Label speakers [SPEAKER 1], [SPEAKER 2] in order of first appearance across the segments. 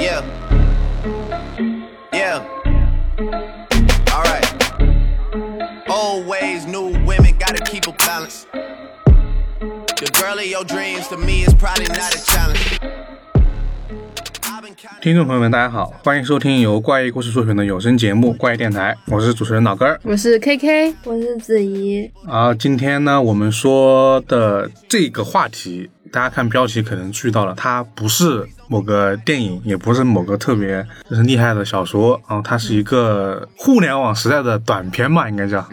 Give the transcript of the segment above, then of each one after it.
[SPEAKER 1] Yeah. Yeah. Alright. Old ways, new women, gotta keep a balance. The girl of your dreams to me is probably not a challenge. I've been kinda-
[SPEAKER 2] 听众朋友们，大家好，欢迎收听由怪异故事出品的有声节目《怪异电台》，我是主持人老根儿。
[SPEAKER 3] 我是 KK，
[SPEAKER 4] 我是子怡，
[SPEAKER 2] 啊，今天呢，我们说的这个话题，大家看标题可能注意到了，它不是某个电影，也不是某个特别就是厉害的小说啊，它是一个互联网时代的短片吧，应该叫，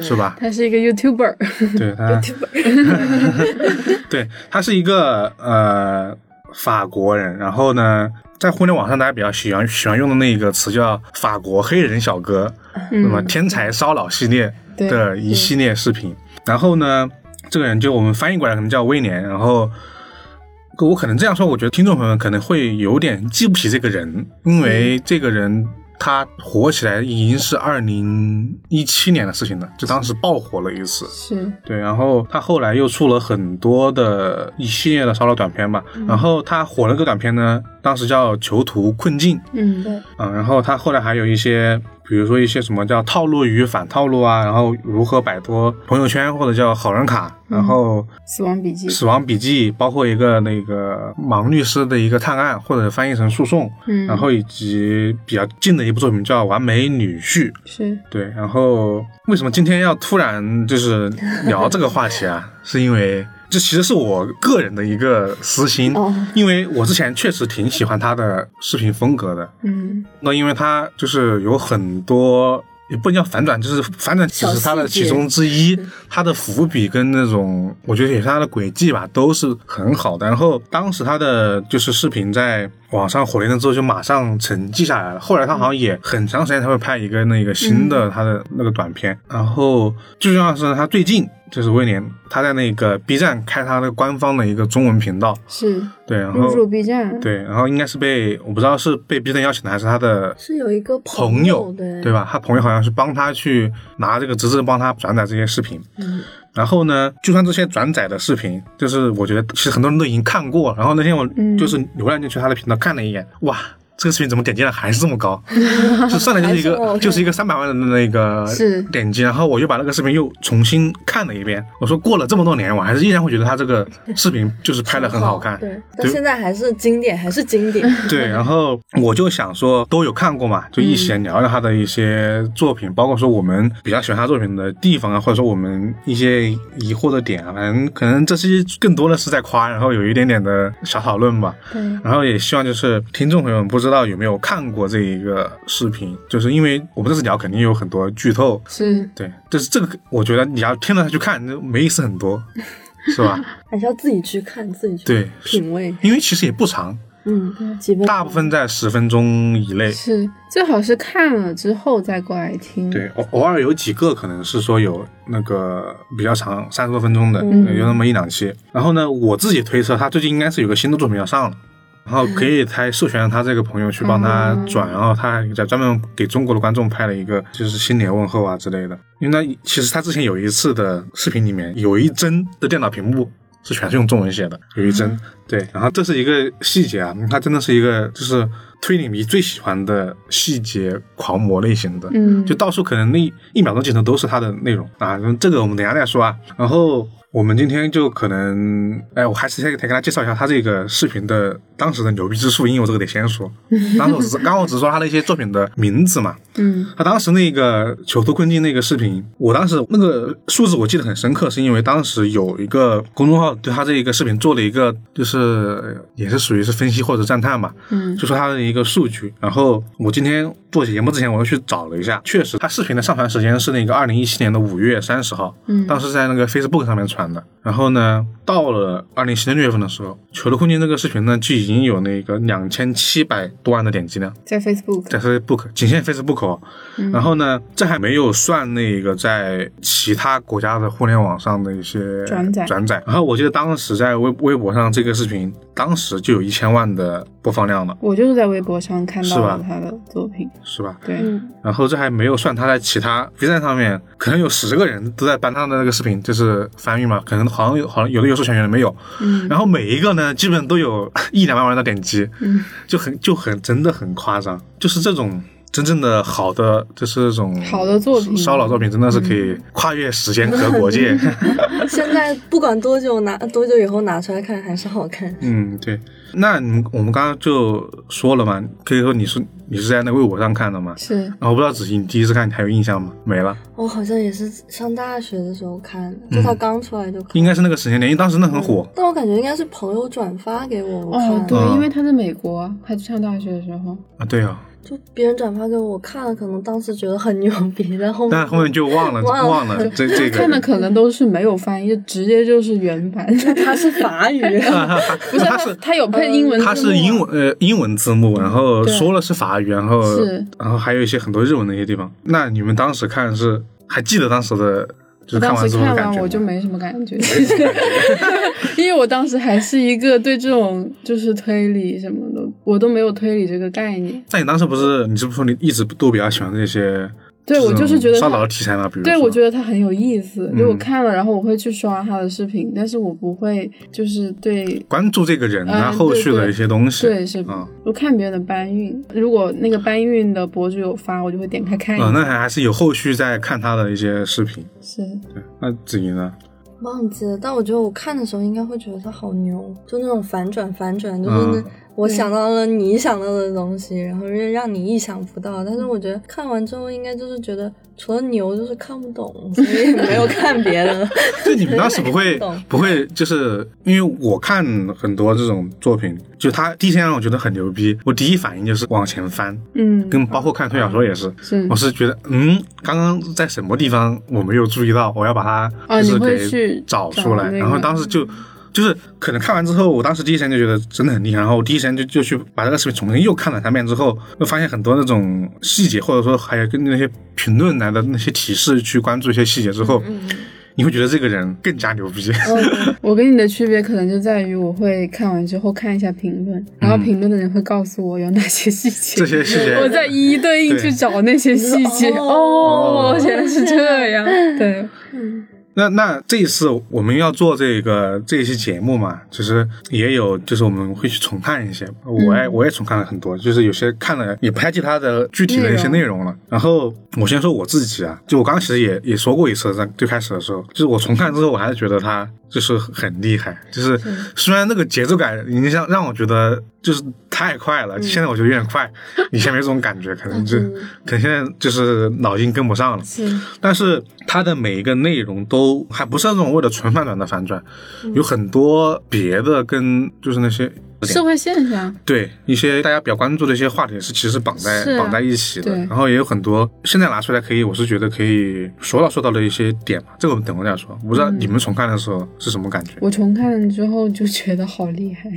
[SPEAKER 2] 是吧？
[SPEAKER 3] 他是一个 YouTuber，
[SPEAKER 2] 对它，对他是一个呃法国人，然后呢，在互联网上大家比较喜欢喜欢用的那个词叫“法国黑人小哥”，那么天才骚扰系列的一系列视频。然后呢，这个人就我们翻译过来可能叫威廉，然后。我可能这样说，我觉得听众朋友们可能会有点记不起这个人，因为这个人他火起来已经是二零一七年的事情了，就当时爆火了一次。
[SPEAKER 3] 是
[SPEAKER 2] 对，然后他后来又出了很多的一系列的烧脑短片吧。然后他火了个短片呢，当时叫《囚徒困境》
[SPEAKER 3] 嗯
[SPEAKER 2] 啊、然后他后来还有一些，比如说一些什么叫套路与反套路啊，然后如何摆脱朋友圈或者叫好人卡，然后
[SPEAKER 3] 死亡笔记
[SPEAKER 2] 《死亡笔记》，包括一个那个盲律师的一个探案，或者翻译成诉讼，
[SPEAKER 3] 嗯
[SPEAKER 2] 然后以及比较近的一部作品叫《完美女婿》，
[SPEAKER 3] 是
[SPEAKER 2] 对，然后为什么今天要突然就是聊这个话题啊？ 是因为这其实是我个人的一个私心，
[SPEAKER 3] 哦
[SPEAKER 2] 因为我之前确实挺喜欢他的视频风格的。
[SPEAKER 3] 嗯
[SPEAKER 2] 那因为他就是有很多。也不能叫反转，就是反转只是他的其中之一，他的伏笔跟那种，我觉得也是他的轨迹吧，都是很好的。然后当时他的就是视频在网上火了一阵之后，就马上沉寂下来了。后来他好像也很长时间才会拍一个那个新的他的那个短片。然后最重要的是，他最近就是威廉，他在那个 B 站开他的官方的一个中文频道，
[SPEAKER 3] 是
[SPEAKER 2] 对，然
[SPEAKER 3] 入驻
[SPEAKER 2] 后
[SPEAKER 3] B 站，
[SPEAKER 2] 对，然后应该是被我不知道是被 B 站邀请的，还是他的
[SPEAKER 4] 是有一个
[SPEAKER 2] 朋友，
[SPEAKER 4] 对
[SPEAKER 2] 吧？他朋友好像是帮他去拿这个职责，帮他转载这些视频。
[SPEAKER 4] 嗯
[SPEAKER 2] 然后呢，就算这些转载的视频，就是我觉得其实很多人都已经看过。然后那天我
[SPEAKER 3] 嗯
[SPEAKER 2] 就是浏览进去他的频道看了一眼，哇，这个视频怎么点击量还是这么高？ 就上来就是一
[SPEAKER 4] 还是我
[SPEAKER 2] 个
[SPEAKER 4] 看
[SPEAKER 2] 就是一个三百万的那个
[SPEAKER 3] 是
[SPEAKER 2] 点击，然后我又把那个视频又重新看了一遍。我说过了这么多年，我还是依然会觉得他这个视频就是拍的很好看。
[SPEAKER 4] 对，但现在还是经典，还是经典。
[SPEAKER 2] 对，然后我就想说，都有看过嘛，就一起来聊聊他的一些作品，包括说我们比较喜欢他作品的地方啊，或者说我们一些疑惑的点啊，反正可能这些更多的是在夸，然后有一点点的小讨论吧。
[SPEAKER 3] 对
[SPEAKER 2] 然后也希望就是听众朋友们不知道有没有看过这一个视频，就是因为我们这次聊肯定有很多剧透，
[SPEAKER 3] 是
[SPEAKER 2] 对，就是这个我觉得你要听了再去看，那没意思很多，是吧？
[SPEAKER 4] 还是要自己去看，自己去
[SPEAKER 2] 对
[SPEAKER 4] 品味。
[SPEAKER 2] 因为其实也不长，
[SPEAKER 4] 嗯，几分
[SPEAKER 2] 大部分在十分钟以内。
[SPEAKER 3] 是，最好是看了之后再过来听，
[SPEAKER 2] 对，偶偶尔有几个可能是说有那个比较长，三十多分钟的，有那么一两期。然后呢，我自己推测他最近应该是有个新的作品要上了，然后可以他授权他这个朋友去帮他转，然后他还在专门给中国的观众拍了一个就是新年问候啊之类的。因为那其实他之前有一次的视频里面有一帧的电脑屏幕是全是用中文写的，有一帧。对，然后这是一个细节啊，他真的是一个就是推理迷最喜欢的细节狂魔类型的，
[SPEAKER 3] 嗯
[SPEAKER 2] 就到处可能那一秒钟镜头都是它的内容啊。嗯这个我们等一下再说啊。然后我们今天就可能，哎，我还是先给大家介绍一下他这个视频的当时的牛逼之处，因为我这个得先说。当时我只刚刚我只说他的一些作品的名字嘛，
[SPEAKER 3] 嗯
[SPEAKER 2] 他当时那个囚徒困境那个视频，我当时那个数字我记得很深刻，是因为当时有一个公众号对他这一个视频做了一个，就是呃也是属于是分析或者赞叹吧，
[SPEAKER 3] 嗯
[SPEAKER 2] 就说他的一个数据。然后我今天做节目之前，我又去找了一下，确实他视频的上传时间是那个二零一七年的五月三十号，
[SPEAKER 3] 嗯
[SPEAKER 2] 当时在那个 Facebook 上面传的。然后呢，到了二零一七年六月份的时候，囚徒困境这个视频呢就已经有那个两千七百多万的点击量。
[SPEAKER 3] 在 Facebook，
[SPEAKER 2] 在 Facebook 仅限 Facebook，、哦
[SPEAKER 3] 嗯
[SPEAKER 2] 然后呢，这还没有算那个在其他国家的互联网上的一些
[SPEAKER 3] 转载
[SPEAKER 2] 转载。然后我记得当时在微微博上这个视频，当时就有一千万的播放量了，
[SPEAKER 3] 我就是在微博上看
[SPEAKER 2] 是
[SPEAKER 3] 到
[SPEAKER 2] 吧
[SPEAKER 3] 了他的作品，
[SPEAKER 2] 是吧？
[SPEAKER 3] 对，
[SPEAKER 4] 嗯，
[SPEAKER 2] 然后这还没有算他在其他 B 站上面，可能有十个人都在搬他的那个视频，就是翻译嘛，可能好像有好像有的有授权，有的没有。
[SPEAKER 3] 嗯
[SPEAKER 2] 然后每一个呢，基本都有一两万万的点击，
[SPEAKER 3] 嗯，
[SPEAKER 2] 就很就很真的很夸张，就是这种。真正的好的就是这种
[SPEAKER 3] 好的作品嗯
[SPEAKER 2] 骚扰作品真的是可以跨越时间和国 界。
[SPEAKER 4] 现在不管多久拿多久以后拿出来看还是好看。
[SPEAKER 2] 嗯，对。那你们我们刚刚就说了嘛，可以说你是你是在那个微博上看的嘛？
[SPEAKER 3] 是
[SPEAKER 2] 然后不知道子怡，你第一次看你还有印象吗？没了，
[SPEAKER 4] 我好像也是上大学的时候看的，就它刚出来就看。
[SPEAKER 2] 嗯应该是那个时间点，因为当时那很火。
[SPEAKER 4] 但我感觉应该是朋友转发给我，我看
[SPEAKER 3] 哦
[SPEAKER 4] 了，
[SPEAKER 3] 对
[SPEAKER 2] 嗯，
[SPEAKER 3] 因为他在美国啊，他上大学的时候，
[SPEAKER 2] 啊，对啊，
[SPEAKER 4] 就别人转发给我，我看了，可能当时觉得很牛逼，然后
[SPEAKER 2] 但后面就忘了
[SPEAKER 4] 忘了
[SPEAKER 2] 忘了这这
[SPEAKER 3] 看
[SPEAKER 2] 个。
[SPEAKER 3] 的可能都是没有翻译，就直接就是原版，
[SPEAKER 4] 它是法语，
[SPEAKER 3] 不是
[SPEAKER 2] 他
[SPEAKER 3] 他他有配英文字幕
[SPEAKER 2] 它
[SPEAKER 3] 啊，
[SPEAKER 2] 是英文呃英文字幕，然后
[SPEAKER 3] 对
[SPEAKER 2] 说了是法语，然后
[SPEAKER 3] 是
[SPEAKER 2] 然后还有一些很多日文的一些地方。那你们当时看是还记得当时的，就是看
[SPEAKER 3] 我当
[SPEAKER 2] 完
[SPEAKER 3] 时
[SPEAKER 2] 之后的
[SPEAKER 3] 看
[SPEAKER 2] 感
[SPEAKER 3] 完
[SPEAKER 2] 觉吗？
[SPEAKER 3] 我就没什么感 觉，其实因为我当时还是一个对这种就是推理什么的，我都没有推理这个概念。
[SPEAKER 2] 那你当时不是你是不是说你一直都比较喜欢这些？
[SPEAKER 3] 对我就是觉得
[SPEAKER 2] 骚扰
[SPEAKER 3] 他，
[SPEAKER 2] 题材嘛，比如
[SPEAKER 3] 对我觉
[SPEAKER 2] 得
[SPEAKER 3] 得他很有意思，
[SPEAKER 2] 嗯
[SPEAKER 3] 就我看了，然后我会去刷他的视频，但是我不会就是对。
[SPEAKER 2] 关注这个人他
[SPEAKER 3] 嗯
[SPEAKER 2] 后续的一些东西，
[SPEAKER 3] 对，是
[SPEAKER 2] 啊
[SPEAKER 3] 我看别人的搬运，如果那个搬运的博主有发，我就会点开看一
[SPEAKER 2] 啊，
[SPEAKER 3] 下。
[SPEAKER 2] 那还还是有后续在看他的一些视频。
[SPEAKER 3] 是，
[SPEAKER 2] 对，那子怡呢？
[SPEAKER 4] 忘记了。但我觉得我看的时候应该会觉得它好牛，就那种反转反转，就是那
[SPEAKER 2] 嗯
[SPEAKER 4] 我想到了你想到的东西，然后让让你意想不到。但是我觉得看完之后应该就是觉得除了牛就是看不懂，所以没有看别 的了。
[SPEAKER 2] 就你们当时不会
[SPEAKER 4] 懂
[SPEAKER 2] 不会，就是因为我看很多这种作品，就他第一先让我觉得很牛逼，我第一反应就是往前翻，
[SPEAKER 3] 嗯，
[SPEAKER 2] 跟包括看推小说也是。
[SPEAKER 3] 是
[SPEAKER 2] 我是觉得，嗯，刚刚在什么地方我没有注意到，我要把它
[SPEAKER 3] 啊
[SPEAKER 2] 就
[SPEAKER 3] 你
[SPEAKER 2] 是
[SPEAKER 3] 会
[SPEAKER 2] 给
[SPEAKER 3] 去
[SPEAKER 2] 找
[SPEAKER 3] 找
[SPEAKER 2] 出来。
[SPEAKER 3] 那个
[SPEAKER 2] 然后当时就就是可能看完之后，我当时第一时间就觉得真的很厉害，然后我第一时间就就去把这个视频重新又看了三遍之后，又发现很多那种细节，或者说还有跟那些评论来的那些提示去关注一些细节之
[SPEAKER 3] 嗯
[SPEAKER 2] 后，你会觉得这个人更加牛逼。
[SPEAKER 3] 我跟你的区别可能就在于，我会看完之后看一下评论，然后评论的人会告诉我有哪些细节，
[SPEAKER 2] 嗯这些细节
[SPEAKER 3] 我再一一对应去找那些细节。
[SPEAKER 4] 对
[SPEAKER 3] 哦
[SPEAKER 2] 哦，
[SPEAKER 3] 原来是这 样，对，
[SPEAKER 2] 那那这一次我们要做这个这一期节目嘛，其实也有，就是我们会去重看一些，我也、我也重看了很多，就是有些看了也不太记得它的具体的一些内容了。然后我先说我自己啊，就我刚刚其实也也说过一次，在最开始的时候，就是我重看之后，我还是觉得它就是很厉害，就是虽然那个节奏感已经让让我觉得就是太快了，现在我觉得有点快，以前没这种感觉，可能就、可能现在就是脑筋跟不上了。
[SPEAKER 3] 是
[SPEAKER 2] 但是它的每一个内容都还不是那种为了纯反转的反转，
[SPEAKER 3] 嗯
[SPEAKER 2] 有很多别的跟就是那些
[SPEAKER 3] 社会现象，
[SPEAKER 2] 对一些大家比较关注的一些话题是其实绑在、
[SPEAKER 3] 是啊
[SPEAKER 2] 绑在一起的，
[SPEAKER 3] 对
[SPEAKER 2] 然后也有很多现在拿出来可以，我是觉得可以说到说到的一些点嘛，这个我们等会再说。我不知
[SPEAKER 3] 嗯
[SPEAKER 2] 道你们重看的时候是什么感觉？
[SPEAKER 3] 我重看之后就觉得好厉 害，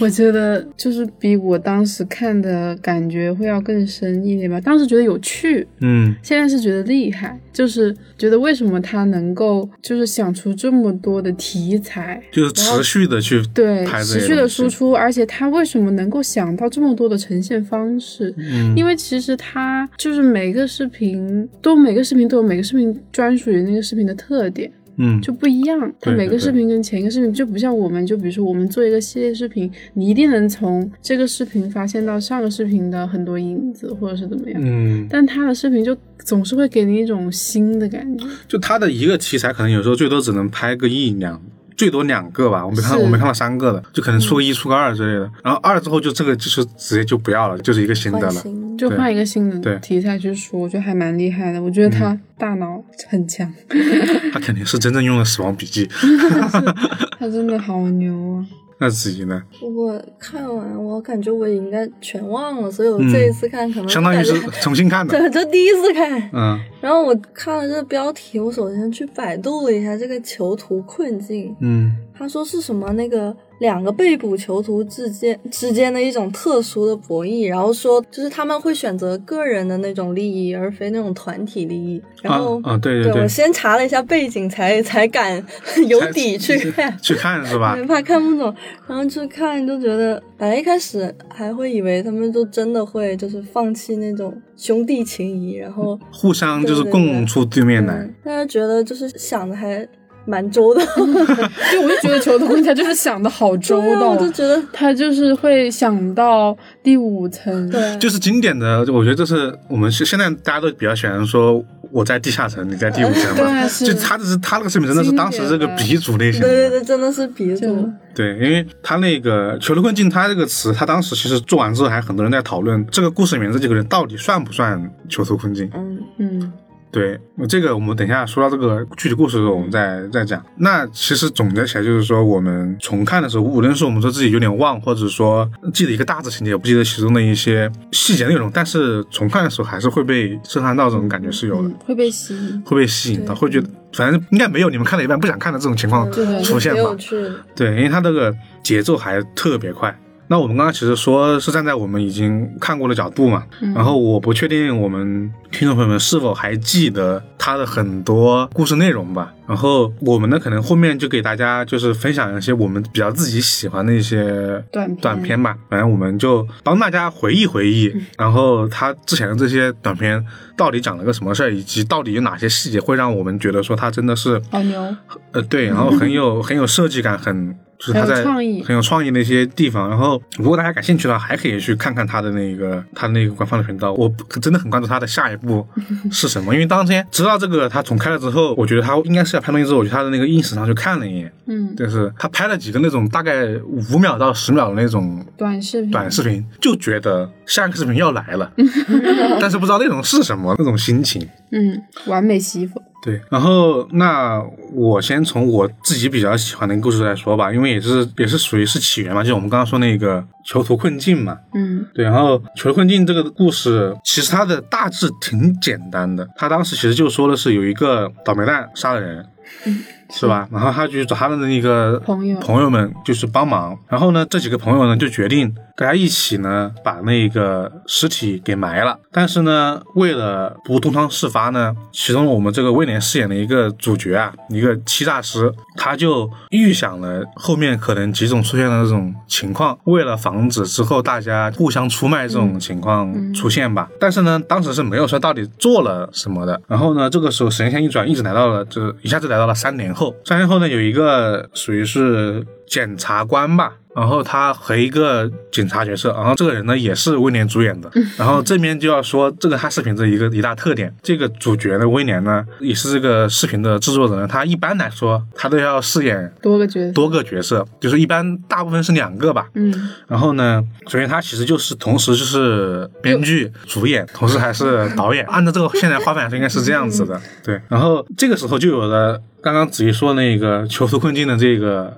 [SPEAKER 3] 我觉得就是比我当时看的感觉会要更深一点吧。当时觉得有趣，
[SPEAKER 2] 嗯
[SPEAKER 3] 现在是觉得厉害，就是觉得为什么他能够就是想出这么多的题材，
[SPEAKER 2] 就是持续的去
[SPEAKER 3] 对，
[SPEAKER 2] 拍这些
[SPEAKER 3] 持续的
[SPEAKER 2] 东西
[SPEAKER 3] 输，出，而且他为什么能够想到这么多的呈现方式？
[SPEAKER 2] 嗯，
[SPEAKER 3] 因为其实他就是每个视频都每个视频都有每个视频专属于那个视频的特点，
[SPEAKER 2] 嗯
[SPEAKER 3] 就不一样。它
[SPEAKER 2] 对
[SPEAKER 3] 每
[SPEAKER 2] 对
[SPEAKER 3] 个视频跟前一个视频就不像我们，就比如说我们做一个系列视频，你一定能从这个视频发现到上个视频的很多影子，或者是怎么样。
[SPEAKER 2] 嗯，
[SPEAKER 3] 但他的视频就总是会给你一种新的感觉，
[SPEAKER 2] 就它的一个题材，可能有时候最多只能拍个一两，最多两个吧。我没看，
[SPEAKER 3] 是
[SPEAKER 2] 我没看到三个
[SPEAKER 4] 嗯
[SPEAKER 2] 的，就可能出个一、出个二之类的。然后二之后就这个就是直接就不要了，就是一个新的
[SPEAKER 4] 换
[SPEAKER 2] 了。
[SPEAKER 4] 新
[SPEAKER 3] 就
[SPEAKER 2] 对
[SPEAKER 3] 换一个新
[SPEAKER 2] 对嗯
[SPEAKER 3] 的题材去说，我觉得还蛮厉害的。我觉得他大脑很强，
[SPEAKER 2] 他肯定是真正用了《死亡笔 记》。
[SPEAKER 3] 他真的好牛啊！
[SPEAKER 2] 那子怡呢？
[SPEAKER 4] 我看完，我感觉我也应该全忘了，所以我
[SPEAKER 2] 嗯
[SPEAKER 4] 这一次看可能
[SPEAKER 2] 相当于是
[SPEAKER 4] 感觉
[SPEAKER 2] 重新看的。
[SPEAKER 4] 对，就第一次看。
[SPEAKER 2] 嗯
[SPEAKER 4] 然后我看了这个标题，我首先去百度了一下这个囚徒困境，
[SPEAKER 2] 嗯
[SPEAKER 4] 他说是什么那个两个被捕囚徒之间之间的一种特殊的博弈，然后说就是他们会选择个人的那种利益，而非那种团体利益。然后，
[SPEAKER 2] 啊啊对对
[SPEAKER 4] 对
[SPEAKER 2] 对
[SPEAKER 4] 我先查了一下背景才，才敢有底去看。
[SPEAKER 2] 去看是吧
[SPEAKER 4] 对，？怕看不懂，然后去看就觉得，本来一开始还会以为他们就真的会就是放弃那种兄弟情谊，然后
[SPEAKER 2] 互相就是
[SPEAKER 4] 对对
[SPEAKER 2] 共出对面来。
[SPEAKER 4] 嗯，但是觉得就是想的还蛮周到，
[SPEAKER 3] 就我就觉得裘东他就是想的好周
[SPEAKER 4] 对啊
[SPEAKER 3] 到
[SPEAKER 4] 我，就 觉得
[SPEAKER 3] 他就是会想到第五层，
[SPEAKER 4] 对，啊
[SPEAKER 2] 就是经典的，我觉得这是我们现现在大家都比较喜欢说我在地下城，你在第五 层嘛。
[SPEAKER 3] 对是
[SPEAKER 2] 就他这是他那个视频真的是当时这个鼻祖类型
[SPEAKER 4] 啊对对
[SPEAKER 2] 的，
[SPEAKER 4] 对，真的是鼻祖，嗯
[SPEAKER 3] 就
[SPEAKER 2] 对，因为他那个“囚徒困境”他这个词，他当时其实做完之后，还很多人在讨论这个故事里面这几个人到底算不算囚徒困境。
[SPEAKER 4] 嗯，
[SPEAKER 3] 嗯，
[SPEAKER 2] 对，这个我们等一下说到这个具体故事的时候，我们再再讲。那其实总结起来就是说，我们重看的时候，无论是我们说自己有点忘，或者说记得一个大致情节，不记得其中的一些细节内容，但是重看的时候还是会被震撼到，这种感觉是有的，
[SPEAKER 3] 嗯会被吸引。
[SPEAKER 2] 会被吸引到，
[SPEAKER 4] 对
[SPEAKER 2] 会觉得反正应该没有你们看了一半不想看的这种情况
[SPEAKER 3] 对对
[SPEAKER 2] 出现
[SPEAKER 4] 挺
[SPEAKER 2] 吧
[SPEAKER 4] 有。趣的，
[SPEAKER 2] 对，因为它这个节奏还特别快。那我们刚刚其实说是站在我们已经看过的角度嘛，
[SPEAKER 3] 嗯
[SPEAKER 2] 然后我不确定我们听众朋友们是否还记得它的很多故事内容吧。然后我们呢，可能后面就给大家就是分享一些我们比较自己喜欢的一些
[SPEAKER 3] 短片
[SPEAKER 2] 短片吧。反正我们就帮大家回忆回忆，
[SPEAKER 3] 嗯
[SPEAKER 2] 然后他之前的这些短片到底讲了个什么事儿，以及到底有哪些细节会让我们觉得说它真的是
[SPEAKER 3] 好牛！
[SPEAKER 2] 呃，对，然后很有 很有设计感，很就是他
[SPEAKER 3] 很有
[SPEAKER 2] 在
[SPEAKER 3] 创意
[SPEAKER 2] 很有创意的一些地方。然后，如果大家感兴趣的话，还可以去看看他的那个他那个官方的频道。我真的很关注他的下一步是什么，因为当天知道这个他重开了之后，我觉得他应该是要拍东西之后，我去他的那个 ins 上去看了一眼，
[SPEAKER 3] 嗯，
[SPEAKER 2] 就是他拍了几个那种大概五秒到十秒的那种
[SPEAKER 3] 短视频，
[SPEAKER 2] 短视频，就觉得下一个视频要来 了，但是不知道内容是什么那种心情。
[SPEAKER 3] 嗯，完美媳妇，
[SPEAKER 2] 对，然后那我先从我自己比较喜欢的故事来说吧，因为也是也是属于是起源嘛，就我们刚刚说那个囚徒困境嘛。
[SPEAKER 3] 嗯
[SPEAKER 2] 对，然后囚徒困境这个故事，其实它的大致挺简单的。他当时其实就说的是有一个倒霉蛋杀了人，是吧？然后他去找他的那个
[SPEAKER 3] 朋友
[SPEAKER 2] 朋友们就是帮忙。然后呢，这几个朋友呢就决定大家一起呢把那个尸体给埋了。但是呢，为了不东窗事发呢，其中我们这个威廉饰演的一个主角啊，一个欺诈师，他就预想了后面可能几种出现的这种情况，为了防止之后大家互相出卖这种情况
[SPEAKER 3] 嗯
[SPEAKER 2] 出现吧。但是呢，当时是没有说到底做了什么的。然后呢，这个时候时间线一转，一直来到了这一下子来到了三年后。三年后呢，有一个属于是检察官吧。然后他和一个警察角色，然后这个人呢也是威廉主演的，然后这边就要说这个他视频的一个一大特点，这个主角的威廉呢也是这个视频的制作人，他一般来说他都要饰演
[SPEAKER 3] 多个角色，
[SPEAKER 2] 多个角色，就是一般大部分是两个吧，
[SPEAKER 3] 嗯，
[SPEAKER 2] 然后呢，所以他其实就是同时就是编剧、主演，同时还是导演。按照这个现在画板是应该是这样子的，对。然后这个时候就有了刚刚子怡说那个囚徒困境的这个。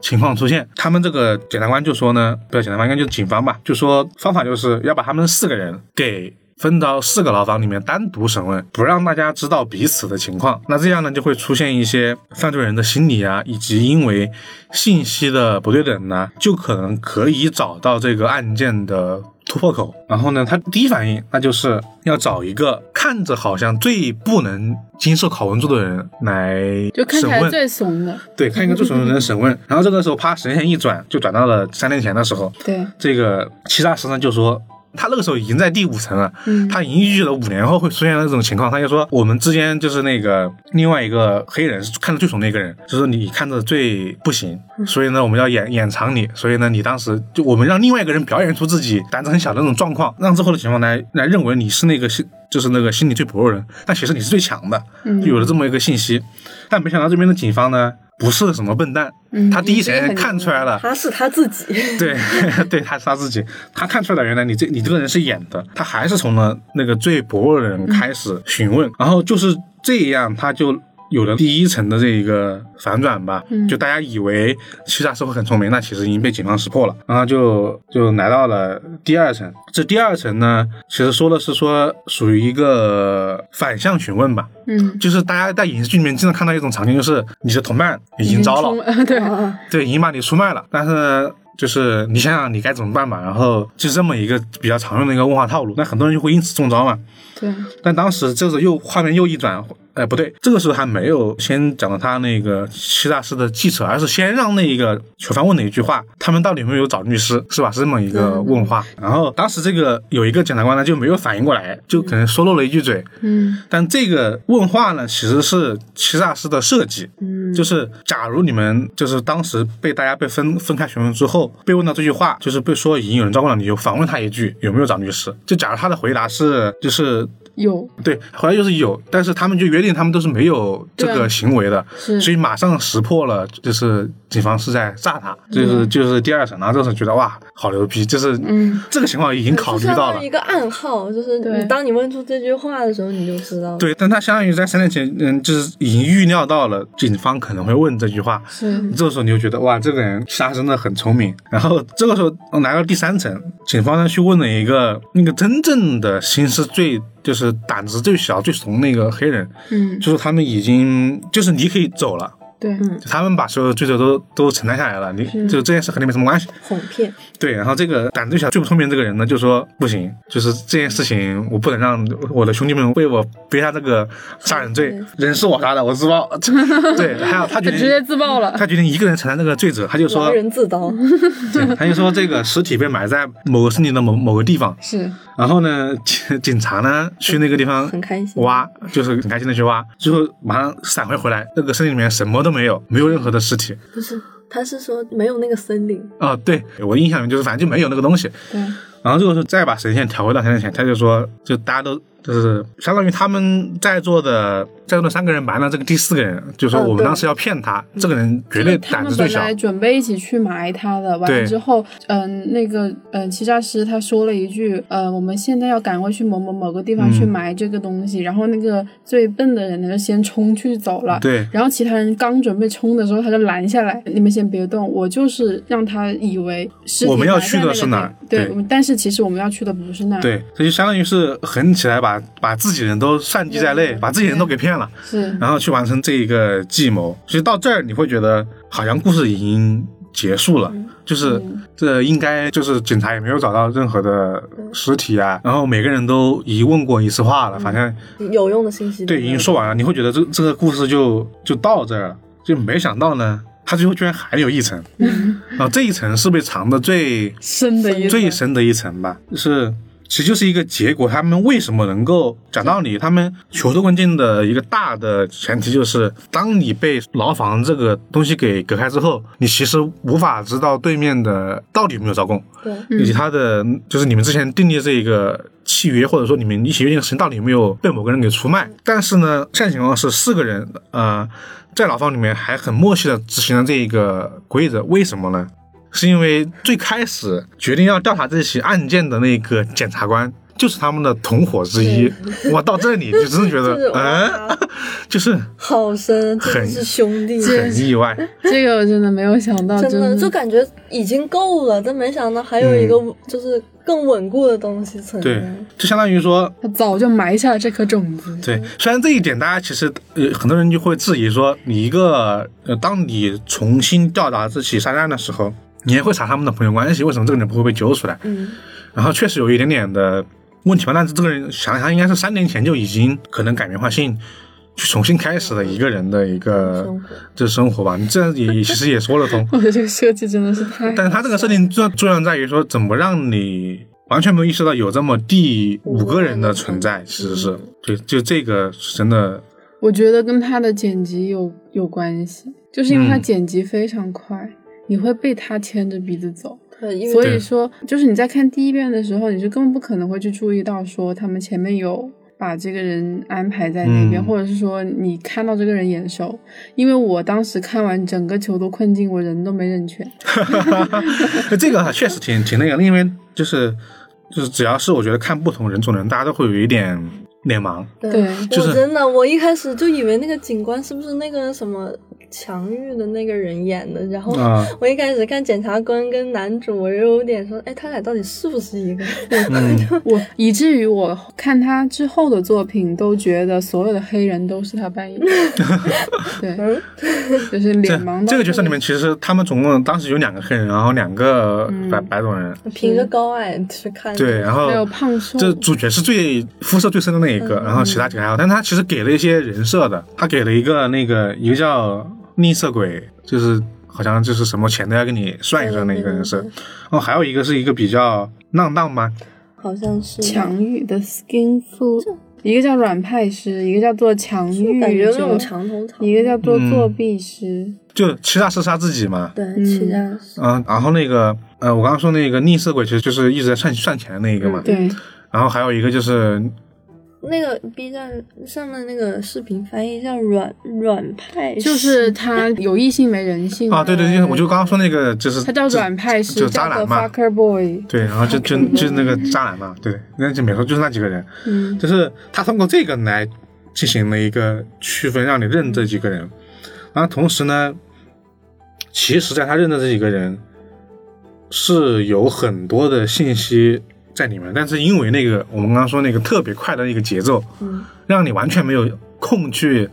[SPEAKER 2] 情况出现，他们这个检察官就说呢，不是检察官，应该就是警方吧，就说方法就是要把他们四个人给分到四个牢房里面单独审问，不让大家知道彼此的情况。那这样呢，就会出现一些犯罪人的心理啊，以及因为信息的不对等呢，就可能可以找到这个案件的突破口。然后呢，他第一反应那就是要找一个看着好像最不能经受拷问住的人来
[SPEAKER 3] 就看起
[SPEAKER 2] 审
[SPEAKER 3] 来
[SPEAKER 2] 问，
[SPEAKER 3] 最怂的，
[SPEAKER 2] 对，看一个最熟的人审 问。然后这个时候，啪，时间线一转，就转到了三年前的时候，
[SPEAKER 3] 对，
[SPEAKER 2] 这个欺诈师呢就说。他那个时候已经在第五层了，
[SPEAKER 3] 嗯
[SPEAKER 2] 他已经预计了五年后会出现那种情况。他就说，我们之间就是那个另外一个黑人是看着最怂的一个人，就是你看着最不行，
[SPEAKER 3] 嗯
[SPEAKER 2] 所以呢，我们要掩掩藏你。所以呢，你当时就我们让另外一个人表演出自己胆子很小的那种状况，让之后的情况来来认为你是那个心就是那个心理最薄弱的人，但其实你是最强的，
[SPEAKER 3] 嗯
[SPEAKER 2] 就有了这么一个信息。但没想到这边的警方呢，不是什么笨蛋，
[SPEAKER 3] 嗯
[SPEAKER 2] 他第一时
[SPEAKER 3] 也是
[SPEAKER 2] 间
[SPEAKER 3] 很
[SPEAKER 2] 看出来了，
[SPEAKER 4] 他是他自己，
[SPEAKER 2] 对，对，他是他自己，他看出来原来你这你这个人是演的，他
[SPEAKER 3] 嗯
[SPEAKER 2] 还是从了那个最薄弱的人开始询问，然后就是这样，他就有了第一层的这一个反转吧，
[SPEAKER 3] 嗯
[SPEAKER 2] 就大家以为欺诈社会很聪明，那其实已经被警方识破了，然后就就来到了第二层。这第二层呢，其实说的是说属于一个反向询问吧，
[SPEAKER 3] 嗯，
[SPEAKER 2] 就是大家在影视剧里面经常看到一种场景，就是你的同伴已
[SPEAKER 3] 已
[SPEAKER 2] 经招了，
[SPEAKER 3] 冲了， 对，
[SPEAKER 2] 对，已经把你出卖了，但是就是你想想你该怎么办吧，然后就这么一个比较常用的一个问话套路，那很多人就会因此中招嘛。
[SPEAKER 3] 对，
[SPEAKER 2] 但当时这个又画面又一转，哎，不对，这个时候还没有先讲到他那个希腊式的记者，而是先让那一个囚犯问了一句话，他们到底有没有找律师，是吧？是这么一个
[SPEAKER 3] 嗯
[SPEAKER 2] 问话。然后当时这个有一个检察官呢就没有反应过来，就可能说漏了一句嘴。
[SPEAKER 3] 嗯
[SPEAKER 2] 但这个问话呢，其实是希腊式的设计，
[SPEAKER 3] 嗯，
[SPEAKER 2] 就是假如你们就是当时被大家被分分开询问之后，被问到这句话，就是被说已经有人照顾了，你就反问他一句有没有找律师。就假如他的回答是就是
[SPEAKER 3] 有
[SPEAKER 2] 对，回来就是有，但是他们就约定他们都是没有这
[SPEAKER 3] 对啊
[SPEAKER 2] 个行为的，
[SPEAKER 3] 是
[SPEAKER 2] 所以马上识破了，就是警方是在诈他，就是、
[SPEAKER 4] 嗯
[SPEAKER 2] 就是第二审，然后这时候觉得哇，好牛逼，就是、
[SPEAKER 3] 嗯
[SPEAKER 2] 这个情况已经考虑
[SPEAKER 4] 就相
[SPEAKER 2] 到
[SPEAKER 4] 当
[SPEAKER 2] 了
[SPEAKER 4] 于一。个暗号，就是
[SPEAKER 3] 对
[SPEAKER 4] 你当你问出这句话的时候，你就知道了。
[SPEAKER 2] 对，但他相当于在三年前，嗯，就是已经预料到了警方可能会问这句话，
[SPEAKER 3] 是
[SPEAKER 2] 这时候你就觉得哇，这个人杀真的很聪明。然后这个时候嗯来到第三层，警方呢去问了一个那个真正的心思最就是胆子最小最怂那个黑人，
[SPEAKER 3] 嗯
[SPEAKER 2] 就是他们已经就是你可以走了，
[SPEAKER 3] 对，
[SPEAKER 2] 就他们把所有的罪责都都承担下来了，你就这件事和你没什么关系。
[SPEAKER 4] 哄骗，
[SPEAKER 2] 对，然后这个胆子最小最不聪明的这个人呢，就说不行，就是这件事情我不能让我的兄弟们为我背上这个杀人罪，人是我杀的，我自爆。 对，还有他
[SPEAKER 3] 嗯他
[SPEAKER 2] 决
[SPEAKER 3] 直
[SPEAKER 2] 定
[SPEAKER 3] 接自爆 了，
[SPEAKER 2] 他决定一个人承担这个罪责，他就说
[SPEAKER 4] 狼人自刀，
[SPEAKER 2] 对 他就说这个尸体被埋在某个森林的某某个地方，
[SPEAKER 3] 是
[SPEAKER 2] 然后呢， 警警察呢去那个地方
[SPEAKER 4] 很开心。
[SPEAKER 2] 挖，就是很开心的去挖，最后马上闪回回来，那个森林里面什么都没有，没有任何的尸体
[SPEAKER 4] 不是，他是说没有那个森林，
[SPEAKER 2] 啊、对我印象里就是反正就没有那个东西。
[SPEAKER 3] 对，
[SPEAKER 2] 然后这个时候再把神线调回到三年前，他就说，就大家都就是相当于他们在座的在座的三个人瞒了这个第四个人，就说我
[SPEAKER 4] 嗯
[SPEAKER 2] 们
[SPEAKER 4] 对
[SPEAKER 2] 当时要骗他，这个人绝对
[SPEAKER 3] 他
[SPEAKER 2] 胆
[SPEAKER 3] 们
[SPEAKER 2] 子最
[SPEAKER 3] 本
[SPEAKER 2] 小。
[SPEAKER 3] 来准备一起去埋他的，完
[SPEAKER 2] 对
[SPEAKER 3] 了之后，嗯，那个嗯欺诈师他说了一句，呃，我们现在要赶快去某某某个地方
[SPEAKER 2] 嗯
[SPEAKER 3] 去埋这个东西，然后那个最笨的人呢就先冲去走了。
[SPEAKER 2] 对
[SPEAKER 3] 然后其他人刚准备冲的时候，他就拦下来：“你们先别动，我就是让他以为尸体
[SPEAKER 2] 我们要
[SPEAKER 3] 埋在
[SPEAKER 2] 去的
[SPEAKER 3] 那个
[SPEAKER 2] 是
[SPEAKER 3] 地
[SPEAKER 2] 哪儿
[SPEAKER 3] 对，
[SPEAKER 2] 对
[SPEAKER 3] 我们但是其实我们要去的不是那儿，，
[SPEAKER 2] 对，他就相当于是狠起来把把自己人都算计在内，把自己人都给骗了，
[SPEAKER 3] 是
[SPEAKER 2] 然后去完成这一个计谋。其实到这儿你会觉得好像故事已经结束了，就是这应该就是警察也没有找到任何的尸体啊，然后每个人都已问过一次话了，反正
[SPEAKER 4] 有用的信息都
[SPEAKER 2] 嗯对
[SPEAKER 4] 没
[SPEAKER 2] 已
[SPEAKER 4] 有
[SPEAKER 2] 经说完了，你会觉得这这个故事就就到这儿了，就没想到呢。它最后居然还有一层，然后这一层是被藏的最
[SPEAKER 3] 深的一
[SPEAKER 2] 最深的一层吧，就是其实就是一个结果。他们为什么能够讲道理？他们求助困境的一个大的前提就是，当你被牢房这个东西给隔开之后，你其实无法知道对面的到底有没有招供，
[SPEAKER 4] 对，
[SPEAKER 2] 以及他的就是你们之前订立这一个。契约或者说你们一起约定的事情到底有没有被某个人给出卖？但是呢，现在情况是四个人，呃，在牢房里面还很默契的执行了这一个规则，为什么呢？是因为最开始决定要调查这起案件的那个检察官就是他们的同伙之一。我到这里就真的觉
[SPEAKER 4] 就是啊
[SPEAKER 2] 得，嗯，
[SPEAKER 4] 哇，
[SPEAKER 2] 就是
[SPEAKER 4] 好深，真的
[SPEAKER 2] 很
[SPEAKER 4] 是兄弟。
[SPEAKER 2] 很意外。
[SPEAKER 3] 这个我真的没有想到，
[SPEAKER 4] 真的
[SPEAKER 3] 的
[SPEAKER 4] 就感觉已经够了，但没想到还有一个就是更稳固的东西存
[SPEAKER 2] 嗯对
[SPEAKER 4] 在。，
[SPEAKER 2] 就相当于说，
[SPEAKER 3] 他早就埋下了这颗种子。，
[SPEAKER 2] 对，虽然这一点大家其实呃很多人就会质疑说，你一个呃，当你重新调查这起杀人案的时候，你也会查他们的朋友关系，为什么这个人不会被揪出来？
[SPEAKER 4] 嗯，
[SPEAKER 2] 然后确实有一点点的问题吧，但是这个人想想应该是三年前就已经可能改名换姓，去重新开始的一个人的一个
[SPEAKER 4] 生活
[SPEAKER 2] 这生活吧。你这样也也其实也说得通
[SPEAKER 3] 我觉得这个设计真的是太……
[SPEAKER 2] 但是他这个设定重重要在于说怎么让你。完全没有意识到有这么第五个人的存在，其实
[SPEAKER 4] 嗯
[SPEAKER 2] 是对，就这个是真的
[SPEAKER 3] 我觉得跟他的剪辑有有关系，就是因为他
[SPEAKER 2] 嗯
[SPEAKER 3] 剪辑非常快，你会被他牵着鼻子走。
[SPEAKER 4] 对，因为
[SPEAKER 3] 所
[SPEAKER 2] 对
[SPEAKER 3] 以说，就是你在看第一遍的时候，你是根本不可能会去注意到说他们前面有把这个人安排在那边，
[SPEAKER 2] 嗯
[SPEAKER 3] 或者是说你看到这个人眼熟。因为我当时看完整个《囚徒困境》，我人都没认全。
[SPEAKER 2] 这个确实挺挺那个的，因为就是就是只要是我觉得看不同人种的人，大家都会有一点脸盲。
[SPEAKER 3] 对
[SPEAKER 2] 就是
[SPEAKER 4] 我真的，我一开始就以为那个警官是不是那个什么强玉的那个人演的，然后
[SPEAKER 3] 哦
[SPEAKER 2] 啊
[SPEAKER 4] 我一开始看检察官跟男主，我又有点说，哎，他俩到底是不是一个？
[SPEAKER 2] 嗯
[SPEAKER 3] 我以至于我看他之后的作品都觉得所有的黑人都是他扮 演的，对，
[SPEAKER 4] 嗯，
[SPEAKER 3] 就是脸
[SPEAKER 2] 这
[SPEAKER 3] 盲到
[SPEAKER 2] 这个角色里面，其实他们总共当时有两个黑人，然后两个白、白种人，
[SPEAKER 4] 凭着高矮去看，
[SPEAKER 2] 对，，啊然
[SPEAKER 3] 嗯还有
[SPEAKER 2] 后
[SPEAKER 3] 胖嗯瘦，
[SPEAKER 2] 这主角是最肤色最深的那一个，然后其他几个还好，但他其实给了一些人设的，他给了一个那个一个叫吝啬鬼，就是好像就是什么钱都要给你算一算的一个人
[SPEAKER 3] 嗯
[SPEAKER 2] 设，
[SPEAKER 4] 对
[SPEAKER 2] 然后还有一个是一个比较浪荡吗？
[SPEAKER 4] 好像是
[SPEAKER 3] 强欲的 skin food，一个叫软派师，一个叫做强欲
[SPEAKER 4] 感觉那种
[SPEAKER 3] 者，
[SPEAKER 4] 长头草，
[SPEAKER 3] 一个叫做
[SPEAKER 2] 嗯
[SPEAKER 3] 作弊师，
[SPEAKER 2] 就欺诈是杀自己嘛，
[SPEAKER 4] 对，其他是
[SPEAKER 2] 嗯，然后那个呃，我刚刚说那个吝啬鬼其实就是一直在算算钱的那一个嘛，
[SPEAKER 3] 嗯对，
[SPEAKER 4] 嗯
[SPEAKER 2] 然后还有一个就是
[SPEAKER 4] 那个 B 站上面那个视频翻译叫软软派，
[SPEAKER 3] 就是他有异性没人性
[SPEAKER 2] 啊，对对对，
[SPEAKER 3] 哎
[SPEAKER 2] 我就刚刚说那个就是
[SPEAKER 3] 他叫
[SPEAKER 2] 就
[SPEAKER 3] 软派师，
[SPEAKER 2] 就
[SPEAKER 3] 叫
[SPEAKER 2] 渣男
[SPEAKER 3] The
[SPEAKER 2] 嘛，
[SPEAKER 3] fucker boy，
[SPEAKER 2] 对，然后就就就是那个渣男嘛，对，那就没说就是那几个人，
[SPEAKER 3] 嗯，
[SPEAKER 2] 就是他通过这个来进行了一个区分，让你认这几个人，然后同时呢，其实在他认的这几个人是有很多的信息在里面，但是因为那个我们刚刚说那个特别快的那个节奏，
[SPEAKER 4] 嗯
[SPEAKER 2] 让你完全没有空去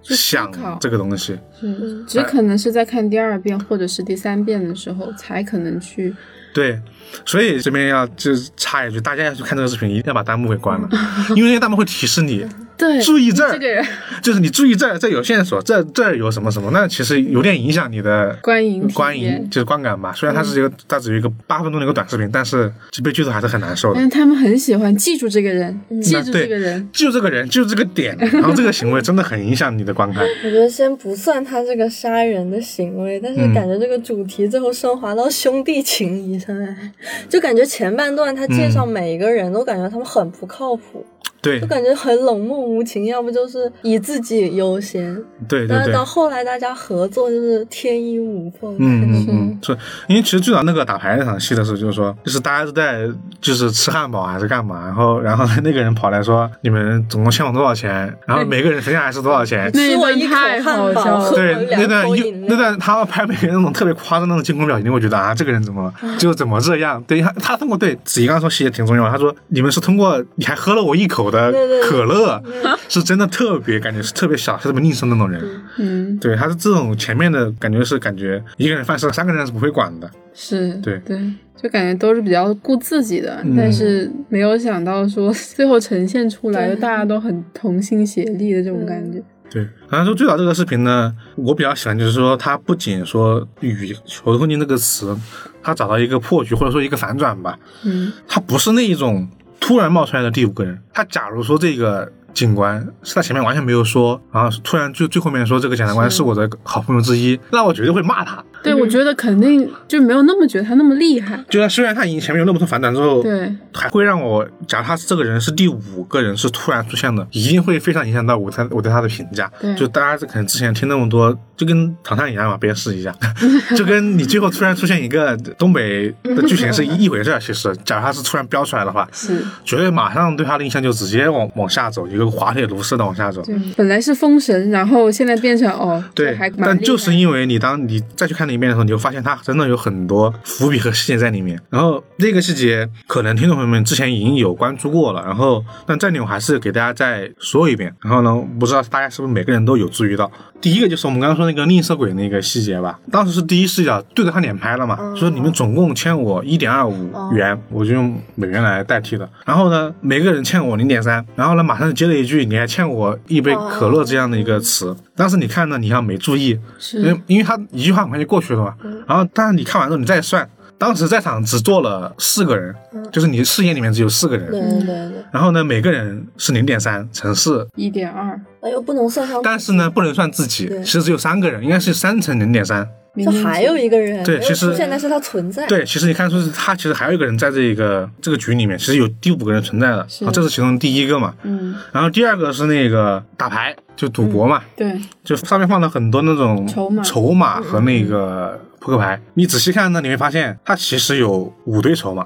[SPEAKER 3] 去思
[SPEAKER 2] 想
[SPEAKER 3] 考
[SPEAKER 2] 这个东西，
[SPEAKER 4] 嗯
[SPEAKER 3] 是只可能是在看第二遍或者是第三遍的时候才可能去，
[SPEAKER 2] 对，所以这边要就是插一句，大家要去看这个视频，一定要把弹幕给关 了，因为那个弹幕会提示你
[SPEAKER 3] 对，嗯
[SPEAKER 2] 注意这儿
[SPEAKER 3] 这，个人
[SPEAKER 2] 就是你注意这儿，这有线索，这这儿有什么什么，那其实有点影响你的
[SPEAKER 3] 观影体
[SPEAKER 2] 观
[SPEAKER 3] 验
[SPEAKER 2] 影，就是观感吧。虽然它是一个，它只有一个八分钟的一个短视频，但是就被剧透还是很难受的
[SPEAKER 3] 但。嗯是他们很喜欢记住这个人，
[SPEAKER 4] 嗯
[SPEAKER 3] 记
[SPEAKER 2] 那
[SPEAKER 3] 住
[SPEAKER 2] 对
[SPEAKER 3] 这个人，
[SPEAKER 2] 就这个人，就这个点，然后这个行为真的很影响你的观看。
[SPEAKER 4] 我觉得先不算他这个杀人的行为，但是
[SPEAKER 2] 嗯
[SPEAKER 4] 感觉这个主题最后升华到兄弟情谊上来，就感觉前半段他介
[SPEAKER 2] 嗯
[SPEAKER 4] 绍每一个人都感觉他们很不靠谱，
[SPEAKER 2] 对
[SPEAKER 4] 就感觉很冷漠无情，要不就是以自己优先。
[SPEAKER 2] 对对
[SPEAKER 4] 但是
[SPEAKER 2] 对，
[SPEAKER 4] 到后来大家合作就是天衣无缝，
[SPEAKER 2] 嗯嗯嗯，是因为其实最早那个打牌那场戏的时候，就是说，就是大家都在就是吃汉堡啊还是干嘛，然后然后那个人跑来说，你们总共欠我多少钱？然 后每个人身下来是多少钱？
[SPEAKER 3] 那
[SPEAKER 4] 吃我一口
[SPEAKER 3] 太好
[SPEAKER 4] 汉
[SPEAKER 3] 笑
[SPEAKER 4] 堡，
[SPEAKER 3] 了
[SPEAKER 4] 喝
[SPEAKER 2] 对
[SPEAKER 4] 我，
[SPEAKER 2] 那
[SPEAKER 4] 两
[SPEAKER 2] 段
[SPEAKER 4] 口
[SPEAKER 2] 又
[SPEAKER 4] 饮
[SPEAKER 2] 那
[SPEAKER 4] 料。
[SPEAKER 2] 段他要拍每个人那种特别夸张的那种惊恐表情，我觉得啊，这个人怎么就怎么这样？对他，他通过对子怡刚刚说细节挺重要，他说你们是通过你还喝了我一口的
[SPEAKER 4] 对对对
[SPEAKER 2] 可乐，是真的特别感觉是特别小，是特别吝啬那种人。
[SPEAKER 3] 嗯，
[SPEAKER 2] 对，他是这种前面的感觉是感觉一个人犯事三个人是不会管的。
[SPEAKER 3] 是，
[SPEAKER 2] 对嗯
[SPEAKER 3] 对，就感觉都是比较顾自己的，但是没有想到说最后呈现出来的
[SPEAKER 4] 对
[SPEAKER 3] 大家都很同心协力的这种感觉，
[SPEAKER 2] 对，然后说最早这个视频呢，我比较喜欢就是说，他不仅说语球空间这个词，他找到一个破局或者说一个反转吧，
[SPEAKER 3] 嗯，
[SPEAKER 2] 他不是那一种突然冒出来的第五个人。他假如说这个警官是他前面完全没有说，然后突然就最后面说这个检察官
[SPEAKER 3] 是
[SPEAKER 2] 是我的好朋友之一，那我绝对会骂他。
[SPEAKER 3] 对，我觉得肯定就没有那么觉得他那么厉害，
[SPEAKER 2] 就算虽然他已经前面有那么多反转之后，
[SPEAKER 3] 对，
[SPEAKER 2] 还会让我，假如他这个人是第五个人是突然出现的，一定会非常影响到我他我对他的评价
[SPEAKER 3] 对。
[SPEAKER 2] 就大家可能之前听那么多，就跟唐探一样嘛，别人试一下， 就跟你最后突然出现一个东北的剧情是一一回事儿。其实，假如他是突然飙出来的话，
[SPEAKER 3] 是，
[SPEAKER 2] 绝对马上对他的印象就直接往往下走，一个滑铁卢式的往下走。
[SPEAKER 3] 对，
[SPEAKER 4] 嗯
[SPEAKER 3] 本来是封神，然后现在变成哦，这
[SPEAKER 2] 对
[SPEAKER 3] 还，蛮
[SPEAKER 2] 但
[SPEAKER 3] 厉
[SPEAKER 2] 就是
[SPEAKER 3] 害
[SPEAKER 2] 因为你当你再去看了一遍的时候，你就发现它真的有很多伏笔和细节在里面。然后那个细节，可能听众朋友们之前已经有关注过了，然后但这里我还是给大家再说一遍。然后呢，不知道大家是不是每个人都有注意到，第一个就是我们刚刚说那个吝啬鬼那个细节吧，当时是第一视角对着他脸拍了嘛，说你们总共欠我一点二五元，我就用美元来代替的。然后呢，每个人欠我零点三，然后呢，马上就接了一句你还欠我一杯可乐这样的一个词。当时你看呢，你像没注意，因
[SPEAKER 3] 是
[SPEAKER 2] 为嗯因为他一句话很快就过去了嘛。然后，但是你看完之后你再算，当时在场只坐了四个人，就是你视野里面只有四个
[SPEAKER 4] 对
[SPEAKER 2] 人。
[SPEAKER 4] 对对对，
[SPEAKER 2] 然后呢，每个人是零点三乘四，
[SPEAKER 3] 一点二，
[SPEAKER 4] 哎呦，不能算上。
[SPEAKER 2] 但是呢，不能算自己，
[SPEAKER 4] 对
[SPEAKER 2] 其实只有三个人，应该是三乘零点三。
[SPEAKER 4] 就还有一个人
[SPEAKER 2] 对
[SPEAKER 4] 没有
[SPEAKER 2] 其实
[SPEAKER 4] 出现，但是他存在。
[SPEAKER 2] 对，其实你看出是他其实还有一个人在这个这个局里面，其实有第五个人存在的，
[SPEAKER 3] 是
[SPEAKER 2] 啊，这是其中第一个嘛。
[SPEAKER 3] 嗯，
[SPEAKER 2] 然后第二个是那个打牌，就赌博嘛，
[SPEAKER 3] 对，
[SPEAKER 2] 就上面放了很多那种
[SPEAKER 3] 筹码
[SPEAKER 2] 筹码和
[SPEAKER 4] 嗯
[SPEAKER 2] 那个扑克牌。你仔细看呢，你会发现它其实有五堆筹码，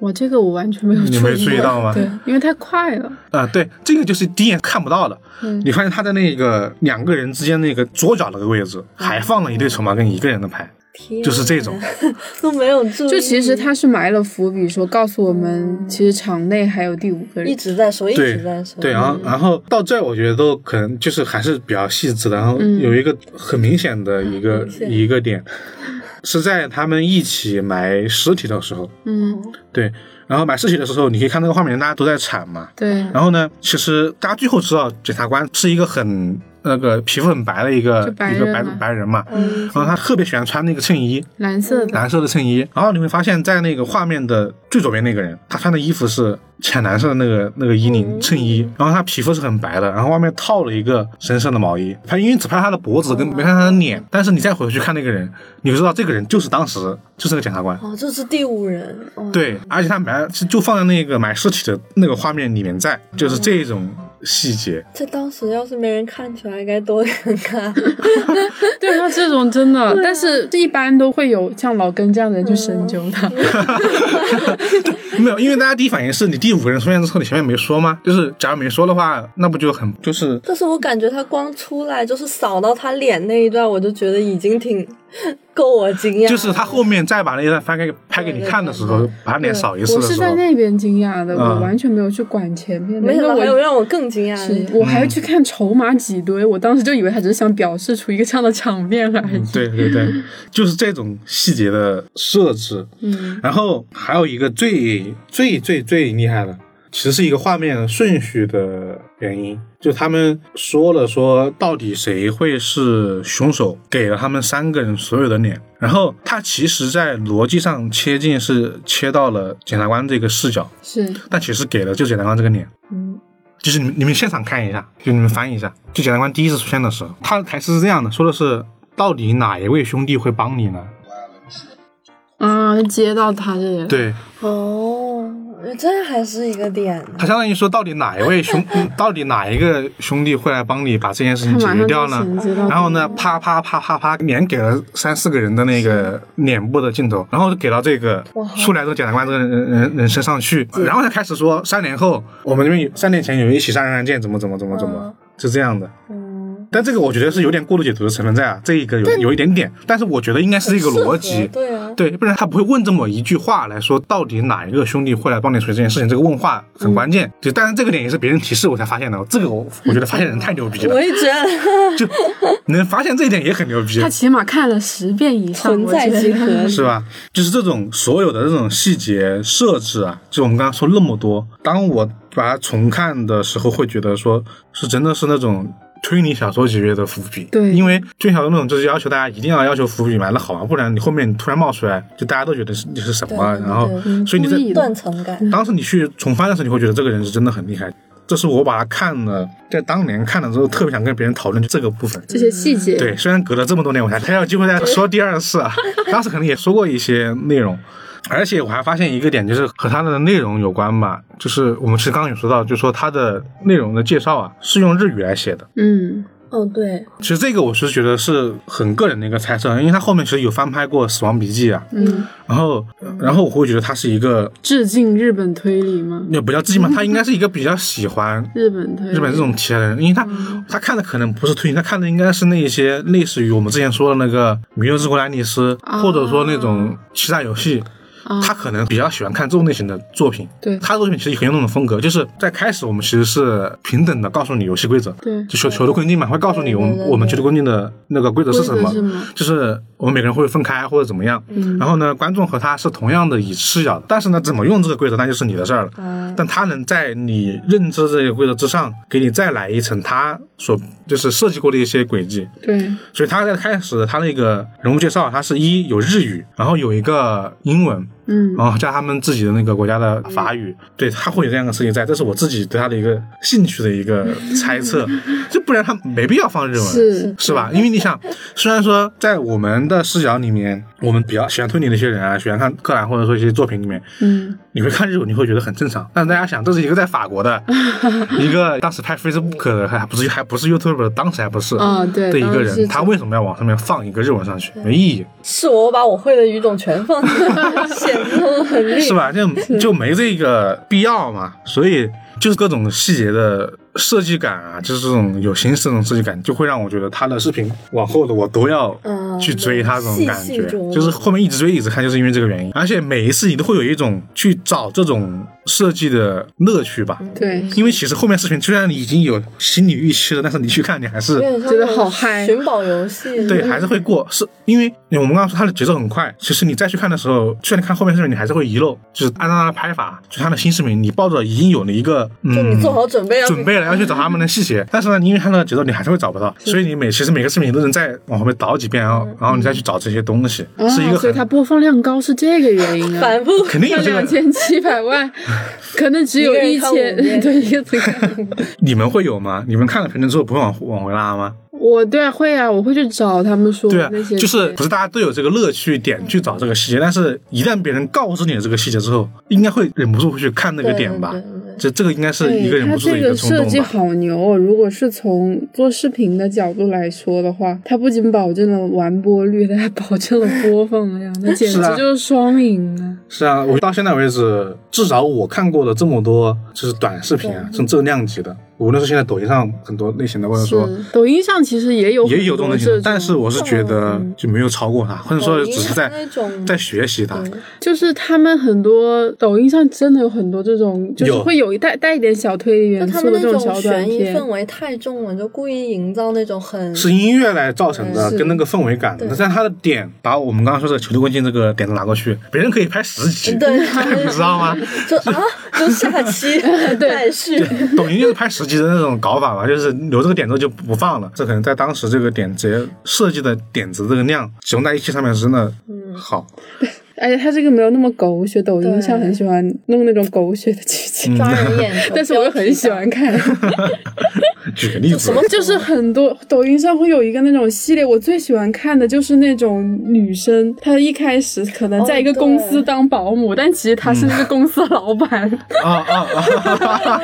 [SPEAKER 3] 我这个我完全没有
[SPEAKER 2] 你没注意
[SPEAKER 3] 过
[SPEAKER 2] 到吗
[SPEAKER 3] 对，因为太快了。
[SPEAKER 2] 啊、对，这个就是第一眼看不到的。
[SPEAKER 3] 嗯
[SPEAKER 2] 你发现他在那个两个人之间那个左脚那个位置，
[SPEAKER 4] 嗯
[SPEAKER 2] 还放了一对筹码跟一个人的牌，
[SPEAKER 4] 天
[SPEAKER 2] 就是这种
[SPEAKER 4] 哪 都没有注意，
[SPEAKER 3] 就其实他是埋了伏笔，说告诉我们，其实场内还有第五个
[SPEAKER 4] 一
[SPEAKER 3] 人。
[SPEAKER 4] 直在说，一
[SPEAKER 2] 对
[SPEAKER 4] 直在说，嗯
[SPEAKER 2] 对，然啊后然后到这儿，我觉得都可能就是还是比较细致的。然后有一个很明显的一个、
[SPEAKER 4] 嗯明显
[SPEAKER 2] 一个点， 是在他们一起埋尸体的时候，
[SPEAKER 3] 嗯，
[SPEAKER 4] 哦
[SPEAKER 2] 对，然后埋尸体的时候，你可以看那个画面，大家都在铲嘛，
[SPEAKER 3] 对，
[SPEAKER 2] 然后呢，其实大家最后知道，检察官是一个很那个皮肤很白的一个
[SPEAKER 3] 就白
[SPEAKER 2] 一个
[SPEAKER 3] 人
[SPEAKER 2] 白
[SPEAKER 3] 嘛
[SPEAKER 2] 白人嘛，
[SPEAKER 4] 嗯
[SPEAKER 2] 然后他特别喜欢穿那个衬衣，
[SPEAKER 3] 蓝色的，
[SPEAKER 2] 蓝色的衬衣。然后你会发现在那个画面的最左边那个人，他穿的衣服是浅蓝色的那个那个衣领
[SPEAKER 4] 嗯
[SPEAKER 2] 衬衣，
[SPEAKER 3] 哦
[SPEAKER 2] 然后他皮肤是很白的，然后外面套了一个深色的毛衣。他因为只拍他的脖子跟
[SPEAKER 3] 哦
[SPEAKER 2] 没看他的脸，但是你再回去看那个人，你就知道这个人就是当时就是那个检察官。
[SPEAKER 4] 哦，这是第五人，哦，
[SPEAKER 2] 对，而且他埋就就放在那个埋尸体的那个画面里面在，就是这种细节。
[SPEAKER 4] 这当时要是没人看出来，该多尴尬。
[SPEAKER 3] 对他这种真的，
[SPEAKER 4] 啊
[SPEAKER 3] 但是一般都会有像老根这样的
[SPEAKER 4] 嗯
[SPEAKER 3] 人去深究 他。
[SPEAKER 2] 没有，因为大家第一反应是你第五个人出现之后，你前面没说吗？就是假如没说的话，那不就很就是
[SPEAKER 4] 但是我感觉他光出来就是扫到他脸那一段，我就觉得已经挺够我惊讶了。
[SPEAKER 2] 就是他后面再把那一段翻给拍给你看的时
[SPEAKER 4] 对
[SPEAKER 2] 候
[SPEAKER 4] 对对，
[SPEAKER 2] 把脸扫一次
[SPEAKER 3] 我
[SPEAKER 2] 的
[SPEAKER 3] 是
[SPEAKER 2] 时
[SPEAKER 3] 在
[SPEAKER 2] 候，
[SPEAKER 3] 那边惊讶的，
[SPEAKER 2] 嗯
[SPEAKER 3] 我完全没有去管前面的，
[SPEAKER 4] 没
[SPEAKER 3] 因
[SPEAKER 4] 想到还
[SPEAKER 3] 为
[SPEAKER 4] 有
[SPEAKER 3] 我。
[SPEAKER 4] 让我更惊讶
[SPEAKER 3] 是
[SPEAKER 4] 的。
[SPEAKER 3] 我
[SPEAKER 2] 嗯
[SPEAKER 3] 还要去看筹码几堆，我当时就以为他只是想表示出一个这样的场面而已。
[SPEAKER 2] 嗯对对对，就是这种细节的设置。
[SPEAKER 3] 嗯
[SPEAKER 2] 然后还有一个最最最最厉害的，其实是一个画面顺序的原因，就他们说了说到底谁会是凶手，给了他们三个人所有的脸。然后他其实，在逻辑上切进是切到了检察官这个视角，
[SPEAKER 3] 是，
[SPEAKER 2] 但其实给了就检察官这个脸。
[SPEAKER 3] 嗯
[SPEAKER 2] 就是你们你们现场看一下，就你们翻译一下，就检察官第一次出现的时候，他的台词是这样的，说的是到底哪一位兄弟会帮你呢？
[SPEAKER 4] 嗯
[SPEAKER 3] 啊，接到他这里了。
[SPEAKER 2] 对
[SPEAKER 4] 哦，这还是一个点啊呢
[SPEAKER 2] 他。相当于说到底哪一位兄，嗯到底哪一个兄弟会来帮你把这件事情解决掉
[SPEAKER 3] 他
[SPEAKER 2] 呢
[SPEAKER 3] 马上就衔接到？
[SPEAKER 2] 然后呢，啪啪啪啪啪，连给了三四个人的那个脸部的镜头，然后就给到这个
[SPEAKER 4] 哇
[SPEAKER 2] 出来之后检察官这个人人人身上去，然后才开始说三年后我们这边有三年前有一起杀人案件，怎么怎么怎么怎么
[SPEAKER 4] 嗯，
[SPEAKER 2] 是这样的。
[SPEAKER 4] 嗯，
[SPEAKER 2] 但这个我觉得是有点过度解读的成分在啊，这一个有有一点点，但是我觉得应该是这个
[SPEAKER 4] 很适合
[SPEAKER 2] 逻辑，
[SPEAKER 4] 对啊，
[SPEAKER 2] 对，不然他不会问这么一句话来说到底哪一个兄弟会来帮你处理这件事情，这个问话很
[SPEAKER 4] 嗯
[SPEAKER 2] 关键。对，但是这个点也是别人提示我才发现的，这个我我觉得发现人太牛逼
[SPEAKER 4] 我
[SPEAKER 2] 了，
[SPEAKER 4] 也觉 得
[SPEAKER 2] 就能发现这一点也很牛逼
[SPEAKER 3] 他，起码看了十遍以上，
[SPEAKER 4] 存在
[SPEAKER 3] 我觉
[SPEAKER 4] 即
[SPEAKER 3] 得
[SPEAKER 4] 合。
[SPEAKER 2] 是吧？就是这种所有的这种细节设置啊，就我们刚刚说那么多，当我把它重看的时候，会觉得说是真的是那种。推理小说级别的伏笔，
[SPEAKER 3] 对
[SPEAKER 2] 因为推理小说那种就是要求大家一定要要求伏笔嘛，那好玩，不然你后面你突然冒出来，就大家都觉得是你是什么，啊
[SPEAKER 4] 对
[SPEAKER 2] 然后
[SPEAKER 4] 对
[SPEAKER 3] 嗯
[SPEAKER 2] 所以你在
[SPEAKER 3] 故意的
[SPEAKER 4] 断层感。
[SPEAKER 2] 当时你去重翻的时候，你会觉得这个人是真的很厉害。这是我把他看了，在当年看了之后，特别想跟别人讨论这个部分。
[SPEAKER 3] 这些细节。
[SPEAKER 2] 对，虽然隔了这么多年，我才才有机会再说第二次啊。当时可能也说过一些内容，而且我还发现一个点，就是和他的内容有关吧。就是我们其实刚刚有说到，就说他的内容的介绍啊，是用日语来写的。
[SPEAKER 3] 嗯，
[SPEAKER 4] 哦，对，
[SPEAKER 2] 其实这个我是觉得是很个人的一个猜测，因为他后面其实有翻拍过《死亡笔记》啊，
[SPEAKER 3] 嗯，
[SPEAKER 2] 然后然后我会觉得他是一个，
[SPEAKER 3] 致敬日本推理嘛，
[SPEAKER 2] 也不叫自己嘛，他应该是一个比较喜欢
[SPEAKER 3] 日本推理，
[SPEAKER 2] 日
[SPEAKER 4] 嗯
[SPEAKER 2] 本这种题材的人，因为他、他看的可能不是推理，他看的应该是那一些类似于我们之前说的那个《迷幽之国的安妮斯》
[SPEAKER 3] 啊
[SPEAKER 2] 或者说那种欺诈游戏。
[SPEAKER 3] 啊
[SPEAKER 2] 他可能比较喜欢看这种类型的作品，
[SPEAKER 3] 对
[SPEAKER 2] 他的作品其实很有那种风格，就是在开始我们其实是平等的告诉你游戏规则，
[SPEAKER 3] 对
[SPEAKER 2] 就球球的规定嘛，会告诉你我们
[SPEAKER 4] 对对对
[SPEAKER 2] 我们球的规定的那个规则是什么
[SPEAKER 3] 规则是什么，
[SPEAKER 2] 就是我们每个人会分开或者怎么样，
[SPEAKER 4] 嗯
[SPEAKER 2] 然后呢，观众和他是同样的以视角的，但是呢，怎么用这个规则那就是你的事儿了，
[SPEAKER 4] 嗯，
[SPEAKER 2] 但他能在你认知这些规则之上，给你再来一层他所就是设计过的一些轨迹。
[SPEAKER 3] 对，
[SPEAKER 2] 所以他在开始他那个人物介绍，他是一有日语，然后有一个英文，
[SPEAKER 3] 嗯，
[SPEAKER 2] 然后加他们自己的那个国家的法语，对他会有这样的事情在，这是我自己对他的一个兴趣的一个猜测，就不然他没必要放日文。
[SPEAKER 3] 是
[SPEAKER 2] 是吧？因为你想，虽然说在我们的视角里面，我们比较喜欢推理的一些人啊，喜欢看柯南或者说一些作品里面，
[SPEAKER 3] 嗯，
[SPEAKER 2] 你会看日文，你会觉得很正常。但但大家想，这是一个在法国的，一个当时拍 Facebook 的，还不是还不是 YouTube 的，当时还不是
[SPEAKER 3] 啊对
[SPEAKER 2] 的一个
[SPEAKER 3] 当时是
[SPEAKER 2] 人，他为什么要往上面放一个日文上去？没意义，
[SPEAKER 4] 是我我把我会的语种全放进去， 显得我很厉害。
[SPEAKER 2] 是吧？就就没这个必要嘛。所以就是各种细节的设计感啊，就是这种有形式这种设计感，就会让我觉得他的视频往后的我都要
[SPEAKER 4] 嗯
[SPEAKER 2] 去追他这种感
[SPEAKER 4] 细
[SPEAKER 2] 觉
[SPEAKER 4] 细，琢
[SPEAKER 2] 就是后面一直追一直看，就是因为这个原因。而且每一次你都会有一种去找这种设计的乐趣吧。
[SPEAKER 3] 对，
[SPEAKER 2] 因为其实后面视频虽然你已经有心理预期了，但是你去看你还是
[SPEAKER 4] 有点像
[SPEAKER 3] 觉得好嗨
[SPEAKER 4] 寻宝游戏
[SPEAKER 2] 对，还是会过，是因为我们刚刚说它的节奏很快，其实你再去看的时候，虽然看后面视频，你还是会遗漏，就是按照它的拍法，就它的新视频，你抱着已经有了一个嗯，
[SPEAKER 4] 就你做好准备要去
[SPEAKER 2] 准备了要去找他们的细节，但是呢，你因为看到的节奏，你还是会找不到，所以你每其实每个视频你都能再往后面倒几遍，然后然后你再去找这些东西，
[SPEAKER 3] 啊
[SPEAKER 2] 是一个，
[SPEAKER 3] 所以它
[SPEAKER 2] 很
[SPEAKER 3] 播放量高是这个原因啊。
[SPEAKER 4] 反复
[SPEAKER 2] 肯定有
[SPEAKER 3] 它
[SPEAKER 2] 这
[SPEAKER 3] 两
[SPEAKER 2] 个，
[SPEAKER 3] 千七百 万，可能只有
[SPEAKER 4] 一个
[SPEAKER 3] 一千
[SPEAKER 4] 人看五 遍，
[SPEAKER 3] 对，一个人看五遍
[SPEAKER 2] 你们会有吗？你们看了评论之后不会往往回拉吗？
[SPEAKER 3] 我对啊，会啊，我会去找他们说
[SPEAKER 2] 对啊
[SPEAKER 3] 那些，，
[SPEAKER 2] 就是不是大家都有这个乐趣点去找这个细节，但是一旦别人告知你的这个细节之后，应该会忍不住会去看那个
[SPEAKER 4] 对
[SPEAKER 2] 点吧
[SPEAKER 4] 对
[SPEAKER 3] 嗯
[SPEAKER 4] 对对？
[SPEAKER 2] 这这个应该是
[SPEAKER 3] 对
[SPEAKER 2] 一个忍
[SPEAKER 3] 他
[SPEAKER 2] 不住的
[SPEAKER 3] 哎这
[SPEAKER 2] 一个
[SPEAKER 3] 个
[SPEAKER 2] 冲
[SPEAKER 3] 设
[SPEAKER 2] 动
[SPEAKER 3] 计
[SPEAKER 2] 吧。
[SPEAKER 3] 好牛哦！如果是从做视频的角度来说的话，它不仅保证了完播率，它还保证了播放量，那简直
[SPEAKER 2] 是啊
[SPEAKER 3] 就是双赢啊！
[SPEAKER 2] 是啊，我到现在为止，至少我看过的这么多就是短视频啊，这这量级的，无论是现在抖音上很多类型的，或者说
[SPEAKER 3] 是抖音上其实也有
[SPEAKER 2] 也有这
[SPEAKER 3] 很多
[SPEAKER 2] 种类
[SPEAKER 3] 这
[SPEAKER 2] 型的，
[SPEAKER 3] 种，
[SPEAKER 2] 但是我是觉得就没有超过它，或者说
[SPEAKER 4] 抖音
[SPEAKER 2] 只是
[SPEAKER 4] 上
[SPEAKER 2] 在
[SPEAKER 4] 那种
[SPEAKER 2] 在学习它。
[SPEAKER 3] 就是他们很多抖音上真的有很多这种，就是
[SPEAKER 2] 有
[SPEAKER 3] 会有一带带一点小推理
[SPEAKER 4] 就
[SPEAKER 3] 元
[SPEAKER 4] 他
[SPEAKER 3] 素
[SPEAKER 4] 们
[SPEAKER 3] 的
[SPEAKER 4] 那
[SPEAKER 3] 这
[SPEAKER 4] 种
[SPEAKER 3] 小短
[SPEAKER 4] 悬疑
[SPEAKER 3] 片
[SPEAKER 4] 氛。围太重了，就故意营造那种很
[SPEAKER 2] 是音乐来造成的，
[SPEAKER 3] 是
[SPEAKER 2] 跟那个氛围感的。但它的点把我们刚刚说的球球棍进这个点子拿过去，别人可以拍十集，
[SPEAKER 4] 对
[SPEAKER 2] 你知道吗？
[SPEAKER 4] 就 啊，就下期 再续。
[SPEAKER 2] 抖音就是拍十集的那种搞法嘛，就是留这个点子就不放了。这可能在当时这个点直接设计的点子这个量集中在一期上面是真的
[SPEAKER 4] 嗯
[SPEAKER 2] 好，
[SPEAKER 3] 而且哎他这个没有那么狗血，抖音
[SPEAKER 4] 对
[SPEAKER 3] 上很喜欢弄那种狗血的剧情，
[SPEAKER 2] 嗯
[SPEAKER 4] 抓人眼球，
[SPEAKER 3] 但是我又很喜欢看。
[SPEAKER 2] 举个例子
[SPEAKER 4] 什，么
[SPEAKER 3] 就是很多抖音上会有一个那种系列，我最喜欢看的就是那种女生，她一开始可能在一个
[SPEAKER 4] 哦对
[SPEAKER 3] 公司当保姆，但其实她是那个公司的老板，
[SPEAKER 2] 啊啊啊！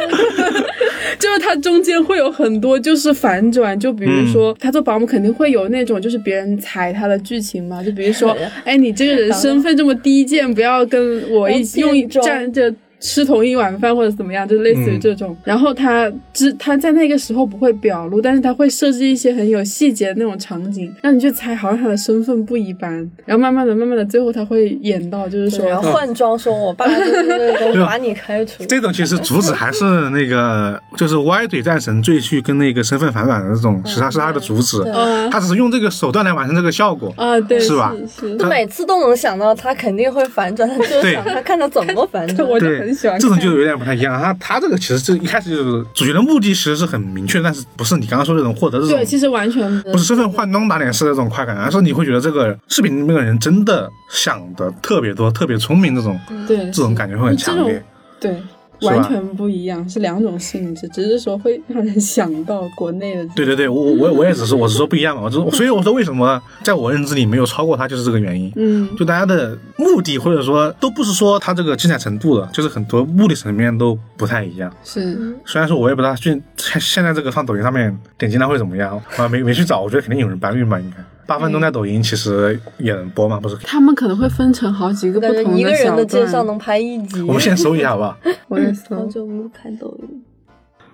[SPEAKER 3] 就是她中间会有很多就是反转，就比如说、
[SPEAKER 2] 嗯
[SPEAKER 3] 她做保姆肯定会有那种就是别人踩她的剧情嘛，就比如说 哎你这个人身份这么低贱，不要跟我一起
[SPEAKER 4] 好
[SPEAKER 3] 用
[SPEAKER 4] 贱种
[SPEAKER 3] 站着。吃同一碗饭或者怎么样，就类似于这
[SPEAKER 2] 嗯
[SPEAKER 3] 种。然后他知他在那个时候不会表露，但是他会设置一些很有细节的那种场景，让你去猜，好像他的身份不一般。然后慢慢的、慢慢的，最后他会演到，就是
[SPEAKER 4] 对然
[SPEAKER 3] 说
[SPEAKER 4] 后换装说，我爸就是 那种把你开除。
[SPEAKER 2] 啊这种其实主旨还是那个，就是歪嘴战神最去跟那个身份反转的这种，其实它是它的主
[SPEAKER 4] 嗯
[SPEAKER 2] 旨，
[SPEAKER 3] 啊
[SPEAKER 2] 它只是用这个手段来完成这个效果。
[SPEAKER 3] 啊，对，
[SPEAKER 2] 是吧
[SPEAKER 3] 是
[SPEAKER 4] 就每次都能想到他肯定会反 转，他就是
[SPEAKER 2] 对
[SPEAKER 4] 想他看他怎么反
[SPEAKER 3] 是，
[SPEAKER 4] 转。
[SPEAKER 3] 我就
[SPEAKER 2] 对，
[SPEAKER 3] 很喜欢
[SPEAKER 2] 这种
[SPEAKER 3] 看。
[SPEAKER 2] 就有点不太一样。他他这个其实是一开始就是主角的目的其实是很明确，但是不是你刚刚说这种获得这种
[SPEAKER 3] 对，其实完全
[SPEAKER 2] 不是身份换装打脸是那种快感，而是你会觉得这个视频里面的人真的想的特别多、特别聪明，这种
[SPEAKER 3] 对
[SPEAKER 2] 这种感觉会很强烈。
[SPEAKER 3] 对。
[SPEAKER 2] 是吧
[SPEAKER 3] 完全不一样，是两种性质，只是说会让人想到国内的
[SPEAKER 2] 对对对，我我我也只是我是说不一样嘛，我就所以我说为什么在我认知里没有超过他，就是这个原因。
[SPEAKER 3] 嗯
[SPEAKER 2] 就大家的目的或者说都不是说他这个精彩程度的，就是很多目的层面都不太一样。
[SPEAKER 3] 是
[SPEAKER 4] 嗯
[SPEAKER 2] 虽然说我也不知道现现现在这个放抖音上面点击量会怎么样，啊没没去找，我觉得肯定有人搬运吧，应该。八分钟在抖音其实也能播嘛，不是？
[SPEAKER 3] 他们可能会分成好几个
[SPEAKER 4] 我
[SPEAKER 3] 不
[SPEAKER 4] 感觉
[SPEAKER 3] 同
[SPEAKER 4] 一个人
[SPEAKER 3] 小
[SPEAKER 4] 的介绍嗯
[SPEAKER 3] 段。
[SPEAKER 4] 能拍一集。
[SPEAKER 2] 我们先搜一下好不好？
[SPEAKER 3] 我在搜
[SPEAKER 4] 好久没有看抖音，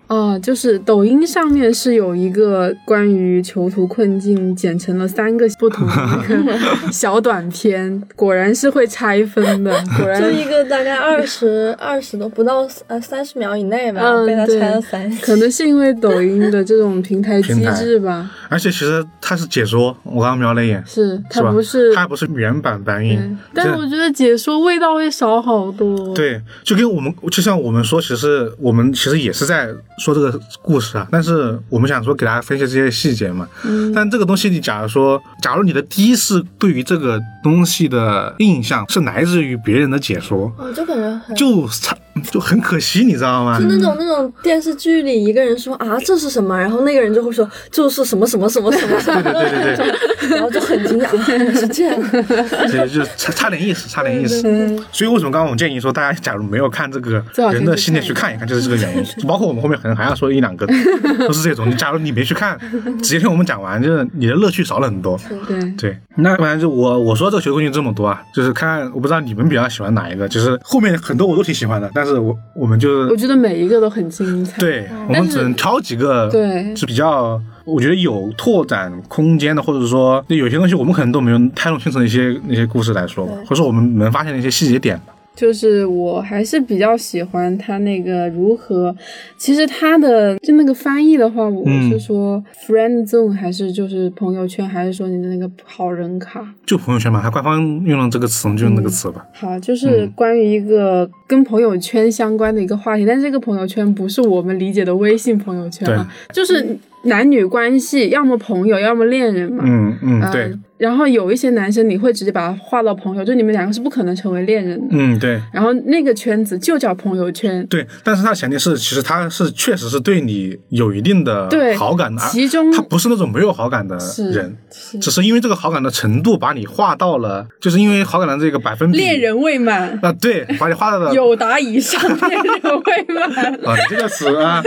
[SPEAKER 3] 哦，就是抖音上面是有一个关于囚徒困境，剪成了三个不同的那个小短片，果然是会拆 分的，果然
[SPEAKER 4] 就 一个大概二十二十都不到呃三十秒以内吧，
[SPEAKER 3] 嗯
[SPEAKER 4] 被他拆
[SPEAKER 3] 对
[SPEAKER 4] 了三十。
[SPEAKER 3] 可能是因为抖音的这种平台机
[SPEAKER 2] 平台
[SPEAKER 3] 制吧，
[SPEAKER 2] 而且其实它是解说，我刚刚瞄了一眼，
[SPEAKER 3] 是
[SPEAKER 2] 是
[SPEAKER 3] 它
[SPEAKER 2] 吧？
[SPEAKER 3] 不是，
[SPEAKER 2] 它不是原版搬
[SPEAKER 3] 嗯
[SPEAKER 2] 运，
[SPEAKER 3] 但
[SPEAKER 2] 这
[SPEAKER 3] 是我觉得解说味道会少好多。，
[SPEAKER 2] 对，就跟我们就像我们说，其实我们其实也是在说这个故事啊，但是我们想说给大家分析这些细节嘛。
[SPEAKER 3] 嗯
[SPEAKER 2] 但这个东西，你假如说，假如你的第一次对于这个东西的印象是来自于别人的解说，
[SPEAKER 4] 哦
[SPEAKER 3] 嗯
[SPEAKER 4] 我就感觉很
[SPEAKER 2] 就差就很可惜，你知道吗？
[SPEAKER 4] 就那种那种电视剧里一个人说啊这是什么，然后那个人就会说就是什么什么什么什么什么，
[SPEAKER 2] 对对对对
[SPEAKER 4] 然后就很惊讶啊是这样，
[SPEAKER 2] 对，就差差点意思，差点意思。所以为什么刚刚我们建议说，大家假如没有看这个
[SPEAKER 3] 最好
[SPEAKER 2] 人的
[SPEAKER 3] 先去
[SPEAKER 2] 信念
[SPEAKER 3] 看
[SPEAKER 2] 去看一看，就是这个 原因。就包括我们后面可能还要说一两个，都是这种。你假如你没去看，直接听我们讲完，就是你的乐趣少了很多。
[SPEAKER 3] 对，
[SPEAKER 2] 对，那不然就我我说这个学规矩这么多啊，就是看我不知道你们比较喜欢哪一个，就是后面很多我都挺喜欢的，但是我我们就是
[SPEAKER 3] 我觉得每一个都很精彩。
[SPEAKER 2] 对，我
[SPEAKER 3] 嗯但
[SPEAKER 2] 们
[SPEAKER 3] 是
[SPEAKER 2] 只能挑几个，
[SPEAKER 3] 对
[SPEAKER 2] 是比较我觉得有拓展空间的，或者说有些东西我们可能都没有太弄清楚的一些那些故事来说吧，或者说我们能发现的一些细节点吧。
[SPEAKER 3] 就是我还是比较喜欢他那个如何，其实他的就那个翻译的话，我
[SPEAKER 2] 嗯
[SPEAKER 3] 是说 friend zone 还是就是朋友圈，还是说你的那个好人卡？
[SPEAKER 2] 就朋友圈嘛，它官方用了这个词，我们就用那个词吧。
[SPEAKER 3] 好，就是
[SPEAKER 2] 嗯
[SPEAKER 3] 关于一个跟朋友圈相关的一个话题，但是这个朋友圈不是我们理解的微信朋友圈啊，就是男女关系，要么朋友，要么恋人嘛。
[SPEAKER 2] 嗯嗯，
[SPEAKER 3] 呃
[SPEAKER 2] 对，。
[SPEAKER 3] 然后有一些男生，你会直接把他划到朋友，就你们两个是不可能成为恋人的。
[SPEAKER 2] 嗯对。
[SPEAKER 3] 然后那个圈子就叫朋友圈，
[SPEAKER 2] 对，但是它前提是，其实它是确实是对你有一定的
[SPEAKER 3] 对
[SPEAKER 2] 呃好感的，
[SPEAKER 3] 其中
[SPEAKER 2] 他不是那种没有好感的
[SPEAKER 3] 是
[SPEAKER 2] 人，
[SPEAKER 3] 是
[SPEAKER 2] 只是因为这个好感的程度把你划到了，就是因为好感的这个百分比
[SPEAKER 3] 恋人未满，
[SPEAKER 2] 啊，对，把你划到了
[SPEAKER 3] 有达以上恋人未满，
[SPEAKER 2] 啊，你这个词啊，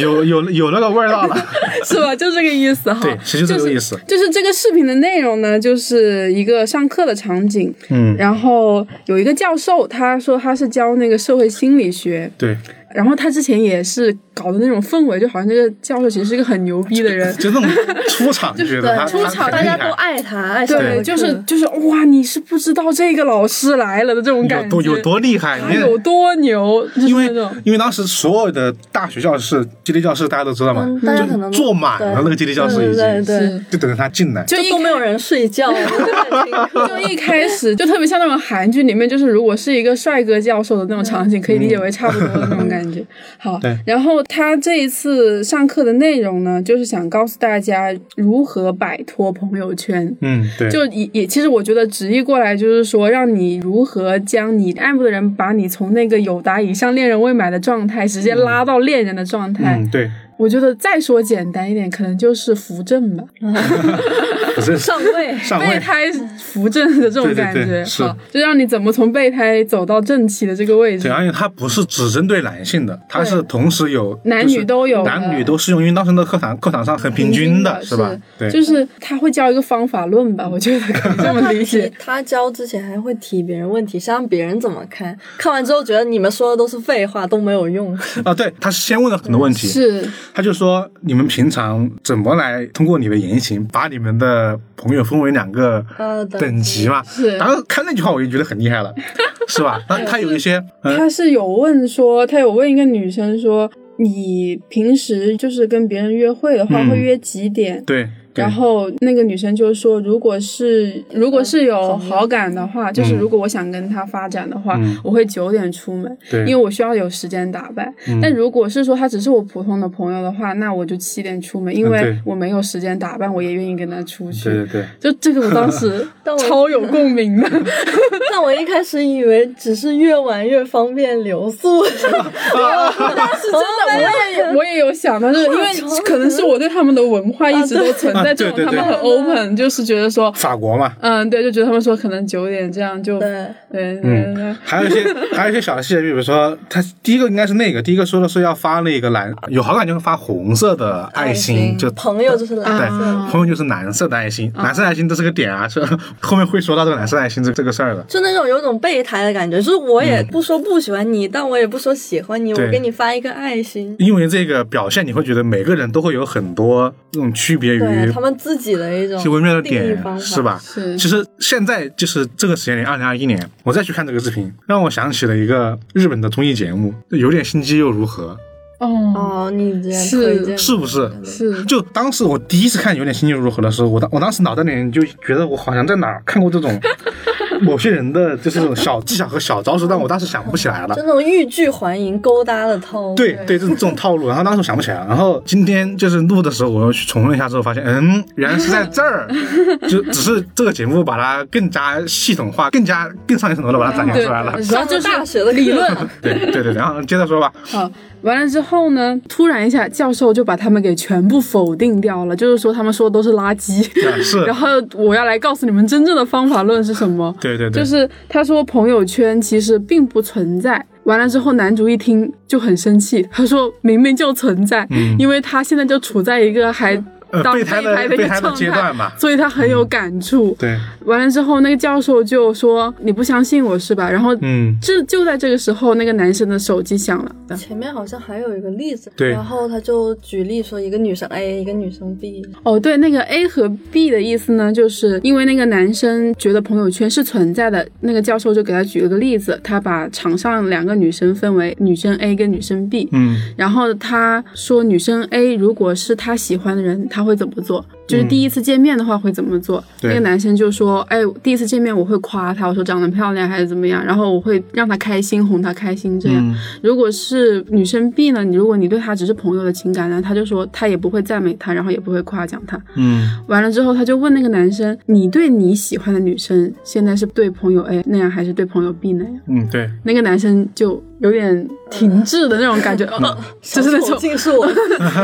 [SPEAKER 2] 有有有那个味儿道了。
[SPEAKER 3] 是吧？就这个意思哈。
[SPEAKER 2] 对，其实就这个意思。
[SPEAKER 3] 就是这个视频的内容呢，就是一个上课的场景，
[SPEAKER 2] 嗯，
[SPEAKER 3] 然后有一个教授，他说他是教那个社会心理学，
[SPEAKER 2] 对，
[SPEAKER 3] 然后他之前也是搞的那种氛围，就好像这个教授其实是一个很牛 逼的人，
[SPEAKER 2] 就那种出场就觉得他
[SPEAKER 4] 对
[SPEAKER 3] 出场
[SPEAKER 2] 他
[SPEAKER 4] 大
[SPEAKER 2] 很厉
[SPEAKER 4] 家
[SPEAKER 2] 害
[SPEAKER 4] 都爱他，爱上
[SPEAKER 3] 对，
[SPEAKER 4] 了
[SPEAKER 3] 就是
[SPEAKER 4] 课
[SPEAKER 3] 就是哇，你是不知道这个老师来了的这种
[SPEAKER 2] 有
[SPEAKER 3] 感觉，
[SPEAKER 2] 多有多厉害，
[SPEAKER 3] 他
[SPEAKER 2] 因
[SPEAKER 3] 有
[SPEAKER 2] 为
[SPEAKER 3] 多牛，就是
[SPEAKER 2] 因为
[SPEAKER 3] 那种
[SPEAKER 2] 因为当时所有的大学教室、基地教室大家都知道嘛，
[SPEAKER 4] 嗯大家可能
[SPEAKER 2] 就坐满了
[SPEAKER 4] 对
[SPEAKER 2] 那个基地教室
[SPEAKER 4] 对
[SPEAKER 2] 已
[SPEAKER 4] 对
[SPEAKER 2] 经，
[SPEAKER 4] 对
[SPEAKER 3] 是
[SPEAKER 4] 对，
[SPEAKER 2] 就等着他进来。
[SPEAKER 3] 就一
[SPEAKER 4] 都
[SPEAKER 3] 开
[SPEAKER 4] 没有人睡 觉，
[SPEAKER 3] 就一开始就特别像那种韩剧里面，就是如果是一个帅哥教授的那种场景，可以理解为差不多的那种感 觉。好
[SPEAKER 2] 嗯对，
[SPEAKER 3] 然后他这一次上课的内容呢，就是想告诉大家如何摆脱朋友圈。
[SPEAKER 2] 嗯，对，
[SPEAKER 3] 就也也，其实我觉得直译过来就是说，让你如何将你爱慕的人，把你从那个有达以上恋人未满的状态，直接拉到恋人的状态。
[SPEAKER 2] 嗯，对，
[SPEAKER 3] 我觉得再说简单一点，可能就是扶正吧。
[SPEAKER 2] 不是
[SPEAKER 4] 上位。。
[SPEAKER 2] 上
[SPEAKER 3] 备
[SPEAKER 2] 位，
[SPEAKER 3] 胎扶正的这种
[SPEAKER 2] 啊对对
[SPEAKER 3] 感觉，
[SPEAKER 2] 对是
[SPEAKER 3] 好，就让你怎么从备胎走到正妻的这个位置
[SPEAKER 2] 对，。而啊且它不是只针对男性的，它
[SPEAKER 3] 对
[SPEAKER 2] 是同时有
[SPEAKER 3] 男
[SPEAKER 2] 就是
[SPEAKER 3] 女都有的
[SPEAKER 2] 男女都适用，因为当时的课堂课堂上很平均的，
[SPEAKER 3] 是
[SPEAKER 2] 吧？对，
[SPEAKER 3] 就是他会教一个方法论吧，我觉得可以这么理解
[SPEAKER 4] 他教之前还会提别人问题，先让别人怎么看，看完之后觉得你们说的都是废话，都没有用。
[SPEAKER 2] 啊，对，他是先问了很多问题，
[SPEAKER 3] 嗯是，
[SPEAKER 2] 他就说你们平常怎么来通过你的言行把你们的朋友分为两个
[SPEAKER 4] 呃
[SPEAKER 2] 等级嘛？
[SPEAKER 3] 是
[SPEAKER 2] 然后看那句话我就觉得很厉害了，是吧？那他有一些嗯
[SPEAKER 3] 他是有问说，他有问一个女生说，你平时就是跟别人约会的话，
[SPEAKER 2] 嗯
[SPEAKER 3] 会约几点？
[SPEAKER 2] 对。对
[SPEAKER 3] 然后那个女生就说，如果是如果是有
[SPEAKER 4] 嗯
[SPEAKER 3] 好感的话，就是如果我想跟他发展的话，
[SPEAKER 2] 嗯
[SPEAKER 3] 我会九点出门，
[SPEAKER 2] 对嗯
[SPEAKER 3] 因为我需要有时间打扮。但如果是说他只是我普通的朋友的话，那我就七点出门，因
[SPEAKER 2] 嗯
[SPEAKER 3] 为
[SPEAKER 2] 对
[SPEAKER 3] 我没有时间打扮，我也愿意跟他出去。
[SPEAKER 2] 对对对，
[SPEAKER 3] 就这个我当时
[SPEAKER 4] 但我
[SPEAKER 3] 超有共鸣的，
[SPEAKER 4] 但我一开始以为只是越晚越方便留宿，但是真的
[SPEAKER 3] 我也 我也有 想到，就是因为可能是我对他们的文化一直都存在这
[SPEAKER 2] 啊对
[SPEAKER 3] 种，
[SPEAKER 2] 对
[SPEAKER 3] 他
[SPEAKER 2] 对
[SPEAKER 3] 们很 open，就是觉得说，
[SPEAKER 2] 法国嘛，
[SPEAKER 3] 嗯，对，就觉得他们说可能九点这样就对
[SPEAKER 4] 对，
[SPEAKER 3] 对对对。
[SPEAKER 2] 还有一些还有一些小细节，比如说他第一个应该是那个，第一个说的是要发那个蓝，有好感就会发红色的爱心，就
[SPEAKER 4] 朋友就是蓝色的。
[SPEAKER 2] 嗯对，朋友就是蓝色的爱心，蓝色爱心这是个点啊，是后面会说到这个蓝色爱心这这个事儿的。
[SPEAKER 4] 就那种有种备胎的感觉，就是我也不说不喜欢你，但我也不说喜欢你，我
[SPEAKER 2] 嗯对
[SPEAKER 4] 给你发一个爱心，
[SPEAKER 2] 因为这个表现，你会觉得每个人都会有很多那种区别于
[SPEAKER 4] 对他们自己的一种
[SPEAKER 2] 其微妙的
[SPEAKER 4] 定义方
[SPEAKER 2] 点，
[SPEAKER 4] 法
[SPEAKER 2] 是？吧？
[SPEAKER 3] 是
[SPEAKER 2] 其实现在就是这个时间点，二零二一年，我再去看这个视频，让我想起了一个日本的综艺节目，有点心机又如何？
[SPEAKER 3] 哦，
[SPEAKER 4] 哦，你这样
[SPEAKER 3] 是
[SPEAKER 4] 推荐
[SPEAKER 2] 是不是？
[SPEAKER 3] 是
[SPEAKER 2] 就当时我第一次看《有点心机又如何》的时候，我当我当时脑袋里面就觉得我好像在哪儿看过这种某些人的就是这种小技巧和小招数，但我当时想不起来了
[SPEAKER 4] 就。那种欲拒还迎、勾搭的套路。
[SPEAKER 2] 对对，这种这种套路，然后当时我想不起来，然后今天就是录的时候，我又去重温一下之后，发现，嗯，原来是在这儿，就只是这个节目把它更加系统化、更加更上一层楼的把它展现出来了。
[SPEAKER 4] 主要就是大学的理论，
[SPEAKER 2] 对对对，然后接着说吧，
[SPEAKER 3] 好，完了之后呢，突然一下，教授就把他们给全部否定掉了，就是说他们说的都是垃圾。
[SPEAKER 2] 对呃是
[SPEAKER 3] 然后我要来告诉你们真正的方法论是什么。
[SPEAKER 2] 对对对
[SPEAKER 3] 就是他说朋友圈其实并不存在。完了之后，男主一听就很生气，他说明明就存在，
[SPEAKER 2] 嗯
[SPEAKER 3] 因为他现在就处在一个还
[SPEAKER 2] 呃
[SPEAKER 3] 当
[SPEAKER 2] 备胎的
[SPEAKER 3] 的一
[SPEAKER 2] 备
[SPEAKER 3] 个
[SPEAKER 2] 胎的
[SPEAKER 3] 状态，
[SPEAKER 2] 阶段嘛
[SPEAKER 3] 所以他很有感触。
[SPEAKER 2] 对，
[SPEAKER 3] 完了之后，那个教授就说：“你不相信我是吧？”然后，
[SPEAKER 2] 嗯
[SPEAKER 3] 就就在这个时候，那个男生的手机响了。
[SPEAKER 4] 前面好像还有一个例子，
[SPEAKER 2] 对
[SPEAKER 4] 然后他就举例说一个女生哎 A，一个女生 B，
[SPEAKER 3] 哦，对，那个 A 和 B 的意思呢，就是因为那个男生觉得朋友圈是存在的，那个教授就给他举了个例子，他把场上两个女生分为女生 A 跟女生 B，
[SPEAKER 2] 嗯
[SPEAKER 3] 然后他说女生 A 如果是他喜欢的人，他会怎么做？就是
[SPEAKER 2] 嗯
[SPEAKER 3] 第一次见面的话会怎么做？
[SPEAKER 2] 对
[SPEAKER 3] 那个男生就说：“哎，第一次见面我会夸她，我说长得漂亮还是怎么样，然后我会让她开心，哄她开心这样。
[SPEAKER 2] 嗯
[SPEAKER 3] 如果是女生 B 呢，你如果你对她只是朋友的情感呢，他就说他也不会赞美她，然后也不会夸奖她。
[SPEAKER 2] 嗯，
[SPEAKER 3] 完了之后，他就问那个男生：“你对你喜欢的女生，现在是对朋友 A 那样，还是对朋友 B 那样
[SPEAKER 2] 嗯对，？”
[SPEAKER 3] 那个男生就有点停滞的那种感觉， 呃就是那
[SPEAKER 4] 小丑
[SPEAKER 3] 种。
[SPEAKER 4] 竟是我，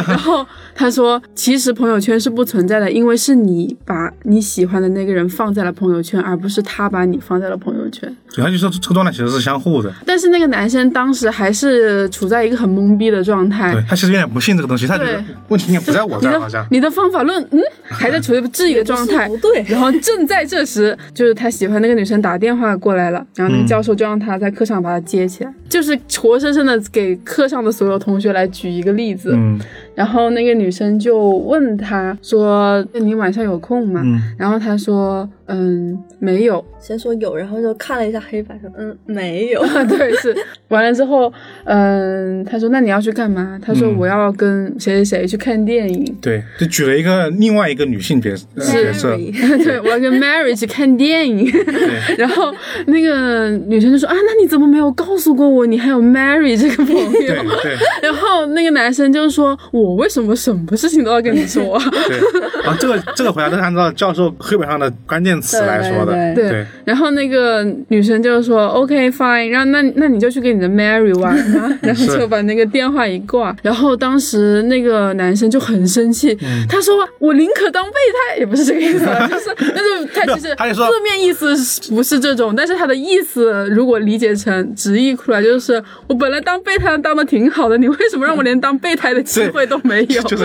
[SPEAKER 3] 然后他说：“其实朋友圈是不存在的，因为是你把你喜欢的那个人放在了朋友圈，而不是他把你放在了朋友圈。”
[SPEAKER 2] 主要就是说这个状态其实是相互的，
[SPEAKER 3] 但是那个男生当时还是处在一个很懵逼的状态
[SPEAKER 2] 对。他其实有点不信这个东西，他觉得
[SPEAKER 3] 哎对
[SPEAKER 2] 问题应该不在我
[SPEAKER 3] 你
[SPEAKER 2] 这儿，好
[SPEAKER 3] 的
[SPEAKER 2] 像
[SPEAKER 3] 你的方法论，嗯，还在处于质疑的状态
[SPEAKER 4] 也 不是不对
[SPEAKER 3] 然后正在这时，就是他喜欢那个女生打电话过来了，然后那
[SPEAKER 2] 嗯
[SPEAKER 3] 个教授就让他在课上把她接起来，就是活生生的给课上的所有同学来举一个例子。
[SPEAKER 2] 嗯
[SPEAKER 3] 然后那个女生就问他说：“哎你晚上有空吗？”
[SPEAKER 2] 嗯
[SPEAKER 3] 然后他说：“嗯，没有。”
[SPEAKER 4] 先说有，然后就看了一下黑板，说嗯没有，
[SPEAKER 3] 对，是完了之后，嗯，他说那你要去干嘛？他说
[SPEAKER 2] 嗯
[SPEAKER 3] 我要跟谁谁谁去看电影，
[SPEAKER 2] 对，就举了一个另外一个女性角呃角色，
[SPEAKER 3] 对我要跟 Mary 去看电影。
[SPEAKER 2] 对
[SPEAKER 3] 然后那个女生就说啊，那你怎么没有告诉过我你还有 Mary 这个朋
[SPEAKER 2] 对
[SPEAKER 3] 友？
[SPEAKER 2] 对。
[SPEAKER 3] 然后那个男生就说，我为什么什么事情都要跟你说啊？
[SPEAKER 2] 对，然后这个这个回答都是按照教授黑板上的关键词来说的，
[SPEAKER 4] 对
[SPEAKER 3] 对，然后那个女生就说 OK fine，然后那那你就去跟你的 Mary 玩 吧，然后就把那个电话一挂，然后当时那个男生就很生气，
[SPEAKER 2] 嗯
[SPEAKER 3] 他说我宁可当备胎，也不是这个意思 啊，就是但是他其实
[SPEAKER 2] 他就说
[SPEAKER 3] 字面意思是不是这种，但是他的意思如果理解成直译出来就是我本来当备胎当的挺好的，你为什么让我连当备胎的机会都没有？
[SPEAKER 2] 就是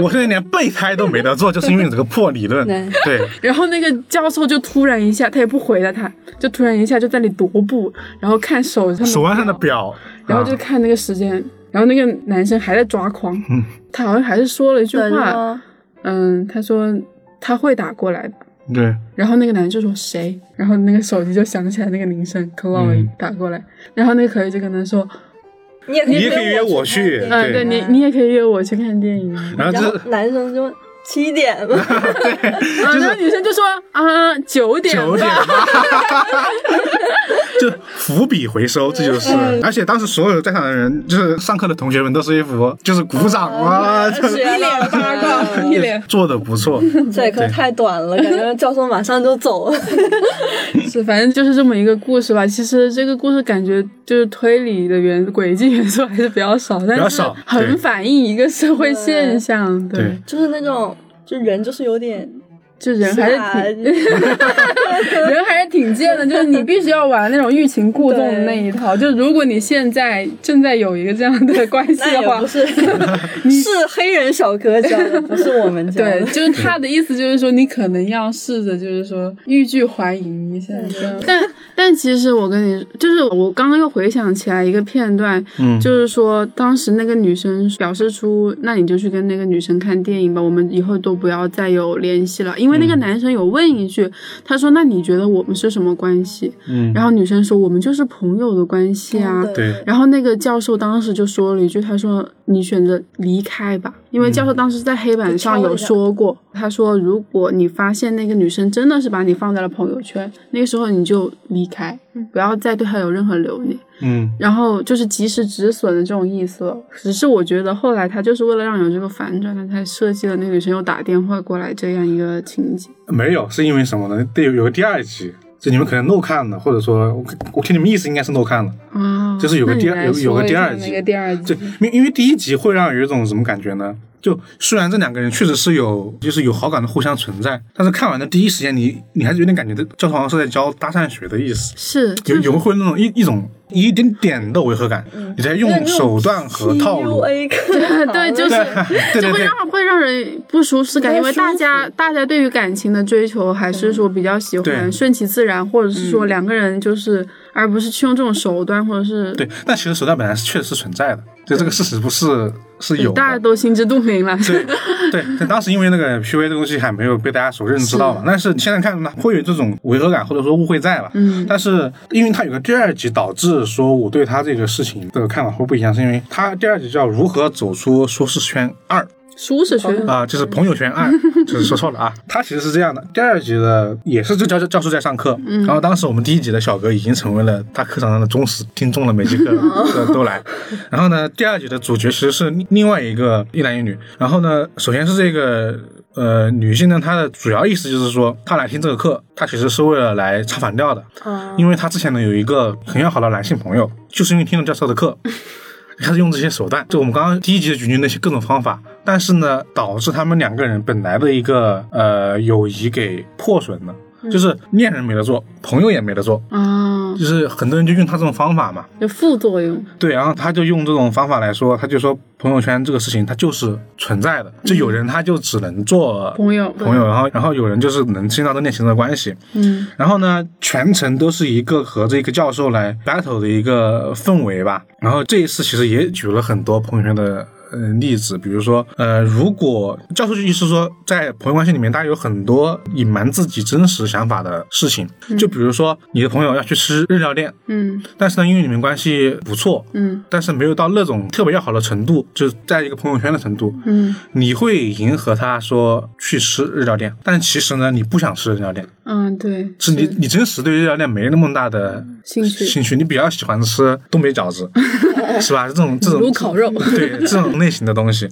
[SPEAKER 2] 我现在连备胎都没得做，就是因为你这个破理论。对，
[SPEAKER 3] 然后那个教授就突然一下，他也不回了他，就突然一下就在那里踱步，然后看手上的
[SPEAKER 2] 手腕上的
[SPEAKER 3] 表，
[SPEAKER 2] 表，
[SPEAKER 3] 然后就
[SPEAKER 2] 啊
[SPEAKER 3] 看那个时间，然后那个男生还在抓狂，他好像还是嗯说了一句
[SPEAKER 4] 等
[SPEAKER 3] 话，
[SPEAKER 4] 着
[SPEAKER 3] 嗯，他说他会打过来的。
[SPEAKER 2] 对，
[SPEAKER 3] 然后那个男就说谁？然后那个手机就响起来那个铃声，Chloe
[SPEAKER 2] 嗯
[SPEAKER 3] 打过来。然后那个可以就跟他说，
[SPEAKER 4] 你也可
[SPEAKER 2] 你
[SPEAKER 4] 以
[SPEAKER 2] 也可以约我去
[SPEAKER 4] 看
[SPEAKER 3] 嗯、
[SPEAKER 4] 电影
[SPEAKER 2] 对
[SPEAKER 3] 对你你也可以约我去看电 影啊。
[SPEAKER 2] 然后
[SPEAKER 4] 然
[SPEAKER 2] 这
[SPEAKER 4] 后男生就问七点吗？
[SPEAKER 3] 然后女生就说啊九点
[SPEAKER 2] 九
[SPEAKER 3] 吧
[SPEAKER 2] 点吧， 就伏笔回收，这就是。而且当时所有在场的人，就是上课的同学们，都是一副就是鼓掌啊，就
[SPEAKER 4] 学到了
[SPEAKER 3] 八 卦一脸
[SPEAKER 2] 做的不错。
[SPEAKER 4] 这课太短了，感觉教授马上就 走了。
[SPEAKER 3] 是，反正就是这么一个故事吧。其实这个故事感觉就是推理的元轨迹元素还是比较少，但
[SPEAKER 2] 较
[SPEAKER 3] 是
[SPEAKER 2] 少对
[SPEAKER 3] 很反映一个社会现象。对，
[SPEAKER 2] 对
[SPEAKER 4] 就是那种，就人就是有点
[SPEAKER 3] 就人还是
[SPEAKER 4] 傻
[SPEAKER 3] 挺人还是挺贱的，就是你必须要玩那种欲擒故纵的那一套。就如果你现在正在有一个这样的关系
[SPEAKER 4] 那
[SPEAKER 3] 的
[SPEAKER 4] 也
[SPEAKER 3] 话
[SPEAKER 4] 不。是，是黑人小哥教的，不是我们教的。
[SPEAKER 3] 对，就是他的意思，就是说你可能要试着，就是说欲拒还迎一下。但但其实我跟你，就是我刚刚又回想起来一个片段，
[SPEAKER 2] 嗯
[SPEAKER 3] 就是说当时那个女生表示出，那你就去跟那个女生看电影吧，我们以后都不要再有联系了，因因为那个男生有问一句，他说：“那你觉得我们是什么关系？”
[SPEAKER 2] 嗯，
[SPEAKER 3] 然后女生说：“我们就是朋友的关系啊。
[SPEAKER 4] 嗯
[SPEAKER 2] 对
[SPEAKER 3] 然后那个教授当时就说了一句：“他说你选择离开吧，因为教授当时在黑板上有说过，他说如果你发现那个女生真的是把你放在了朋友圈，那个时候你就离开，不要再对她有任何留恋。”
[SPEAKER 2] 嗯
[SPEAKER 3] 然后就是及时止损的这种意思了。只是我觉得后来他就是为了让有这个反转，他才设计了那个女生又打电话过来这样一个情景。
[SPEAKER 2] 没有，是因为什么呢？得有有个第二集，就你们可能漏看了，或者说我我听你们意思应该是漏看了。
[SPEAKER 3] 啊，
[SPEAKER 2] 就是有个
[SPEAKER 3] 那你
[SPEAKER 2] 第二
[SPEAKER 3] 来
[SPEAKER 2] 有
[SPEAKER 3] 说
[SPEAKER 2] 有个
[SPEAKER 3] 一
[SPEAKER 2] 第
[SPEAKER 3] 下
[SPEAKER 2] 二集
[SPEAKER 3] 那个第二集
[SPEAKER 2] 对，因因为第一集会让有一种什么感觉呢？就虽然这两个人确实是有就是有好感的互相存在，但是看完的第一时间你你还是有点感觉的，教授好像是在教搭讪学的意思，
[SPEAKER 3] 是
[SPEAKER 2] 有
[SPEAKER 3] 就
[SPEAKER 2] 有会那种一一种一点点的违和感，
[SPEAKER 3] 嗯
[SPEAKER 2] 你在用手段和套路。
[SPEAKER 4] PUA
[SPEAKER 3] 对
[SPEAKER 4] 课
[SPEAKER 3] 对， 就是
[SPEAKER 2] 对 对
[SPEAKER 3] 就
[SPEAKER 2] 对
[SPEAKER 3] 会
[SPEAKER 2] 对，
[SPEAKER 3] 让会让人不舒适感，
[SPEAKER 4] 不太
[SPEAKER 3] 因为大
[SPEAKER 4] 舒
[SPEAKER 3] 家大家对于感情的追求还是说比较喜
[SPEAKER 2] 嗯对嗯
[SPEAKER 3] 欢顺其自然，或者是说两个人就是，而不是去用这种手段，或者是
[SPEAKER 2] 对，但其实手段本来是确实是存在的，就这个事实不是是有的。
[SPEAKER 3] 大家都心知肚明了。
[SPEAKER 2] 对对，但当时因为那个 PUA 这东西还没有被大家所认知到嘛，但是你现在看呢，会有这种违和感或者说误会在吧？嗯，但是因为它有个第二集，导致说我对他这个事情的看法会不一样，是因为他第二集叫如何走出舒适圈二
[SPEAKER 3] 舒适圈
[SPEAKER 2] 啊、就是朋友圈二，就是说错了啊，他其实是这样的，第二集的也是这教教授在上课，然后当时我们第一集的小哥已经成为了他课堂上的忠实听众了，每节课都都来。然后呢，第二集的主角其实是另外一个一男一女。然后呢，首先是这个呃女性呢，她的主要意思就是说，她来听这个课，她其实是为了来唱反调的，因为她之前呢有一个很要好的男性朋友，就是因为听了教授的课。开始用这些手段，就我们刚刚第一集举例那些各种方法，但是呢，导致他们两个人本来的一个呃友谊给破损了，
[SPEAKER 3] 嗯
[SPEAKER 2] 就是恋人没得做，朋友也没得做，
[SPEAKER 3] 啊，
[SPEAKER 2] 就是很多人就用他这种方法嘛，
[SPEAKER 3] 有副作用。
[SPEAKER 2] 对，然后他就用这种方法来说，他就说朋友圈这个事情它就是存在的，就有人他就只能做
[SPEAKER 3] 朋友
[SPEAKER 2] 朋友，然后然后有人就是能进到这恋情的关系，
[SPEAKER 3] 嗯，
[SPEAKER 2] 然后呢，全程都是一个和这个教授来 battle 的一个氛围吧。然后这一次其实也举了很多朋友圈的。呃，例子，比如说，呃，如果教授就意思说，在朋友关系里面，大家有很多隐瞒自己真实想法的事情，就比如说，你的朋友要去吃日料店，
[SPEAKER 3] 嗯
[SPEAKER 2] 但是呢，因为你们关系不错，
[SPEAKER 3] 嗯
[SPEAKER 2] 但是没有到那种特别要好的程度，就是在一个朋友圈的程度，
[SPEAKER 3] 嗯
[SPEAKER 2] 你会迎合他说去吃日料店，但其实呢，你不想吃日料店，
[SPEAKER 3] 嗯，对，
[SPEAKER 2] 是你你真实对日料店没那么大的
[SPEAKER 3] 兴趣
[SPEAKER 2] 兴趣，你比较喜欢吃东北饺子，是吧？这种这种
[SPEAKER 4] 卤烤肉
[SPEAKER 2] 对这种类型的东西，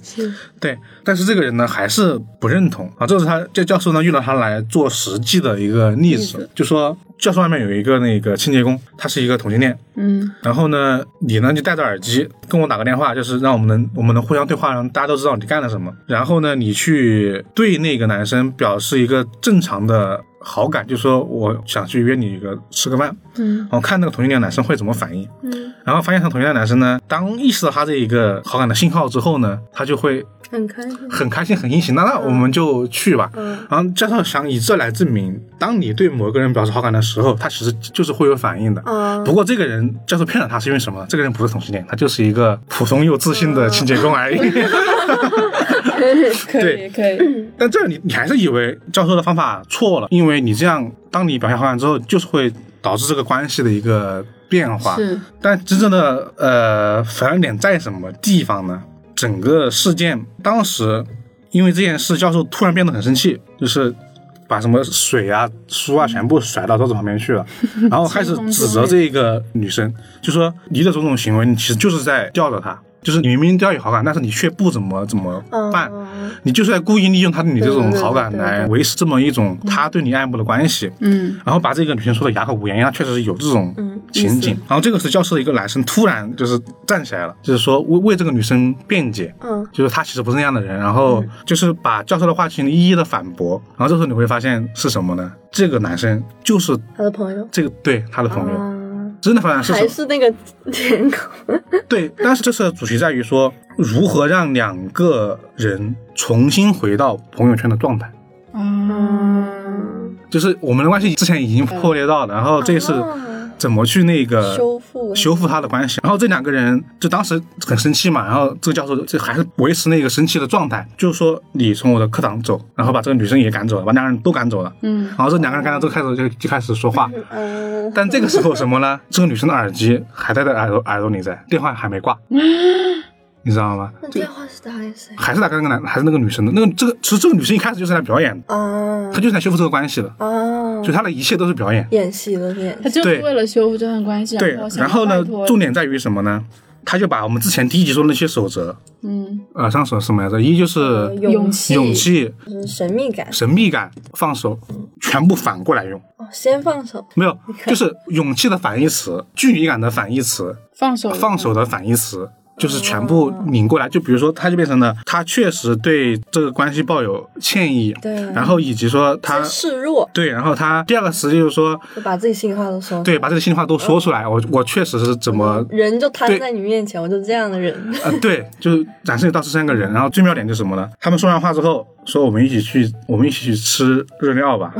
[SPEAKER 2] 对。但是这个人呢，还是不认同啊。这是他这教授呢，遇到他来做实际的一个例子，就说教授外面有一个那个清洁工，他是一个同性恋，
[SPEAKER 3] 嗯
[SPEAKER 2] 然后呢，你呢就戴着耳机跟我打个电话，就是让我们能我们能互相对话，让大家都知道你干了什么。然后呢，你去对那个男生表示一个正常的好感，就说我想去约你一个吃个饭，
[SPEAKER 3] 嗯
[SPEAKER 2] 然后哦看那个同性恋男生会怎么反应。
[SPEAKER 4] 嗯，
[SPEAKER 2] 然后发现他同性恋男生呢，当意识到他这一个好感的信号之后呢，他就会
[SPEAKER 4] 很开心。
[SPEAKER 2] 很开心很殷勤，那那我们就去吧。
[SPEAKER 4] 嗯
[SPEAKER 2] 然后教授想以这来证明，当你对某个人表示好感的时候，他其实就是会有反应的。
[SPEAKER 4] 啊
[SPEAKER 2] 不过这个人教授骗了他是因为什么？这个人不是同性恋，他就是一个普通又自信
[SPEAKER 4] 嗯
[SPEAKER 2] 的清洁工 而已。
[SPEAKER 3] 可
[SPEAKER 2] 对
[SPEAKER 3] 可以，
[SPEAKER 2] 但这你你还是以为教授的方法错了，因为你这样，当你表现好感之后，就是会导致这个关系的一个变化。
[SPEAKER 3] 是
[SPEAKER 2] 但真正的呃反转点在什么地方呢？整个事件当时因为这件事，教授突然变得很生气，就是把什么水啊、书啊全部甩到桌子旁边去 了，然后开始指责这个女生，就说你的种种行为，你其实就是在吊着她。就是你明明对她有好感，但是你却不怎么怎么办，你就是在故意利用哦她对你这种好感来维持这么一种她对你爱慕的关系。
[SPEAKER 3] 嗯
[SPEAKER 2] 然后把这个女生说的哑口无言，因为她确实是有这种
[SPEAKER 4] 嗯
[SPEAKER 2] 情景。然后这个时候教室的一个男生突然就是站起来了，就是说为为这个女生辩解，
[SPEAKER 4] 嗯，
[SPEAKER 2] 就是他其实不是那样的人，然后就是把教授的话进行一一的反驳。然后这时候你会发现是什么呢？这个男生就是
[SPEAKER 4] 他的朋友
[SPEAKER 2] 这个对他的朋友。
[SPEAKER 4] 啊，
[SPEAKER 2] 真的发现是什
[SPEAKER 4] 还
[SPEAKER 2] 么？
[SPEAKER 4] 是那个舔狗，
[SPEAKER 2] 对，但是这次的主题在于说，如何让两个人重新回到朋友圈的状态。
[SPEAKER 3] 啊，
[SPEAKER 4] 嗯，
[SPEAKER 2] 就是我们的关系之前已经破裂到了，然后这一次
[SPEAKER 4] 嗯啊
[SPEAKER 2] 怎么去那个
[SPEAKER 4] 修复
[SPEAKER 2] 修复他的关系。然后这两个人就当时很生气嘛，然后这个教授就还是维持那个生气的状态，就是说你从我的课堂走，然后把这个女生也赶走了，把两个人都赶走了。
[SPEAKER 3] 嗯，
[SPEAKER 2] 然后这两个人赶走之后开始就就开始说话，
[SPEAKER 3] 呃
[SPEAKER 4] 嗯，
[SPEAKER 2] 但这个时候什么 呢？这个女生的耳机还戴在耳朵耳朵里在，电话还没 挂，你知道吗？
[SPEAKER 4] 那电话是打给谁
[SPEAKER 2] 还是那个那个男，还是那个女生的。那个这个其实这个女生一开始就是来表演的，
[SPEAKER 4] 啊
[SPEAKER 2] 她就是来修复这个关系的，
[SPEAKER 4] 啊
[SPEAKER 2] 所以？她的一切都是表演。
[SPEAKER 4] 演戏的演
[SPEAKER 3] 他
[SPEAKER 4] 戏，
[SPEAKER 3] 就是
[SPEAKER 2] 对
[SPEAKER 3] 为了修复这段关系，
[SPEAKER 2] 对
[SPEAKER 3] 然后，想
[SPEAKER 2] 然后呢
[SPEAKER 3] 拜托，
[SPEAKER 2] 重点在于什么呢？她就把我们之前第一集说的那些守则，
[SPEAKER 3] 嗯，
[SPEAKER 2] 呃，上手什么来着？一就是
[SPEAKER 3] 呃勇
[SPEAKER 4] 勇
[SPEAKER 3] 气
[SPEAKER 2] 勇气、
[SPEAKER 4] 就是神秘感。
[SPEAKER 2] 神秘感、放手，全部反过来用。
[SPEAKER 4] 哦，先放手，
[SPEAKER 2] 没有，就是勇气的反义词、距离感的反义词、
[SPEAKER 3] 放手，
[SPEAKER 2] 放手的反义词，就是全部
[SPEAKER 3] 哦
[SPEAKER 2] 拧过来。就比如说，他就变成了他确实对这个关系抱有歉意，
[SPEAKER 4] 对
[SPEAKER 2] 然后以及说他
[SPEAKER 4] 先示弱，
[SPEAKER 2] 对，然后他第二个词就是说，
[SPEAKER 4] 就把自己心里话都说。
[SPEAKER 2] 对，，把这个心里话都说出来。我我确实是怎么。
[SPEAKER 4] 人就摊
[SPEAKER 2] 对
[SPEAKER 4] 在你面前，我就这样的人。
[SPEAKER 2] 呃，对，就是展示给到十三个人，然后最妙点就是什么呢？他们说完话之后，说我们一起去，我们一起去吃日料吧。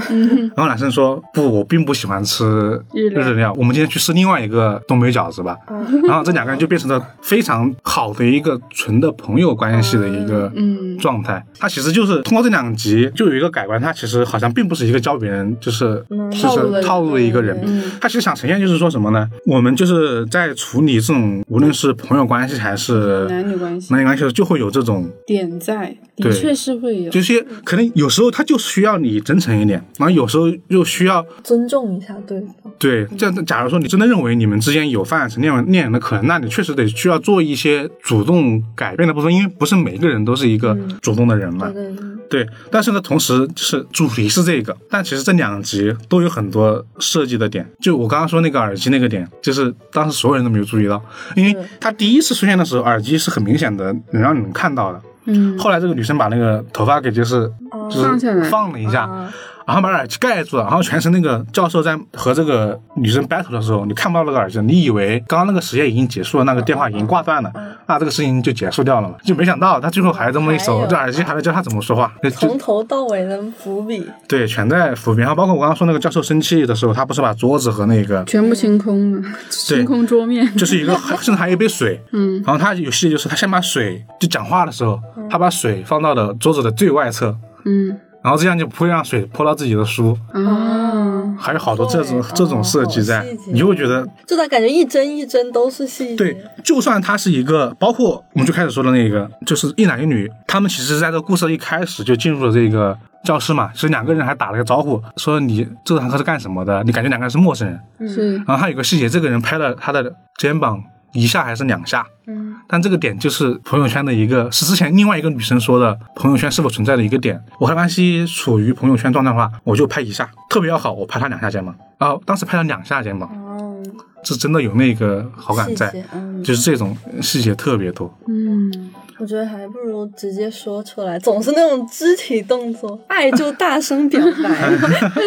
[SPEAKER 2] 然后男生说不，我并不喜欢吃
[SPEAKER 3] 嗯日料
[SPEAKER 2] 日料，我们今天去吃另外一个东北饺子吧。
[SPEAKER 4] 嗯
[SPEAKER 2] 然后这两个人就变成了非常好的一个纯的朋友关系的一个
[SPEAKER 3] 嗯
[SPEAKER 2] 状态。他其实就是通过这两集就有一个改观，他其实好像并不是一个教别人就是
[SPEAKER 4] 嗯
[SPEAKER 2] 就
[SPEAKER 3] 套路的
[SPEAKER 2] 是
[SPEAKER 3] 人
[SPEAKER 2] 套路的一个人
[SPEAKER 3] 嗯，
[SPEAKER 2] 他其实想呈现就是说什么呢？我们就是在处理这种无论是朋友关系还是
[SPEAKER 3] 男女关系
[SPEAKER 2] 男女关系的时候，就会有这种
[SPEAKER 3] 点在，的
[SPEAKER 2] 对
[SPEAKER 3] 确是会有，
[SPEAKER 2] 这些可能有时候他就需要你真诚一点，然后有时候又需要
[SPEAKER 4] 尊重一下对方，
[SPEAKER 2] 对，这样假如说你真的认为你们之间有发展成恋人恋人的可能，那你确实得需要做一些主动改变的部分，因为不是每个人都是一个
[SPEAKER 3] 嗯
[SPEAKER 2] 主动的人嘛。
[SPEAKER 4] 对对对，
[SPEAKER 2] 对，但是呢，同时就是主题是这个，但其实这两集都有很多设计的点。就我刚刚说那个耳机那个点，就是当时所有人都没有注意到，因为他第一次出现的时候，耳机是很明显的能让你们看到的。
[SPEAKER 3] 嗯，
[SPEAKER 2] 后来这个女生把那个头发给就是
[SPEAKER 4] 哦
[SPEAKER 2] 就
[SPEAKER 3] 放下
[SPEAKER 2] 是
[SPEAKER 3] 来哦
[SPEAKER 2] 放了一下，
[SPEAKER 4] 啊
[SPEAKER 2] 然后把耳机盖住了，然后全程那个教授在和这个女生 battle 的时候，你看不到那个耳机，你以为刚刚那个实验已经结束了，那个电话已经挂断
[SPEAKER 3] 哦
[SPEAKER 2] 了，那这个事情就结束掉了嘛？就没想到他最后还这么一
[SPEAKER 4] 还
[SPEAKER 2] 手，
[SPEAKER 4] 有
[SPEAKER 2] 这耳机还在教他怎么说话，就
[SPEAKER 4] 从头到尾的伏笔，
[SPEAKER 2] 对，全在伏笔。然后包括我刚刚说那个教授生气的时候，他不是把桌子和那个
[SPEAKER 3] 全部清空了， 清空桌面，
[SPEAKER 2] 就是一个，甚至还有一杯水。
[SPEAKER 3] 嗯，
[SPEAKER 2] 然后他有戏就是他先把水就讲话的时候，他把水放到了桌子的最外侧，
[SPEAKER 3] 嗯
[SPEAKER 2] 然后这样就不会让水泼到自己的书。
[SPEAKER 3] 哦啊，
[SPEAKER 2] 还有好多这种
[SPEAKER 4] 对
[SPEAKER 2] 这种设计
[SPEAKER 4] 哦
[SPEAKER 2] 在
[SPEAKER 4] 细节，
[SPEAKER 2] 你就会觉得
[SPEAKER 4] 就他感觉一帧一帧都是细节。
[SPEAKER 2] 对，就算它是一个，包括我们最开始说的那个，就是一男一女，他们其实在这个故事的一开始就进入了这个教室嘛，其实两个人还打了个招呼，说你这堂课是干什么的？你感觉两个人是陌生人。
[SPEAKER 3] 是
[SPEAKER 2] 然后还有个细节，这个人拍了他的肩膀一下还是两下，
[SPEAKER 4] 嗯，
[SPEAKER 2] 但这个点就是朋友圈的一个，是之前另外一个女生说的朋友圈是否存在的一个点。我和安西处于朋友圈状态的话，我就拍一下，特别要好，我拍他两下肩膀，啊，当时拍了两下肩膀，
[SPEAKER 4] 哦，
[SPEAKER 2] 是真的有那个好感在
[SPEAKER 4] 细，节，嗯，
[SPEAKER 2] 就是这种细节特别多。
[SPEAKER 3] 嗯，
[SPEAKER 4] 我觉得还不如直接说出来，总是那种肢体动作，爱就大声表 白。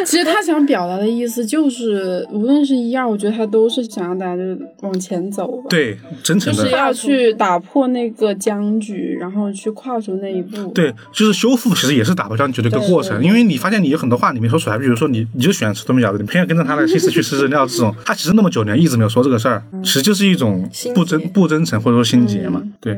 [SPEAKER 3] 其实他想表达的意思就是，无论是一二，我觉得他都是想让大家就是往前走，，
[SPEAKER 2] 对，真
[SPEAKER 3] 就
[SPEAKER 2] 诚
[SPEAKER 3] 是
[SPEAKER 2] 的，
[SPEAKER 3] 要去打破那个僵局，然后去跨出那一步，，
[SPEAKER 2] 对，就是修复其实也是打破僵局的一个过程，因为你发现你有很多话你没说出来，比如说你你就喜欢吃东北饺子，你偏要跟着他的心思去吃日料这种，他其实那么久年一直没有说这个事儿，其实就是一种
[SPEAKER 4] 嗯心
[SPEAKER 2] 不
[SPEAKER 4] 结嗯
[SPEAKER 2] 真不真诚或者说心结嘛。对，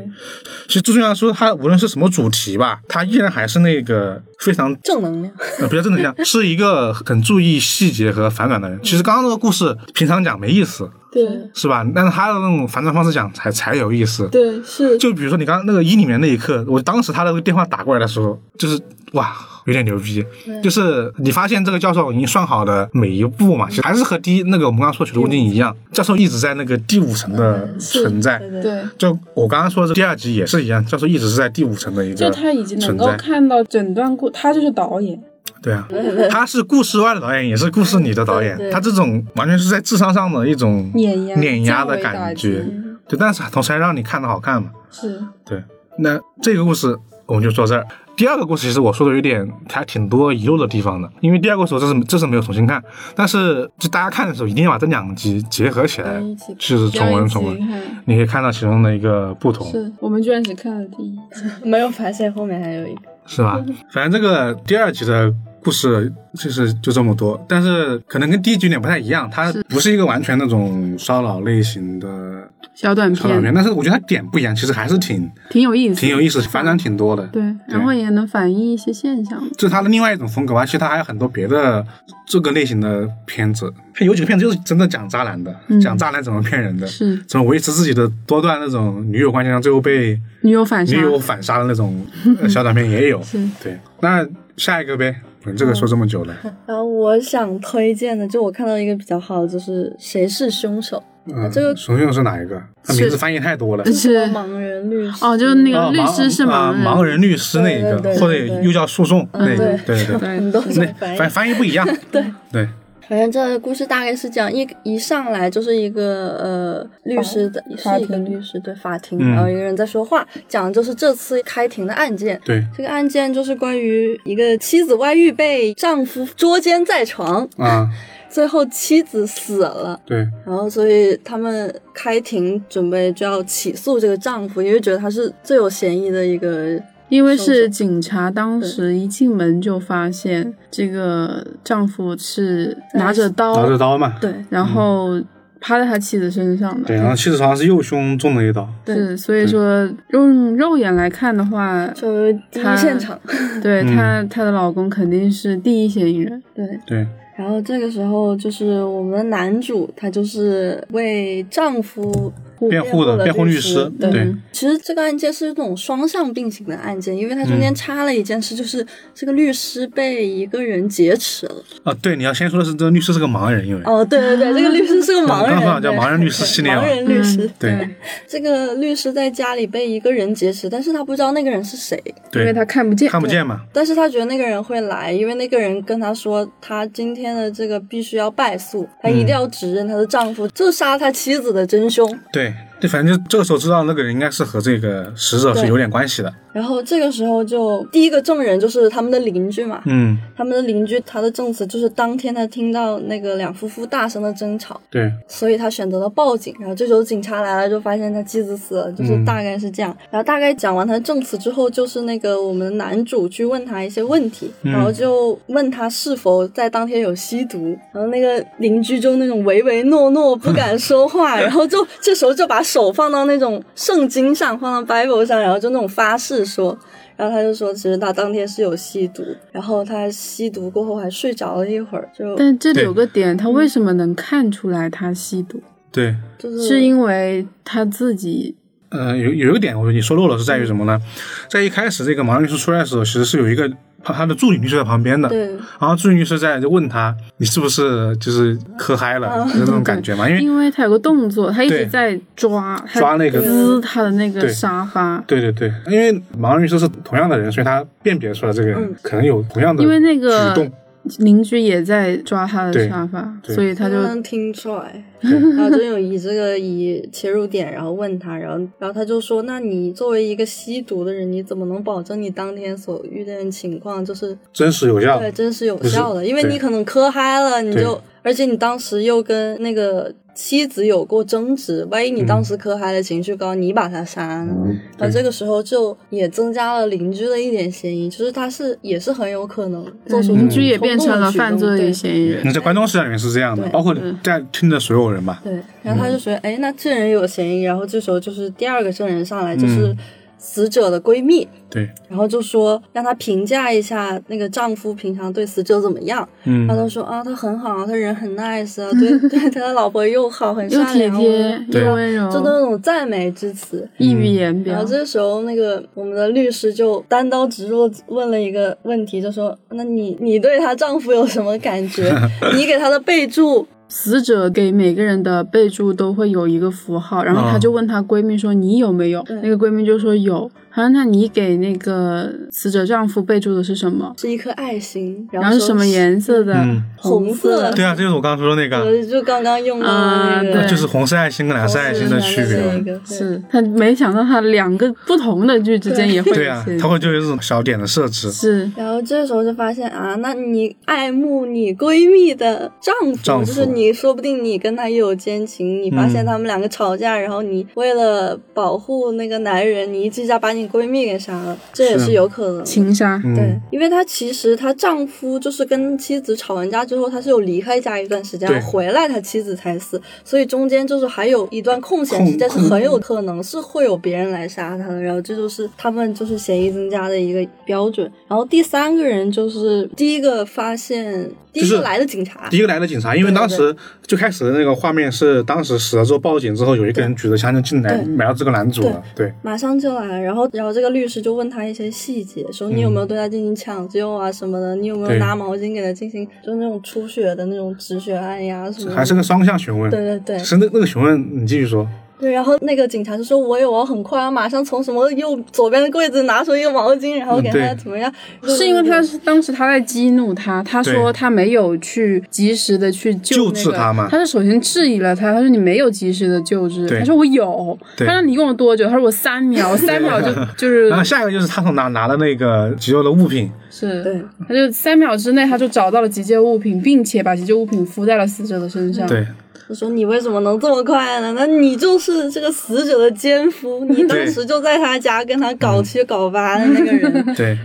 [SPEAKER 2] 其实最重要的是说他无论是什么主题吧，他依然还是那个非常
[SPEAKER 4] 正能量，
[SPEAKER 2] 呃，不要正能量，是一个很注意细节和反转的人。其实刚刚那个故事平常讲没意思，
[SPEAKER 3] 对，
[SPEAKER 2] 是吧？但是他的那种反转方式讲才才有意思。
[SPEAKER 3] 对，是，
[SPEAKER 2] 就比如说你刚刚那个一里面那一刻，我当时他那个电话打过来的时候，就是哇，有点牛逼。就是你发现这个教授已经算好了每一步
[SPEAKER 3] 嗯
[SPEAKER 2] 嘛，其实还是和第一那个我们刚刚说取的路径一样，教授一直在那个第五层
[SPEAKER 3] 嗯
[SPEAKER 2] 的存在。
[SPEAKER 4] 对对
[SPEAKER 3] 对。
[SPEAKER 2] 就我刚刚说的第二集也是一样，教授一直是在第五层的一
[SPEAKER 3] 就
[SPEAKER 2] 个
[SPEAKER 3] 他已经能
[SPEAKER 2] 存
[SPEAKER 3] 够
[SPEAKER 2] 在。
[SPEAKER 3] 看到整段故，他就是导演，
[SPEAKER 2] 对啊，他是故事外的导演，也是故事里的导演
[SPEAKER 4] 对。对
[SPEAKER 2] 他这种完全是在智商上的一种
[SPEAKER 3] 碾压
[SPEAKER 2] 碾压
[SPEAKER 3] 降
[SPEAKER 2] 的
[SPEAKER 3] 维打
[SPEAKER 2] 感
[SPEAKER 3] 击
[SPEAKER 2] 觉。对，但是同时还让你看的好看嘛。
[SPEAKER 3] 是
[SPEAKER 2] 对，那这个故事我们就说这儿。第二个故事其实我说的有点还挺多遗漏的地方的，因为第二个故事我这是这是没有重新看，但是就大家看的时候一定要把这两集结合起来
[SPEAKER 4] 嗯一起，
[SPEAKER 2] 就是重温
[SPEAKER 3] 一
[SPEAKER 2] 重
[SPEAKER 3] 起
[SPEAKER 2] 温，
[SPEAKER 3] 看，
[SPEAKER 2] 你可以看到其中的一个不同，
[SPEAKER 3] 是我们居然只看了第一集，
[SPEAKER 4] 没有发现后面还有一个，
[SPEAKER 2] 是吧？反正这个第二集的故事就是就这么多，但是可能跟第一集有点不太一样，它不是一个完全那种骚扰类型的
[SPEAKER 3] 小短
[SPEAKER 2] 骚扰
[SPEAKER 3] 片
[SPEAKER 2] 片，但是我觉得它点不一样，其实还是挺
[SPEAKER 3] 挺有意思，
[SPEAKER 2] 挺有意思，反转挺多的。
[SPEAKER 3] 对，然后也能反映一些现象。
[SPEAKER 2] 这是他的另外一种风格吧。其实他还有很多别的这个类型的片子，他有几个片子就是真的讲渣男的，讲渣男怎么骗人的，
[SPEAKER 3] 是
[SPEAKER 2] 怎么维持自己的多段那种女友关系，让最后被
[SPEAKER 3] 女友反杀，
[SPEAKER 2] 女友反杀的那种呃小短片也有。对，那下一个呗，你这个说这么久了，
[SPEAKER 4] 然后我想推荐的，就我看到一个比较好的，就是《谁是凶手
[SPEAKER 2] 嗯，
[SPEAKER 4] 这个
[SPEAKER 2] 熊熊是哪一个？他名字翻译太多了。
[SPEAKER 3] 是》，
[SPEAKER 4] 盲人律师。
[SPEAKER 3] 哦，就是那个
[SPEAKER 2] 哦
[SPEAKER 3] 律
[SPEAKER 2] 盲
[SPEAKER 3] 师是盲
[SPEAKER 2] 啊
[SPEAKER 3] 人，
[SPEAKER 2] 盲人律师那一个，
[SPEAKER 4] 对对对
[SPEAKER 2] 或者
[SPEAKER 4] 对对
[SPEAKER 2] 又叫诉讼那一个，
[SPEAKER 4] 对
[SPEAKER 2] 对对对，
[SPEAKER 4] 很多种
[SPEAKER 2] 那
[SPEAKER 4] 翻译
[SPEAKER 2] 翻翻译不一样。对对，
[SPEAKER 4] 反正这个故事大概是这样，一一上来就是一个呃律师的，
[SPEAKER 5] 法
[SPEAKER 4] 是一个
[SPEAKER 5] 庭
[SPEAKER 4] 律师对法庭，
[SPEAKER 2] 嗯
[SPEAKER 4] 然后一个人在说话，讲的就是这次开庭的案件。
[SPEAKER 2] 对
[SPEAKER 4] 这个案件就是关于一个妻子外遇被丈夫捉奸在床，
[SPEAKER 2] 啊，
[SPEAKER 4] 最后妻子死了，
[SPEAKER 2] 对，
[SPEAKER 4] 然后所以他们开庭准备就要起诉这个丈夫，因为觉得他是最有嫌疑的一个。
[SPEAKER 3] 因为是警察，当时一进门就发现这个丈夫是拿着刀，
[SPEAKER 2] 拿着刀嘛，
[SPEAKER 4] 对，
[SPEAKER 3] 然后趴在他妻子身上
[SPEAKER 2] 对，啊
[SPEAKER 3] 的。
[SPEAKER 2] 然后妻子床是右胸中了一刀，
[SPEAKER 4] 对
[SPEAKER 3] 是，所以说用肉眼来看的话，
[SPEAKER 4] 就是第
[SPEAKER 3] 他
[SPEAKER 4] 一现场。
[SPEAKER 3] 对
[SPEAKER 2] 嗯
[SPEAKER 3] 她她的老公肯定是第一嫌疑人。
[SPEAKER 4] 对，
[SPEAKER 2] 对，
[SPEAKER 4] 然后这个时候就是我们的男主，他就是为丈夫
[SPEAKER 2] 辩护的
[SPEAKER 4] 的
[SPEAKER 2] 辩护律
[SPEAKER 4] 师
[SPEAKER 2] 师，。
[SPEAKER 4] 对，
[SPEAKER 3] 嗯
[SPEAKER 2] 对，
[SPEAKER 4] 其实这个案件是那种双向并行的案件，因为它中
[SPEAKER 2] 嗯
[SPEAKER 4] 间插了一件事，就是这个律师被一个人劫持了。
[SPEAKER 2] 啊，对，你要先说的是这个律师是个盲人，因为
[SPEAKER 4] 哦，对对对，这个律师是个盲
[SPEAKER 2] 我刚
[SPEAKER 4] 人，
[SPEAKER 2] 好叫
[SPEAKER 4] 对
[SPEAKER 2] 盲人律师系列啊
[SPEAKER 4] 盲人律师
[SPEAKER 3] 嗯。
[SPEAKER 2] 对
[SPEAKER 4] 这个律师在家里被一个人劫持，但是他不知道那个人是谁，
[SPEAKER 3] 因为
[SPEAKER 2] 对，
[SPEAKER 3] 他看不见，
[SPEAKER 2] 看不见嘛，
[SPEAKER 4] 但是他觉得那个人会来，因为那个人跟他说，他今天的这个必须要败诉，他一定要指认他的丈夫就是杀他妻子的真凶。
[SPEAKER 2] 对对，反正就这个时候知道那个人应该是和这个死者是
[SPEAKER 4] 对
[SPEAKER 2] 有点关系的，
[SPEAKER 4] 然后这个时候就第一个证人就是他们的邻居嘛，
[SPEAKER 2] 嗯，
[SPEAKER 4] 他们的邻居他的证词就是当天他听到那个两夫妇大声的争吵，
[SPEAKER 2] 对，
[SPEAKER 4] 所以他选择了报警。然后这时候警察来了，就发现他妻子死了，就是
[SPEAKER 2] 嗯
[SPEAKER 4] 大概是这样。然后大概讲完他的证词之后，就是那个我们男主去问他一些问题，
[SPEAKER 2] 嗯
[SPEAKER 4] 然后就问他是否在当天有吸毒。然后那个邻居就那种唯唯诺诺，不敢说 话，然后就这时候就把手放到那种圣经上，放到 Bible 上，然后就那种发誓说。然后他就说，其实他当天是有吸毒，然后他吸毒过后还睡着了一会儿，就
[SPEAKER 3] 但这里
[SPEAKER 2] 对
[SPEAKER 3] 有个点，
[SPEAKER 4] 嗯
[SPEAKER 3] 他为什么能看出来他吸毒？
[SPEAKER 2] 对，
[SPEAKER 4] 就是
[SPEAKER 3] 是因为他自己
[SPEAKER 2] 呃，有有一个点我你说漏了是在于什么呢？在一开始这个盲人律师出来的时候，其实是有一个他他的助理律师在旁边的，
[SPEAKER 4] 对
[SPEAKER 2] 然后助理律师在就问他你是不是就是喝嗨了，就是那种感觉嘛，因为
[SPEAKER 3] 哦因为他有个动作，他一
[SPEAKER 2] 对
[SPEAKER 3] 直在抓，他
[SPEAKER 2] 抓那个嗯
[SPEAKER 3] 撕他的那个
[SPEAKER 2] 对
[SPEAKER 3] 沙发，
[SPEAKER 2] 对对对，因为盲人律师是同样的人，所以他辨别出来这个人、可能有同样的
[SPEAKER 3] 嗯因为那个
[SPEAKER 2] 举动。
[SPEAKER 3] 邻居也在抓他的
[SPEAKER 2] 对
[SPEAKER 3] 沙发，
[SPEAKER 2] 对
[SPEAKER 3] 所以他就
[SPEAKER 4] 能听出来。
[SPEAKER 2] 对
[SPEAKER 4] 然后就有以这个以切入点，然后问他，然后然后他就说：“那你作为一个吸毒的人，你怎么能保证你当天所遇见的情况就是
[SPEAKER 2] 真实有效。
[SPEAKER 4] 对真实有效
[SPEAKER 2] 不
[SPEAKER 4] 的？
[SPEAKER 2] 啊是
[SPEAKER 4] 因为
[SPEAKER 2] 对
[SPEAKER 4] 你可能磕嗨了，你
[SPEAKER 2] 对
[SPEAKER 4] 就而且你当时又跟那个妻子有过争执，万一你当时磕嗨了，情绪高，你把他杀了。
[SPEAKER 2] 嗯
[SPEAKER 4] 然后这个时候就也增加了邻居的一点嫌疑，就是他是也是很有可能
[SPEAKER 2] 嗯
[SPEAKER 4] 做出
[SPEAKER 3] 邻居也变成了
[SPEAKER 4] 冲动的举动
[SPEAKER 3] 犯罪
[SPEAKER 4] 对
[SPEAKER 3] 嫌疑人。
[SPEAKER 2] 你在观众视角里面是这样的，
[SPEAKER 4] 对
[SPEAKER 2] 包括在听的所有人吧。
[SPEAKER 4] 对，然后他就觉得，哎、那这人有嫌疑。然后这时候就是第二个证人上来，就是死者的闺蜜，
[SPEAKER 2] 对，
[SPEAKER 4] 然后就说让她评价一下那个丈夫平常对死者怎么样。
[SPEAKER 2] 嗯
[SPEAKER 4] 她，就说啊，他很好，他人很 nice 啊，对 对，他的老婆又好，很
[SPEAKER 3] 又
[SPEAKER 4] 善
[SPEAKER 3] 体
[SPEAKER 4] 良，啊
[SPEAKER 3] 贴
[SPEAKER 2] 对
[SPEAKER 3] 又温
[SPEAKER 4] 就都
[SPEAKER 3] 柔，
[SPEAKER 4] 那种赞美之词。
[SPEAKER 3] 溢于言
[SPEAKER 4] 然
[SPEAKER 3] 表
[SPEAKER 4] 后。这时候，那个我们的律师就单刀直入地问了一个问题，就说：“那你你对她丈夫有什么感觉？你给她的备注
[SPEAKER 3] 死者给每个人的备注都会有一个符号，然后
[SPEAKER 2] 啊
[SPEAKER 3] 她就问她闺蜜说：“你有没有？”
[SPEAKER 4] 嗯
[SPEAKER 3] 那个闺蜜就说有。好像那你给那个死者丈夫备注的是什么？
[SPEAKER 4] 是一颗爱心，然
[SPEAKER 3] 然后
[SPEAKER 4] 后
[SPEAKER 3] 是什么
[SPEAKER 4] 颜？
[SPEAKER 3] 颜色的？
[SPEAKER 2] 嗯
[SPEAKER 4] 红色
[SPEAKER 3] 色。
[SPEAKER 2] 对啊，这就是我刚刚说的那个，
[SPEAKER 4] 我呃就刚刚用到的那
[SPEAKER 3] 啊
[SPEAKER 4] 个，
[SPEAKER 3] 对
[SPEAKER 2] 就是红色爱心跟蓝色爱心的区别
[SPEAKER 4] 那
[SPEAKER 2] 嘛。
[SPEAKER 4] 个对
[SPEAKER 3] 是她没想到她两个不同的剧之间也会有
[SPEAKER 2] 对啊
[SPEAKER 3] 些，
[SPEAKER 2] 它会就有这种小点的设置。
[SPEAKER 3] 是
[SPEAKER 4] 然后这时候就发现啊，那你爱慕你闺蜜的丈夫，
[SPEAKER 2] 丈夫嗯
[SPEAKER 4] 就是你说不定你跟他也有奸情，你发现他们两个吵架，然后你为了保护那个男人，你一气之下把你你闺蜜给杀了，这也
[SPEAKER 2] 是
[SPEAKER 4] 是有可能。
[SPEAKER 6] 情杀，
[SPEAKER 2] 嗯
[SPEAKER 4] 对，因为她其实她丈夫就是跟妻子吵完架之后，他是有离开家一段时
[SPEAKER 2] 对
[SPEAKER 4] 间，回来他妻子才死，所以中间就是还有一段空闲时间，是
[SPEAKER 2] 空嗯
[SPEAKER 4] 很有可能是会有别人来杀他的。然后这就是他们就是嫌疑增加的一个标准。然后第三个人就是第一个发现第一
[SPEAKER 2] 就是
[SPEAKER 4] 个来的警察，
[SPEAKER 2] 第一个来的警察，因为
[SPEAKER 4] 对对
[SPEAKER 2] 当时最开始的那个画面是当时死了之后报警之后，有一个人举着枪就进来
[SPEAKER 4] 对
[SPEAKER 2] 买到这个男主啊了，对，
[SPEAKER 4] 马上就来，然后然后这个律师就问他一些细节，说你有没有对他进行抢救啊什么的，你有没
[SPEAKER 2] 嗯对
[SPEAKER 4] 有拿毛巾给他进行就那种出血的那种止血按压什么的，
[SPEAKER 2] 还是个双向询问，
[SPEAKER 4] 嗯对对对
[SPEAKER 2] 是那那个询问，你继续说，
[SPEAKER 4] 对，然后那个警察就说我有，我很快，啊，马上从什么右左边的柜子拿出一个毛巾，然后给
[SPEAKER 2] 嗯对
[SPEAKER 4] 他怎么样，
[SPEAKER 6] 是因为他是当时他在激怒他，他
[SPEAKER 2] 对
[SPEAKER 6] 说他没有去及时的去
[SPEAKER 2] 救
[SPEAKER 6] 救那
[SPEAKER 2] 治
[SPEAKER 6] 个，
[SPEAKER 2] 他嘛
[SPEAKER 6] 是首先质疑了他，他说你没有及时的救治，
[SPEAKER 2] 对
[SPEAKER 6] 他说我有，
[SPEAKER 2] 对
[SPEAKER 6] 他说你用了多久？他说我三秒，我三 秒就就是
[SPEAKER 2] 然后下一个就是他从哪拿的那个急救的物品，
[SPEAKER 6] 是，
[SPEAKER 4] 对，
[SPEAKER 6] 他就三秒之内他就找到了急救物品，并且把急救物品敷在了死者的身上，
[SPEAKER 2] 对，
[SPEAKER 4] 就说你为什么能这么快呢？那你就是这个死者的奸夫，你当时就在他家跟他
[SPEAKER 2] 嗯
[SPEAKER 4] 搞七搞八的 那个人，
[SPEAKER 2] 对，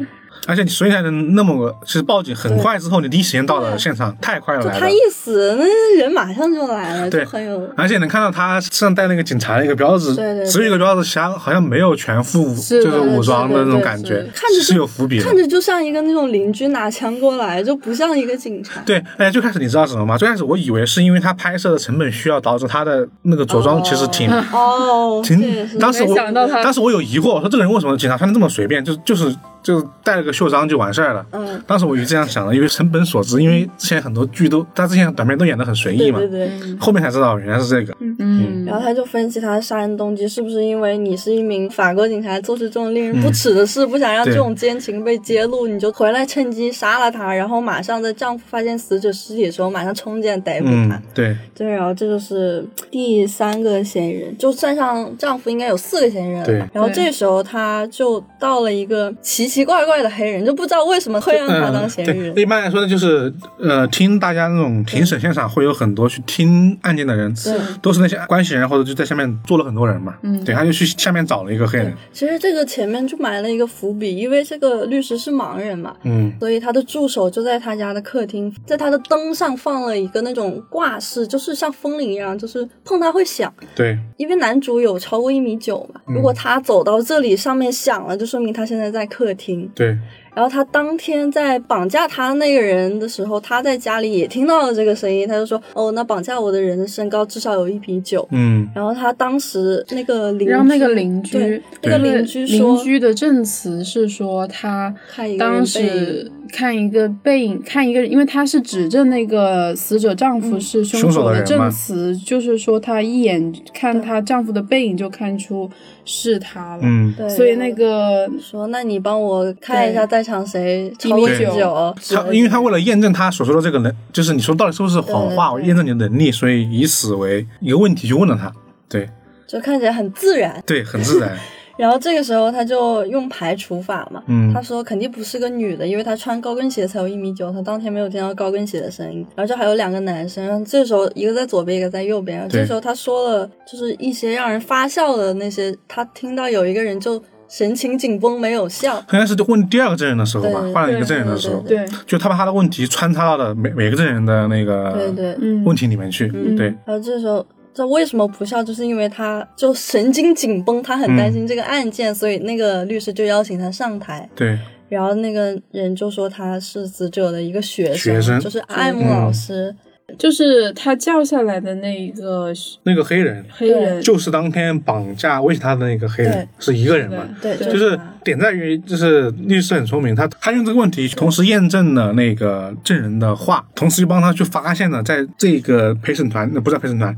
[SPEAKER 2] 而且你所以才能那么，其实报警很快之后，你第一时间到了现场，太快了
[SPEAKER 4] 就
[SPEAKER 2] 来
[SPEAKER 4] 他
[SPEAKER 2] 了
[SPEAKER 4] 一。死，那人马上就来了，
[SPEAKER 2] 对
[SPEAKER 4] 就很有。
[SPEAKER 2] 而且能看到他身上带那个警察的一个标志，
[SPEAKER 4] 对对对
[SPEAKER 2] 只有一个标志，其他好像没有全副武
[SPEAKER 6] 是
[SPEAKER 2] 就
[SPEAKER 6] 的
[SPEAKER 2] 是武装的那种
[SPEAKER 6] 是的
[SPEAKER 2] 感觉
[SPEAKER 6] 是的，
[SPEAKER 4] 看着就是
[SPEAKER 2] 有伏笔的。
[SPEAKER 4] 看着就像一个那种邻居拿枪过来，就不像一个警察。
[SPEAKER 2] 对，而且最开始你知道什么吗？最开始我以为是因为他拍摄的成本需要，导致他的那个着装其实 挺、
[SPEAKER 4] 哦，这也
[SPEAKER 2] 挺。
[SPEAKER 4] 是
[SPEAKER 2] 当时
[SPEAKER 6] 没
[SPEAKER 2] 我
[SPEAKER 6] 想到他
[SPEAKER 2] 当时我有疑惑，我说这个人为什么警察穿的这么随便？就就是就是带了个袖章就完事儿了。
[SPEAKER 4] 嗯，
[SPEAKER 2] 当时我就这样想的，因为成本所致，因为之前很多剧都他之前短片都演的很随意
[SPEAKER 4] 对
[SPEAKER 2] 嘛，
[SPEAKER 4] 对对。
[SPEAKER 2] 后面才知道原来是这个。
[SPEAKER 6] 嗯，
[SPEAKER 4] 然后他就分析他的杀人动机是不是因为你是一名法国警察，做出这种令人不齿的事，不想
[SPEAKER 2] 嗯
[SPEAKER 4] 让
[SPEAKER 2] 对
[SPEAKER 4] 这种奸情被揭露，你就回来趁机杀了他，然后马上在丈夫发现死者尸体的时候，马上冲进来逮捕他。
[SPEAKER 2] 嗯，对，
[SPEAKER 4] 对，然后这就是第三个嫌疑人，就算上丈夫应该有四个嫌疑人了。
[SPEAKER 2] 对
[SPEAKER 4] 然后
[SPEAKER 6] 对
[SPEAKER 4] 这时候他就到了一个奇奇怪怪的黑人，就不知道为什么会让他当嫌疑
[SPEAKER 2] 呃嗯对
[SPEAKER 4] 人，。
[SPEAKER 2] 一般来说呢，就是呃，听大家那种庭审现场会有很多去听案件的人，都是那些关系人或者就在下面坐了很多人嘛。嗯，对，他就去下面找了一个黑人。
[SPEAKER 4] 其实这个前面就埋了一个伏笔，因为这个律师是盲人嘛，
[SPEAKER 2] 嗯，
[SPEAKER 4] 所以他的助手就在他家的客厅，在他的灯上放了一个那种挂饰，就是像风铃一样，就是碰它会响。
[SPEAKER 2] 对，
[SPEAKER 4] 因为男主有超过一米九嘛，如果他走到这里上面响了，就说明他现在在客厅。
[SPEAKER 2] 对，
[SPEAKER 4] 然后他当天在绑架他那个人的时候，他在家里也听到了这个声音，他就说：“哦，那绑架我的人的身高至少有一米九。”
[SPEAKER 2] 嗯，
[SPEAKER 4] 然后他当时那个邻居，
[SPEAKER 6] 让那个邻居
[SPEAKER 4] 对，那个
[SPEAKER 6] 对
[SPEAKER 4] 邻居说
[SPEAKER 6] 邻居的证词是说他
[SPEAKER 4] 看一个人
[SPEAKER 6] 当
[SPEAKER 4] 背
[SPEAKER 6] 时
[SPEAKER 4] 影
[SPEAKER 6] 看一个背影，看一个人，因为他是指证那个死者丈
[SPEAKER 4] 嗯
[SPEAKER 6] 夫是
[SPEAKER 2] 凶
[SPEAKER 6] 凶
[SPEAKER 2] 手
[SPEAKER 6] 手
[SPEAKER 2] 的人嘛
[SPEAKER 6] 证词，就是说他一眼看她丈夫的背影就看出是他了，
[SPEAKER 2] 嗯，
[SPEAKER 4] 对
[SPEAKER 6] 所以那个
[SPEAKER 4] 说：“那你帮我看一下
[SPEAKER 6] 对
[SPEAKER 4] 在场谁
[SPEAKER 6] 一
[SPEAKER 4] 超
[SPEAKER 6] 米
[SPEAKER 4] 过
[SPEAKER 6] 九
[SPEAKER 4] 九。”
[SPEAKER 2] 他因为他为了验证他所说的这个能，就是你说到底是不是谎话，我
[SPEAKER 4] 对对对
[SPEAKER 2] 验证你的能力，所以以此为一个问题去问了他。对，
[SPEAKER 4] 就看起来很自然。
[SPEAKER 2] 对，很自 然。
[SPEAKER 4] 然后这个时候他就用排除法嘛，
[SPEAKER 2] 嗯
[SPEAKER 4] 他说肯定不是个女的，因为她穿高跟鞋才有一米九，她当天没有听到高跟鞋的声音。然后就还有两个男生，然后这时候一个在左边，一个在右边。然后
[SPEAKER 2] 对
[SPEAKER 4] 这时候他说了，就是一些让人发笑的那些，他听到有一个人就神情紧绷没有笑，
[SPEAKER 2] 应该是就问第二个证人的时候吧
[SPEAKER 4] 对，对
[SPEAKER 2] 换了一个证人的时候，
[SPEAKER 6] 对，
[SPEAKER 2] 就他把他的问题穿插到了每每个证人的那
[SPEAKER 4] 对
[SPEAKER 2] 个
[SPEAKER 4] 对。
[SPEAKER 6] 嗯，
[SPEAKER 2] 问题里面去。
[SPEAKER 4] 嗯
[SPEAKER 2] 对，
[SPEAKER 4] 然后这时候。这为什么不笑？就是因为他就神经紧绷，他很
[SPEAKER 2] 嗯
[SPEAKER 4] 担心这个案件，所以那个律师就邀请他上台。
[SPEAKER 2] 对，
[SPEAKER 4] 然后那个人就说他是死者的一个学生，
[SPEAKER 2] 学生嗯
[SPEAKER 4] 就是爱慕老师。
[SPEAKER 6] 就是他叫下来的那一个
[SPEAKER 2] 那个黑人
[SPEAKER 6] 黑人，
[SPEAKER 2] 就是当天绑架威胁他的那个黑人
[SPEAKER 4] 对，
[SPEAKER 2] 是一个人嘛？
[SPEAKER 4] 对，
[SPEAKER 6] 对
[SPEAKER 2] 就是点在于，就是律师很聪明，他他用这个问题同时验证了那个证人的话，同时又帮他去发现了在这个陪审团，呃那不是陪审团。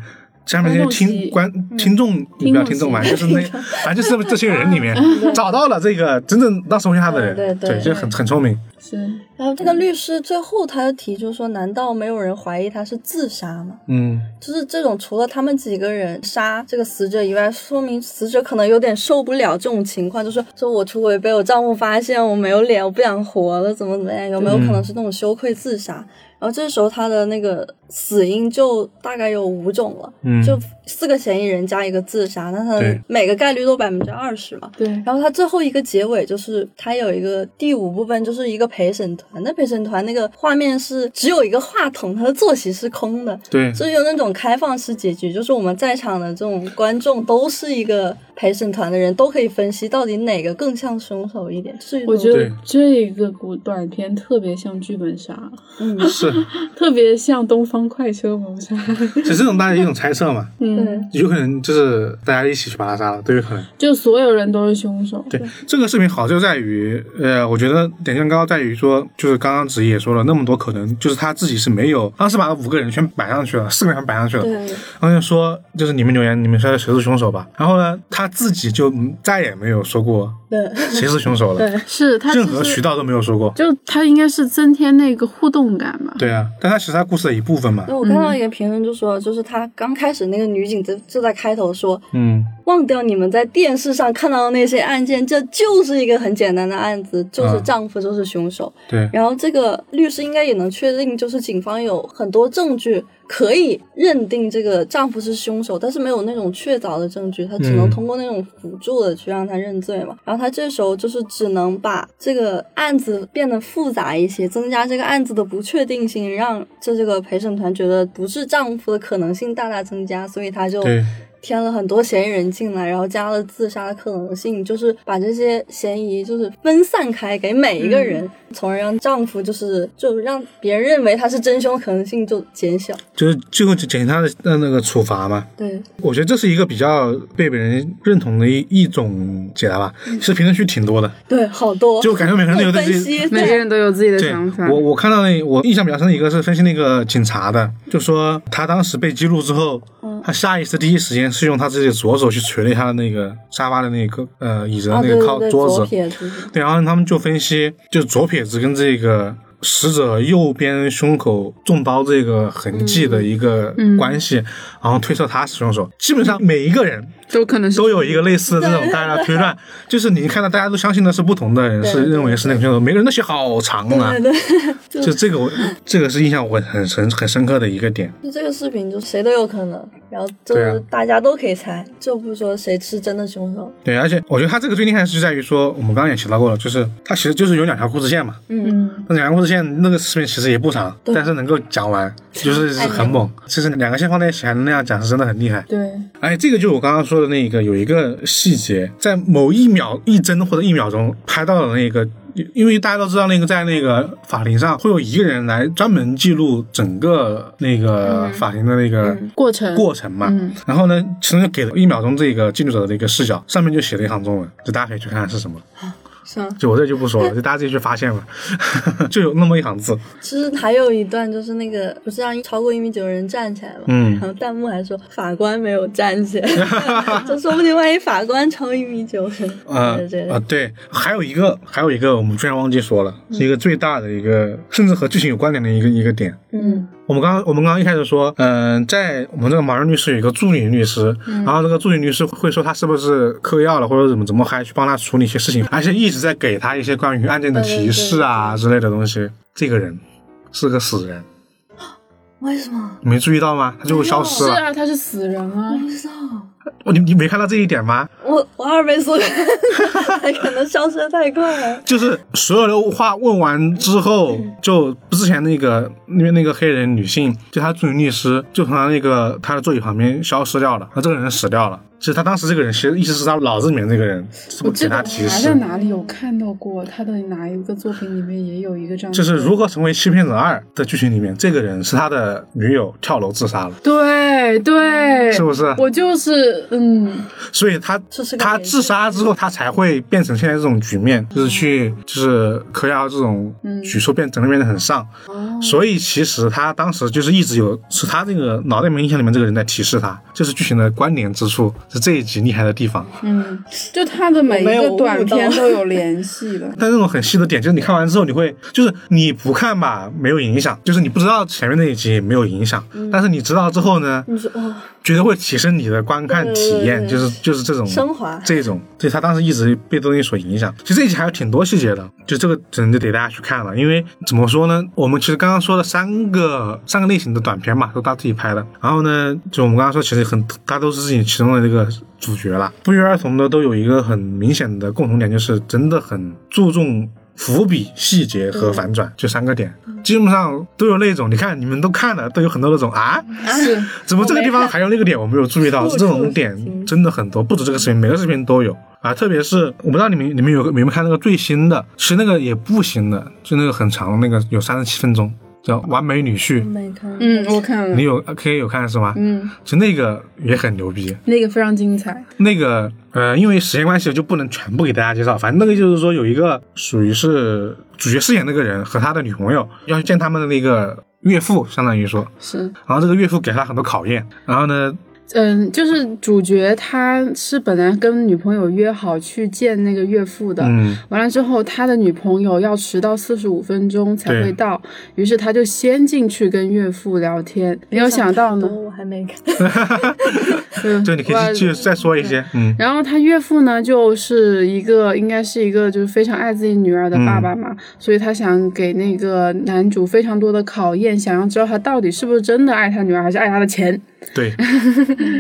[SPEAKER 2] 下面这些听观
[SPEAKER 4] 嗯
[SPEAKER 2] 听众，你不要听众吧，就是那，反正就是这些人里 面找到了这个真正当时威胁他的
[SPEAKER 4] 对
[SPEAKER 2] 人，
[SPEAKER 4] 对
[SPEAKER 2] 对，
[SPEAKER 4] 对
[SPEAKER 2] 就很很聪明，
[SPEAKER 6] 是
[SPEAKER 4] 然后这个律师最后他又提出说，难道没有人怀疑他是自杀吗？
[SPEAKER 2] 嗯，
[SPEAKER 4] 就是这种除了他们几个人杀这个死者以外，说明死者可能有点受不了这种情况，就是说我出轨被我丈夫发现，我没有脸，我不想活了，怎么怎么样？有没有可
[SPEAKER 2] 嗯
[SPEAKER 4] 能是那种羞愧自杀？然后这时候他的那个死因就大概有五种了，
[SPEAKER 2] 嗯
[SPEAKER 4] 就四个嫌疑人加一个自杀，那他
[SPEAKER 2] 对
[SPEAKER 4] 每个概率都百分之二十嘛。
[SPEAKER 6] 对，
[SPEAKER 4] 然后他最后一个结尾就是他有一个第五部分，就是一个陪审团。那陪审团那个画面是只有一个话筒，他的坐席是空的，
[SPEAKER 2] 对
[SPEAKER 4] 所以有那种开放式结局，就是我们在场的这种观众都是一个陪审团的人，都可以分析到底哪个更像凶手一点。是一种
[SPEAKER 6] 我觉得
[SPEAKER 2] 对
[SPEAKER 6] 这个古短片特别像剧本杀，
[SPEAKER 4] 嗯，
[SPEAKER 2] 是，
[SPEAKER 6] 特别像《东方快车谋杀案》。
[SPEAKER 2] 其实这种大家一种猜测嘛，
[SPEAKER 6] 嗯，
[SPEAKER 4] 对，
[SPEAKER 2] 有可能就是大家一起去把他杀了，都有可能。
[SPEAKER 6] 就所有人都是凶手。
[SPEAKER 2] 对，这个视频好就在于，呃，我觉得点赞高在于说，就是刚刚子怡也说了那么多可能，就是他自己是没有，当时把五个人全摆上去了，四个人全摆上去了，
[SPEAKER 4] 对，
[SPEAKER 2] 然后就说就是你们留言，你们说谁是凶手吧。然后呢，他自己就再也没有说过
[SPEAKER 4] 对，
[SPEAKER 2] 谁是凶手了，
[SPEAKER 6] 是他
[SPEAKER 2] 任何渠
[SPEAKER 6] 是
[SPEAKER 2] 道都没有说过。
[SPEAKER 6] 就他应该是增添那个互动感嘛。
[SPEAKER 2] 对啊，但他其实他故事的一部分嘛，
[SPEAKER 4] 那我看到一个评论就说，就是他刚开始那个女警就就在开头说，
[SPEAKER 2] 嗯，
[SPEAKER 4] 忘掉你们在电视上看到的那些案件，这就是一个很简单的案子，就是
[SPEAKER 2] 嗯
[SPEAKER 4] 丈夫就是凶手。
[SPEAKER 2] 对，
[SPEAKER 4] 然后这个律师应该也能确定，就是警方有很多证据可以认定这个丈夫是凶手，但是没有那种确凿的证据，他只能
[SPEAKER 2] 嗯
[SPEAKER 4] 通过那种辅助的去让他认罪嘛。然后他这时候就是只能把这个案子变得复杂一些，增加这个案子的不确定性，让这这个陪审团觉得不是丈夫的可能性大大增加，所以他就
[SPEAKER 2] 对，
[SPEAKER 4] 添了很多嫌疑人进来，然后加了自杀的可能性，就是把这些嫌疑就是分散开给每一个人，
[SPEAKER 2] 嗯
[SPEAKER 4] 从而让丈夫就是就让别人认为他是真凶可能性就减小。
[SPEAKER 2] 就是最后检察的那个处罚嘛，
[SPEAKER 4] 对，
[SPEAKER 2] 我觉得这是一个比较被别人认同的一一种解答吧。其实评论区挺多的，
[SPEAKER 4] 对，好多
[SPEAKER 2] 就感觉每个人都有
[SPEAKER 4] 嗯分
[SPEAKER 2] 自己。
[SPEAKER 4] 析，
[SPEAKER 6] 每个
[SPEAKER 4] 对
[SPEAKER 6] 人都有自己的
[SPEAKER 2] 对
[SPEAKER 6] 想法，。
[SPEAKER 2] 我我看到那我印象比较深的一个是分析那个警察的，就说他当时被激怒之后，
[SPEAKER 4] 嗯
[SPEAKER 2] 他下意识第一时间是用他自己的左手去捶了一下那个沙发的那个呃椅子的
[SPEAKER 4] 啊，
[SPEAKER 2] 那
[SPEAKER 4] 对
[SPEAKER 2] 个
[SPEAKER 4] 对
[SPEAKER 2] 靠
[SPEAKER 4] 对，
[SPEAKER 2] 桌
[SPEAKER 4] 左
[SPEAKER 2] 子，
[SPEAKER 4] 撇子，
[SPEAKER 2] 对，然后他们就分析，就左撇子跟这个死者右边胸口中刀这个痕迹的一个
[SPEAKER 4] 嗯
[SPEAKER 2] 关系，然后推测他是凶手。基本上每一个人
[SPEAKER 6] 都可能是
[SPEAKER 2] 都有一个类似的这种大家的推断，就是你看到大家都相信的是不同的人，是认为是那个凶手，每个人都写好长啊
[SPEAKER 4] 对。对对，
[SPEAKER 2] 就这个我，这个是印象我很很很深刻的一个点。
[SPEAKER 4] 就这个视频就谁都有可能，然后就
[SPEAKER 2] 对
[SPEAKER 4] 是
[SPEAKER 2] 啊
[SPEAKER 4] 大家都可以猜，就不说谁是真的凶手。
[SPEAKER 2] 对，而且我觉得他这个最厉害是在于说，我们刚刚也提到过了，就是他其实就是有两条故事线嘛，
[SPEAKER 6] 嗯，
[SPEAKER 2] 那两个故事线那个视频其实也不长，但是能够讲完，就是是很猛。其实两个线放在一起还能那样讲，是真的很厉害。
[SPEAKER 6] 哎对，
[SPEAKER 2] 哎，这个就是我刚刚说的那个有一个细节，在某一秒一帧或者一秒钟拍到的那个，因为大家都知道那个在那个法庭上会有一个人来专门记录整个那个法庭的那个。
[SPEAKER 6] 过程
[SPEAKER 2] 过程嘛，
[SPEAKER 6] 嗯
[SPEAKER 2] 然后呢，其中就给了一秒钟这个记录者的一个视角，上面就写了一行中文，就大家可以去看看是什么。
[SPEAKER 6] 是啊
[SPEAKER 2] 就我这就不说了，就大家自己去发现吧。 就有那么一行字，
[SPEAKER 4] 其实还有一段就是那个不是让超过一米九的人站起来吗？
[SPEAKER 2] 嗯
[SPEAKER 4] 然，后弹幕还说法官没有站 起来，就说不定万一法官超一米九呢
[SPEAKER 2] 呃
[SPEAKER 4] 对对
[SPEAKER 2] 呃，
[SPEAKER 4] 对，
[SPEAKER 2] 对，还有一个，还有一个，我们居然忘记说了，是一个最大的一个，甚至和剧情有关联的一个一个点。
[SPEAKER 4] 嗯，
[SPEAKER 2] 我们刚刚我们刚刚一开始说，嗯、在我们这个盲人律师有一个助理律师，
[SPEAKER 4] 嗯
[SPEAKER 2] 然后这个助理律师会说他是不是嗑药了，或者怎么怎么，还去帮他处理一些事情，而且一直在给他一些关于案件的
[SPEAKER 4] 对对
[SPEAKER 2] 提
[SPEAKER 4] 对
[SPEAKER 2] 示啊之类的东西。这个人是个死人，
[SPEAKER 4] 为什么？
[SPEAKER 2] 你没注意到吗？他就消失
[SPEAKER 6] 是
[SPEAKER 2] 了。
[SPEAKER 6] 啊，他是死人啊，
[SPEAKER 4] 不知道，
[SPEAKER 2] 哦你你没看到这一点吗？
[SPEAKER 4] 我我二倍速， 可能消失的太快了。
[SPEAKER 2] 就是所有的话问完之后，就之前那个因为那个黑人女性，就她助理律师，就从她那个她的座椅旁边消失掉了，她啊这个人死掉了。其实她当时这个人其实一直是她脑子里面这个人，这
[SPEAKER 6] 我
[SPEAKER 2] 么
[SPEAKER 6] 记
[SPEAKER 2] 给
[SPEAKER 6] 得
[SPEAKER 2] 她
[SPEAKER 6] 我
[SPEAKER 2] 提
[SPEAKER 6] 还在
[SPEAKER 2] 示，
[SPEAKER 6] 哪里有看到过他的哪一个作品里面也有一个这样的，
[SPEAKER 2] 就是《如何成为欺骗者二》的剧情里面，这个人是他的女友跳楼自杀了，
[SPEAKER 6] 对对，
[SPEAKER 2] 是不是？
[SPEAKER 6] 我就是嗯，
[SPEAKER 2] 所以他
[SPEAKER 4] 这是个嗯
[SPEAKER 2] 他
[SPEAKER 4] 连续
[SPEAKER 2] 自杀之后，他才会变成现在这种局面，就是去就是嗑药这种
[SPEAKER 4] 嗯
[SPEAKER 2] 举措变整个变得很上。
[SPEAKER 4] 哦
[SPEAKER 2] 所以其实他当时就是一直有是他这个脑袋里面印象里面这个人在提示他，这是剧情的关联之处，是这一集厉害的地方。，
[SPEAKER 6] 嗯，就他的每一
[SPEAKER 4] 我没有
[SPEAKER 6] 个
[SPEAKER 4] 悟
[SPEAKER 6] 短片
[SPEAKER 4] 到
[SPEAKER 6] 都有联系的
[SPEAKER 2] 但这种很细的点，就是你看完之后，你会就是你不看
[SPEAKER 4] 嗯
[SPEAKER 2] 吧没有影响，就是你不知道前面那一集也没有影响，但是你知道之后呢，
[SPEAKER 4] 你说哦，
[SPEAKER 2] 觉得会提升你的观看体验，
[SPEAKER 4] 对对对
[SPEAKER 2] 就是就是这种
[SPEAKER 4] 嗯升华
[SPEAKER 2] 这种。对他当时一直被东西所影响。其实这一集还有挺多细节的，就这个只能就得大家去看了。因为怎么说呢，我们其实刚刚说了三个三个类型的短片嘛，都他自己拍的。然后呢，就我们刚刚说，其实很他都是自己其中的这个主角了。不约而同的都有一个很明显的共同点，就是真的很注重伏笔、细节和反
[SPEAKER 4] 嗯
[SPEAKER 2] 转，这三个点，基本上都有那种，你看你们都看了，都有很多那种啊，
[SPEAKER 7] 是
[SPEAKER 2] 怎么这个地方还有那个点我没有注意到？
[SPEAKER 4] 触
[SPEAKER 2] 这种
[SPEAKER 4] 触
[SPEAKER 2] 点
[SPEAKER 4] 及
[SPEAKER 2] 真的很多，不止这个视频，每个视频都有啊。特别是我不知道你们你们有有没有看那个最新的，其实那个也不新的，就那个很长的那个有三十七分钟，叫《完美女婿》，
[SPEAKER 4] 没看，
[SPEAKER 7] 嗯，我看了
[SPEAKER 2] 你，有 K 有看是吗？
[SPEAKER 7] 嗯，
[SPEAKER 2] 就那个也很牛逼，
[SPEAKER 7] 那个非常精彩，
[SPEAKER 2] 那个呃，因为时间关系就不能全部给大家介绍，反正那个就是说有一个属于是主角饰演那个人和他的女朋友要去见他们的那个岳父，相当于说，
[SPEAKER 3] 是，
[SPEAKER 2] 然后这个岳父给了他很多考验，然后呢，
[SPEAKER 3] 嗯，就是主角他是本来跟女朋友约好去见那个岳父的，
[SPEAKER 2] 嗯，
[SPEAKER 3] 完了之后，他的女朋友要迟到四十五分钟才
[SPEAKER 2] 对
[SPEAKER 3] 会到，于是他就先进去跟岳父聊天，没有想到呢，
[SPEAKER 4] 我还没 看，
[SPEAKER 3] 嗯
[SPEAKER 2] 对，你可以
[SPEAKER 3] 哇
[SPEAKER 2] 继续再说一些，嗯，
[SPEAKER 3] 然后他岳父呢，就是一个应该是一个就是非常爱自己女儿的爸
[SPEAKER 2] 嗯
[SPEAKER 3] 爸嘛，所以他想给那个男主非常多的考验，想要知道他到底是不是真的爱他女儿，还是爱他的钱。
[SPEAKER 2] 对，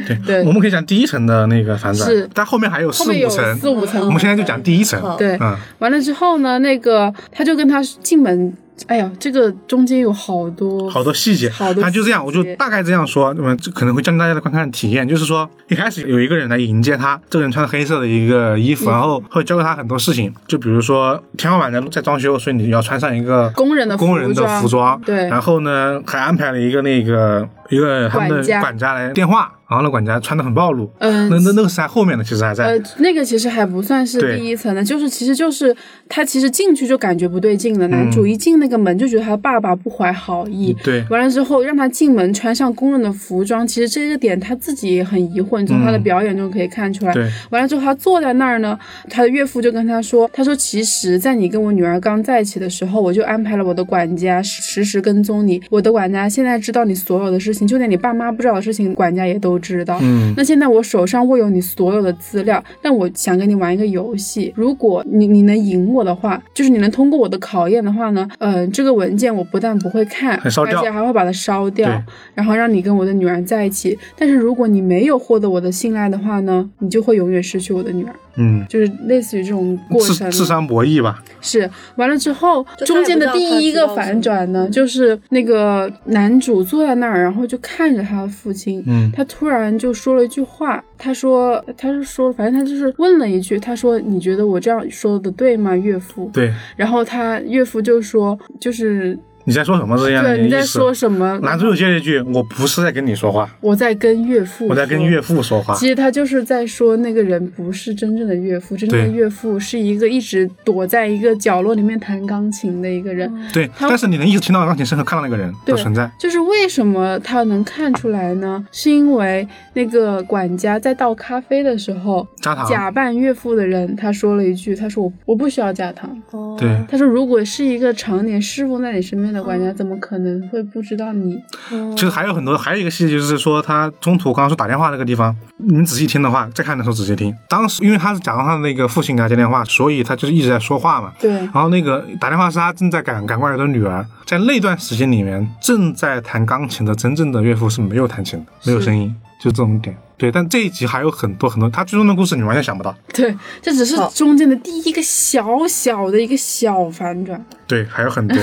[SPEAKER 2] 对，
[SPEAKER 3] 对
[SPEAKER 2] 我们可以讲第一层的那个反转
[SPEAKER 3] 是，
[SPEAKER 2] 但后面还有
[SPEAKER 3] 后
[SPEAKER 2] 四
[SPEAKER 3] 面
[SPEAKER 2] 五
[SPEAKER 3] 有四
[SPEAKER 2] 层，
[SPEAKER 3] 五层，
[SPEAKER 2] 我们现在就讲第一层，
[SPEAKER 4] 好
[SPEAKER 3] 对，
[SPEAKER 2] 嗯，
[SPEAKER 3] 完了之后呢，那个他就跟他进门，哎呀，这个中间有好多
[SPEAKER 2] 好多细节，
[SPEAKER 3] 好多
[SPEAKER 2] 那就这样，我
[SPEAKER 3] 细
[SPEAKER 2] 就
[SPEAKER 3] 节
[SPEAKER 2] 大概这样说，那么这可能会降低大家的观看体验。就是说，一开始有一个人来迎接他，这个人穿黑色的一个衣
[SPEAKER 3] 嗯
[SPEAKER 2] 服，然后会教给他很多事情，就比如说天花板在在装修，所以你要穿上一个
[SPEAKER 3] 工人的服
[SPEAKER 2] 工人的
[SPEAKER 3] 装
[SPEAKER 2] 服装，
[SPEAKER 3] 对
[SPEAKER 2] 然后呢，还安排了一个那个一个他们
[SPEAKER 3] 管
[SPEAKER 2] 的
[SPEAKER 3] 家
[SPEAKER 2] 管家来电话，然后那管家穿的很暴露，
[SPEAKER 3] 嗯
[SPEAKER 2] 那那那个是在后面的，其实还在，
[SPEAKER 3] 呃，那个其实还不算是
[SPEAKER 2] 对
[SPEAKER 3] 第一层的，就是其实就是他其实进去就感觉不对劲
[SPEAKER 2] 嗯
[SPEAKER 3] 了。男主一进那个门就觉得他爸爸不怀好意，
[SPEAKER 2] 对
[SPEAKER 3] 完了之后让他进门穿上工人的服装，其实这个点他自己也很疑惑，你从他的
[SPEAKER 2] 嗯
[SPEAKER 3] 表演中可以看出来。
[SPEAKER 2] 对，
[SPEAKER 3] 完了之后，他坐在那儿呢，他的岳父就跟他说：“他说其实，在你跟我女儿刚在一起的时候，我就安排了我的管家时时跟踪你。我的管家现在知道你所有的事情，就连你爸妈不知道的事情，管家也都知道。
[SPEAKER 2] 嗯
[SPEAKER 3] 那现在我手上握有你所有的资料，但我想跟你玩一个游戏。如果你你能赢我的话，就是你能通过我的考验的话呢，呃，这个文件我不但不会看，
[SPEAKER 2] 还烧掉
[SPEAKER 3] 而且还会把它烧掉
[SPEAKER 2] 对，
[SPEAKER 3] 然后让你跟我的女儿在一起。但是如果你没有获得我的信赖的话呢，你就会永远失去我的女儿。
[SPEAKER 2] 嗯，
[SPEAKER 3] 就是类似于这种过
[SPEAKER 2] 智
[SPEAKER 3] 程。
[SPEAKER 2] 智商博弈吧，
[SPEAKER 3] 是完了之后，
[SPEAKER 4] 就
[SPEAKER 3] 中间的
[SPEAKER 4] 他也不知道
[SPEAKER 3] 第一
[SPEAKER 4] 他知
[SPEAKER 3] 个
[SPEAKER 4] 道
[SPEAKER 3] 反转呢，就是那个男主坐在那儿，然后就看着他的父亲，
[SPEAKER 2] 嗯
[SPEAKER 3] 他突然就说了一句话，他说，他是说，反正他就是问了一句，他说，你觉得我这样说的对吗，岳父？
[SPEAKER 2] 对，
[SPEAKER 3] 然后他岳父就说，就是
[SPEAKER 2] 你在说什么这样的
[SPEAKER 3] 对
[SPEAKER 2] 意思？
[SPEAKER 3] 你在说什么？
[SPEAKER 2] 男主有接了一句：“我不是在跟你说话，
[SPEAKER 3] 我在跟岳父，
[SPEAKER 2] 我在跟岳。父说话。
[SPEAKER 3] 其实他就是在说，那个人不是真正的岳父，真正的
[SPEAKER 2] 对
[SPEAKER 3] 岳父是一个一直躲在一个角落里面弹钢琴的一个
[SPEAKER 4] 嗯
[SPEAKER 3] 人。”
[SPEAKER 2] 对，
[SPEAKER 3] 他
[SPEAKER 2] 但是你能一直听到钢琴声和看到那个人
[SPEAKER 3] 对
[SPEAKER 2] 的存在。
[SPEAKER 3] 就是为什么他能看出来呢？是因为那个管家在倒咖啡的时候，
[SPEAKER 2] 加糖
[SPEAKER 3] 假扮岳父的人，他说了一句：“他说我我不需要加糖。
[SPEAKER 4] 哦
[SPEAKER 2] 对，
[SPEAKER 3] 他说如果是一个常年侍奉在你身边的管家，怎么可能会不知道你？
[SPEAKER 4] 哦
[SPEAKER 2] 其实还有很多，还有一个细节就是说，他中途刚刚说打电话那个地方，你们仔细听的话，再看的时候仔细听。当时因为他是假装他的那个父亲给他接电话，所以他就是一直在说话嘛。
[SPEAKER 3] 对
[SPEAKER 2] 然后那个打电话是他正在赶赶过来的女儿，在那段时间里面，正在弹钢琴的真正的岳父是没有弹琴的，没有声音，就这种点。对，但这一集还有很多很多，他最终的故事你完全想不到。
[SPEAKER 3] 对，这只是
[SPEAKER 4] 好
[SPEAKER 3] 中间的第一个小小的一个小反转。
[SPEAKER 2] 对，还有很 多。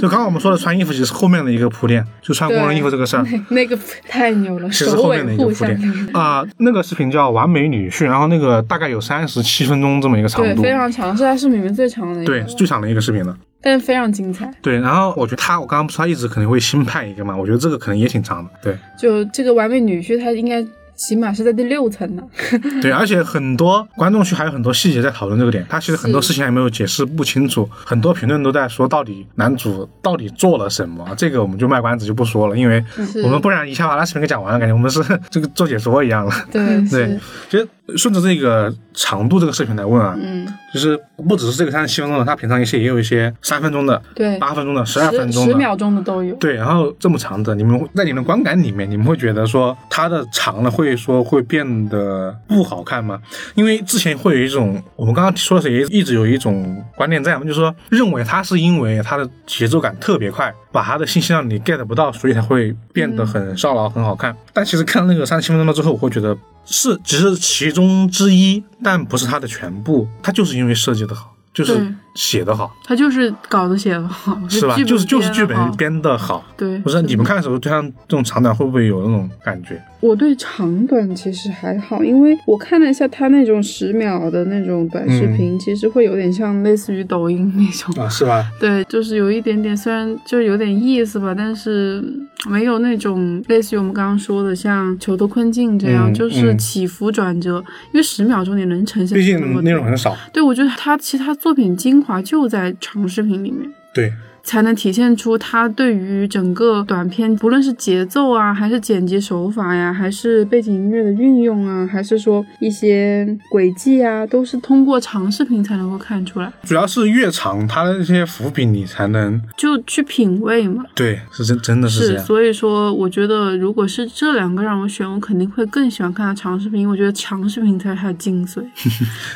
[SPEAKER 2] 就刚刚我们说的穿衣服，其实是后面的一个铺垫，就穿工人衣服这个事儿，
[SPEAKER 3] 那那个太牛了，
[SPEAKER 2] 其实
[SPEAKER 3] 首
[SPEAKER 2] 后
[SPEAKER 3] 尾
[SPEAKER 2] 面的一个
[SPEAKER 3] 互
[SPEAKER 2] 铺
[SPEAKER 3] 相
[SPEAKER 2] 垫啊、那个视频叫《完美女婿》，然后那个大概有三十七分钟这么一个长
[SPEAKER 3] 对，
[SPEAKER 2] 度，
[SPEAKER 3] 非常长，是它是里面最长的一个，
[SPEAKER 2] 对，是最长的一个视频了。
[SPEAKER 3] 但是非常精彩。
[SPEAKER 2] 对，然后我觉得他，我刚刚不是说他一直可能会新派一个嘛，我觉得这个可能也挺长的。对，
[SPEAKER 3] 就这个完美女婿，他应该起码是在第六层呢。
[SPEAKER 2] 对，而且很多观众区还有很多细节在讨论这个点，他其实很多事情还没有解释不清楚，很多评论都在说到底男主到底做了什么，这个我们就卖关子就不说了，因为
[SPEAKER 3] 是
[SPEAKER 2] 我们不然一下把那视频给讲完了，感觉我们是这个做解说一样了。
[SPEAKER 3] 对
[SPEAKER 2] 嗯对
[SPEAKER 3] 是，
[SPEAKER 2] 其实顺着这个长度这个视频来问啊，
[SPEAKER 3] 嗯，
[SPEAKER 2] 就是不只是这个三十七分钟的，它平常一些也有一些三分钟的、
[SPEAKER 3] 对，
[SPEAKER 2] 八分钟的、十二分钟
[SPEAKER 3] 十
[SPEAKER 2] 的。
[SPEAKER 3] 秒钟的都有。
[SPEAKER 2] 对，然后这么长的，你们在你们的观感里面，你们会觉得说它的长了会说会变得不好看吗？因为之前会有一种我们刚刚说的是也一直有一种观念在嘛，就是说认为它是因为它的节奏感特别快，把它的信息量你 get 不到，所以才会变得
[SPEAKER 3] 嗯
[SPEAKER 2] 很骚扰、很好看。但其实看了那个三十七分钟了之后，我会觉得是只是其中之一，但不是它的全部。它就是因为设计的好，就是
[SPEAKER 3] 对
[SPEAKER 2] 写的好，
[SPEAKER 3] 他就是稿子写的好，
[SPEAKER 2] 是吧？
[SPEAKER 3] 剧本
[SPEAKER 2] 就是就是
[SPEAKER 3] 编得
[SPEAKER 2] 剧本
[SPEAKER 3] 好
[SPEAKER 2] 编的好。
[SPEAKER 3] 对，
[SPEAKER 2] 不是你们看的时候，对像这种长短会不会有那种感觉？
[SPEAKER 3] 我对长短其实还好，因为我看了一下他那种十秒的那种短视频，
[SPEAKER 2] 嗯
[SPEAKER 3] 其实会有点像类似于抖音那种。
[SPEAKER 2] 啊，是吧？
[SPEAKER 3] 对，就是有一点点，虽然就是有点意思吧，但是没有那种类似于我们刚刚说的像《囚徒困境》这样，
[SPEAKER 2] 嗯
[SPEAKER 3] 就是
[SPEAKER 2] 嗯
[SPEAKER 3] 起伏转折。因为十秒钟你能呈现
[SPEAKER 2] 毕
[SPEAKER 3] 出那么
[SPEAKER 2] 竟内容
[SPEAKER 3] 多
[SPEAKER 2] 很少。
[SPEAKER 3] 对，我觉得他其他作品精华就在长视频里面。
[SPEAKER 2] 对，
[SPEAKER 3] 才能体现出他对于整个短片，不论是节奏啊，还是剪辑手法呀，还是背景音乐的运用啊，还是说一些轨迹啊，都是通过长视频才能够看出来，
[SPEAKER 2] 主要是越长，它的那些伏笔你才能
[SPEAKER 3] 就去品味嘛。
[SPEAKER 2] 对，是真真的是这
[SPEAKER 3] 是，
[SPEAKER 2] 样。
[SPEAKER 3] 所以说，我觉得如果是这两个让我选，我肯定会更喜欢看他长视频，因为我觉得长视频才是它的精 髓，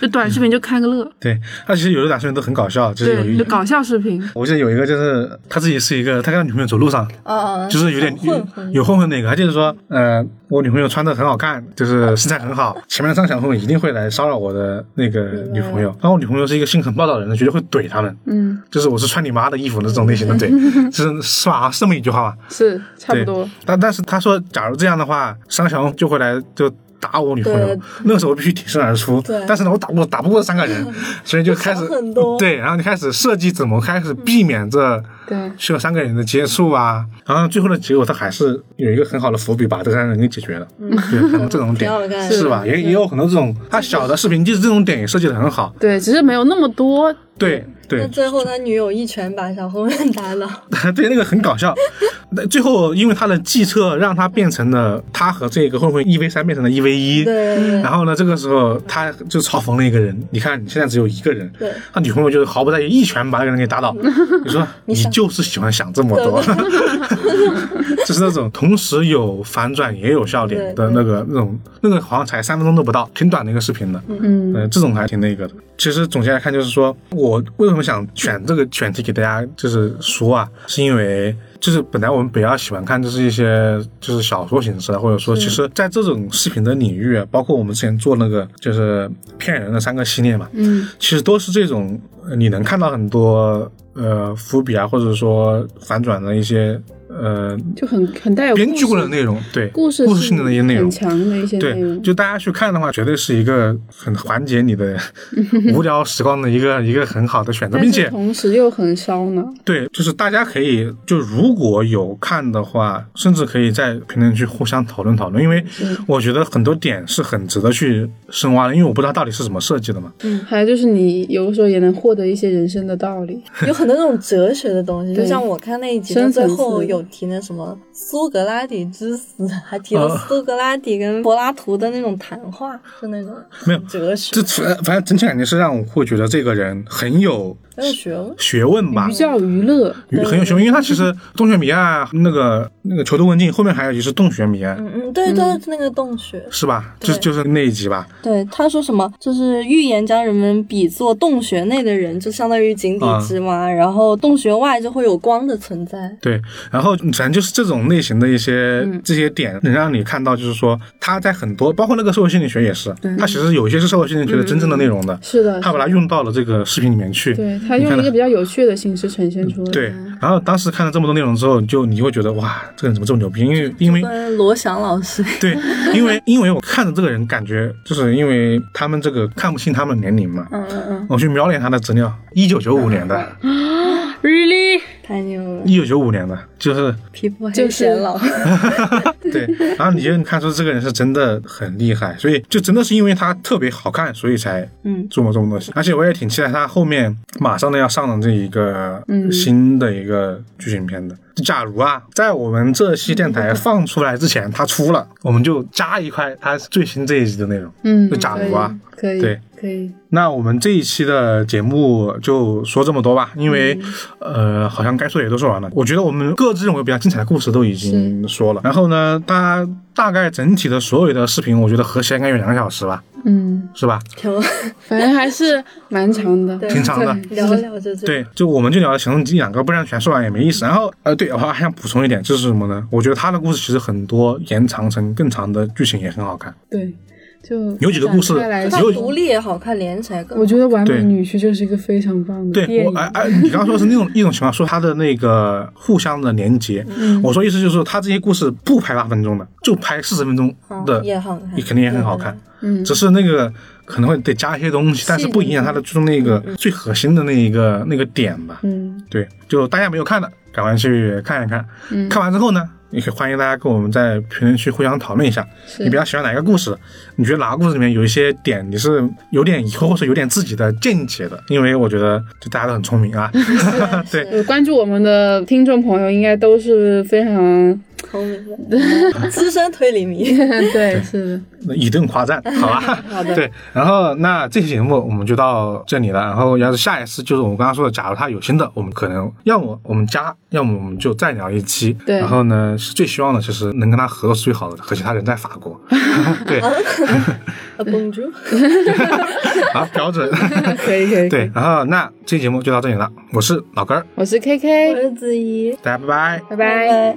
[SPEAKER 3] 就短视频就看个乐，
[SPEAKER 2] 对，它其实有的短视频都很搞笑， 就是有
[SPEAKER 3] 对，
[SPEAKER 2] 一
[SPEAKER 3] 就。搞笑视频，
[SPEAKER 2] 我记得有一个就是他自己是一个，他跟他女朋友走路上，
[SPEAKER 4] 啊，
[SPEAKER 2] 就是有点
[SPEAKER 4] 混混
[SPEAKER 2] 有混混那个，他就是说，呃，我女朋友穿的很好看，就是身材很好，前面的张小混一定会来骚扰我的那个女朋友，然后我女朋友是一个性很暴躁的人，绝对会怼他们，
[SPEAKER 3] 嗯，
[SPEAKER 2] 就是我是穿你妈的衣服的这种类型 的怼，是是吧？是这么一句话吧？
[SPEAKER 3] 是差不
[SPEAKER 2] 对
[SPEAKER 3] 多。
[SPEAKER 2] 但但是他说，假如这样的话，商小红就会来就打我女朋友
[SPEAKER 4] 对。
[SPEAKER 2] 那个时候我必须挺身而出
[SPEAKER 4] 对，
[SPEAKER 2] 但是呢，我打不打不过这三个 人，所以就开始
[SPEAKER 4] 想很多
[SPEAKER 2] 对，然后就开始设计怎么开始避免这
[SPEAKER 3] 对
[SPEAKER 2] 这三个人的接触啊。然后最后的结果，他还是有一个很好的伏笔，把这三个人给解决了。对，可能这种点
[SPEAKER 4] 嗯挺好看的
[SPEAKER 2] 是吧？也也有很多这种，他小的视频就是这种点也设计的很好。
[SPEAKER 3] 对，只是没有那么多
[SPEAKER 2] 对
[SPEAKER 4] 那
[SPEAKER 2] 对，
[SPEAKER 4] 最后他女友一拳把小混混打倒，
[SPEAKER 2] 对，那个很搞笑。那最后因为他的计策，让他变成了他和这个混混一 v 三变成了一 v 一。
[SPEAKER 4] 对对对
[SPEAKER 2] 然后呢，这个时候他就嘲讽了一个人，你看你现在只有一个人，
[SPEAKER 4] 对
[SPEAKER 2] 他女朋友就是毫不在意，一拳把那个人给打倒。你说你就是喜欢想这么多， 就是那种同时有反转也有笑点的那个那种，那个好像才三分钟都不到，挺短的一个视频的。嗯，呃，这种还挺那个的。其实总结来看，就是说我为什么想选这个选题给大家就是说啊，是因为。就是本来我们比较喜欢看就是一些就是小说形式啊，或者说其实在这种视频的领域啊，包括我们之前做那个就是骗人的三个系列嘛，嗯，其实都是这种呃你能看到很多呃伏笔啊，或者说反转的一些呃
[SPEAKER 3] 就很很带有
[SPEAKER 2] 编
[SPEAKER 3] 故
[SPEAKER 2] 剧过的
[SPEAKER 3] 事
[SPEAKER 2] 内容，对
[SPEAKER 3] 故事
[SPEAKER 2] 故事性的那些内容
[SPEAKER 3] 很。强的一些内
[SPEAKER 2] 对，
[SPEAKER 3] 容。
[SPEAKER 2] 就大家去看的话，绝对是一个很缓解你 的无聊时光的一个一个很好的选择，
[SPEAKER 3] 但
[SPEAKER 2] 并
[SPEAKER 3] 是
[SPEAKER 2] 且
[SPEAKER 3] 同时又很烧脑。
[SPEAKER 2] 对，就是大家可以就如果有看的话，甚至可以在评论区互相讨论讨论，因为
[SPEAKER 3] 嗯
[SPEAKER 2] 我觉得很多点是很值得去深挖的，因为我不知道到底是怎么设计的嘛。
[SPEAKER 3] 还有就是你有的时候也能获得一些人生的道理。
[SPEAKER 4] 有很多那种哲学的东西，
[SPEAKER 3] 对
[SPEAKER 4] 就像我看那一集，
[SPEAKER 3] 深
[SPEAKER 4] 到
[SPEAKER 3] 层
[SPEAKER 4] 最
[SPEAKER 3] 次
[SPEAKER 4] 后有提那什么苏格拉底之死，还提了
[SPEAKER 2] 啊
[SPEAKER 4] 苏格拉底跟柏拉图的那种谈话，就那种
[SPEAKER 2] 没有
[SPEAKER 4] 哲学
[SPEAKER 2] 这，反反正整体感觉是让我会觉得这个人很有
[SPEAKER 4] 很有学问。
[SPEAKER 2] 学问吧
[SPEAKER 3] 寓，教于乐，
[SPEAKER 2] 与很有学问，因为他其实洞穴谜案那个那个囚徒问境后面还有一集是洞穴谜啊案，
[SPEAKER 4] 嗯嗯，对对，那个
[SPEAKER 2] 嗯
[SPEAKER 4] 洞穴，
[SPEAKER 2] 是吧？就
[SPEAKER 4] 对
[SPEAKER 2] 就是那一集吧。
[SPEAKER 4] 对他说什么，就是预言将人们比作洞穴内的人，就相当于井底之
[SPEAKER 2] 啊
[SPEAKER 4] 蛙，然后洞穴外就会有光的存在。
[SPEAKER 2] 对，然后反正就是这种类型的一些、这些点，能让你看到，就是说他在很多，包括那个社会心理学也是，他其实有一些是社会心理学的真正的内容的，
[SPEAKER 3] 是的，
[SPEAKER 2] 他把它用到了这个视频里面去。
[SPEAKER 3] 嗯对他
[SPEAKER 2] 你
[SPEAKER 3] 用
[SPEAKER 2] 看
[SPEAKER 3] 一个
[SPEAKER 2] 它
[SPEAKER 3] 比较有趣的形式呈现出来。
[SPEAKER 2] 对，然后当时看了这么多内容之后，就你会觉得哇，这个人怎么这么牛逼？因为因为
[SPEAKER 4] 跟罗翔老师，
[SPEAKER 2] 对，因为因为我看着这个人，感觉就是因为他们这个看不清他们年龄嘛。
[SPEAKER 4] 嗯嗯嗯，
[SPEAKER 2] 我去瞄了一眼他的资料，一九九五年的，
[SPEAKER 3] ，really，
[SPEAKER 4] 太牛了，
[SPEAKER 2] 一九九五年的，就是
[SPEAKER 4] 皮肤
[SPEAKER 3] 就
[SPEAKER 4] 黑
[SPEAKER 3] 是
[SPEAKER 4] 显老，
[SPEAKER 2] 对，然后你就能看出这个人是真的很厉害，所以就真的是因为他特别好看，所以才
[SPEAKER 6] 嗯
[SPEAKER 2] 做这么东西。而且我也挺期待他后面马上的要上的这一个
[SPEAKER 6] 嗯
[SPEAKER 2] 新的一个剧情片的。假如啊，在我们这期电台放出来之前，他出了，我们就加一块他最新这一集的内容。
[SPEAKER 6] 嗯
[SPEAKER 2] 就假如啊，
[SPEAKER 6] 可以，
[SPEAKER 2] 对
[SPEAKER 6] 可以，
[SPEAKER 2] 那我们这一期的节目就说这么多吧，因为、呃，好像该说的也都说完了。我觉得我们各自认为比较精彩的故事都已经说了。然后呢，大家大概整体的所有的视频，我觉得合起来应该有两个小时吧，
[SPEAKER 6] 嗯，
[SPEAKER 2] 是吧？
[SPEAKER 4] 挺
[SPEAKER 6] 反正还是蛮长的，
[SPEAKER 4] 对
[SPEAKER 2] 挺长的。
[SPEAKER 6] 对
[SPEAKER 4] 聊着聊着就
[SPEAKER 2] 嗯对，就我们就聊了其中一两个，不然全说完也没意思。然后，呃，对，我还想补充一点，就是什么呢？我觉得他的故事其实很多延长成更长的剧情也很好看。
[SPEAKER 6] 对，就
[SPEAKER 2] 有几个故事
[SPEAKER 6] 展开来
[SPEAKER 4] 它
[SPEAKER 2] 有
[SPEAKER 4] 独立也好看，连起来更
[SPEAKER 6] 我觉得《完美
[SPEAKER 2] 对
[SPEAKER 6] 女婿》就是一个非常棒的
[SPEAKER 2] 对
[SPEAKER 6] 电
[SPEAKER 2] 我
[SPEAKER 6] 影，
[SPEAKER 2] 哎哎，你刚刚说是那种一种情况，说它的那个互相的连接。
[SPEAKER 6] 嗯
[SPEAKER 3] 嗯
[SPEAKER 2] 我说意思就是说，它这些故事不拍八分钟的，就拍四十分钟
[SPEAKER 4] 好
[SPEAKER 2] 的，
[SPEAKER 4] 哦也好看，
[SPEAKER 2] 也肯定也很好看。
[SPEAKER 6] 嗯
[SPEAKER 2] 只是那个可能会得加一些东西，但是不影响它的最终那个最核心的那一个那个点吧。
[SPEAKER 6] 嗯，
[SPEAKER 2] 对，就大家没有看的，赶快去看一看。看完之后呢，也可以欢迎大家跟我们在评论区互相讨论一下，
[SPEAKER 6] 是
[SPEAKER 2] 你比较喜欢哪个故事？你觉得哪个故事里面有一些点你是有点疑惑，或者有点自己的见解的？因为我觉得就大家都很聪明啊，对，
[SPEAKER 6] 呃关注我们的听众朋友应该都是非常，
[SPEAKER 4] 聪明的， 资深推理 迷，
[SPEAKER 6] 对，是的，
[SPEAKER 2] 以顿夸赞，好吧？
[SPEAKER 6] 好的
[SPEAKER 2] 对，然后那这期节目我们就到这里了。然后要是下一次就是我们刚刚说的，假如他有新的，我们可能要么我们加，要么我们就再聊一期。
[SPEAKER 6] 对
[SPEAKER 2] 然后呢，是最希望的就是能跟他合作是最好的，可惜他人在法 国。对，
[SPEAKER 4] 啊绷 住，
[SPEAKER 2] 啊，标准。
[SPEAKER 6] 可以可以，
[SPEAKER 2] 对，然后那这期节目就到这里了。我是老根儿，
[SPEAKER 6] 我是
[SPEAKER 4] 我
[SPEAKER 6] KK，
[SPEAKER 4] 是子怡，
[SPEAKER 2] 大家拜拜。
[SPEAKER 6] 拜拜。
[SPEAKER 4] 拜。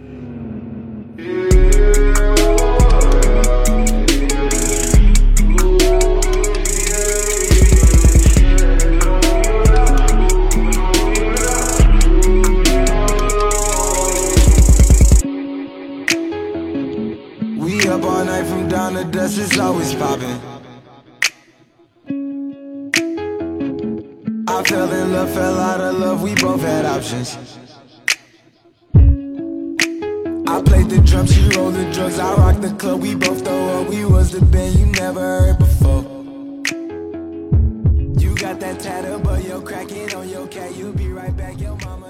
[SPEAKER 8] We up all night from down to dust, it's always poppin'. I fell in love, fell out of love, we both had options. I played the drums, she rolled the drugs, I rocked the club, we both throw up. We was the band you never heard before. You got that tatter, but you're cracking on your cat, you be right back, your mama.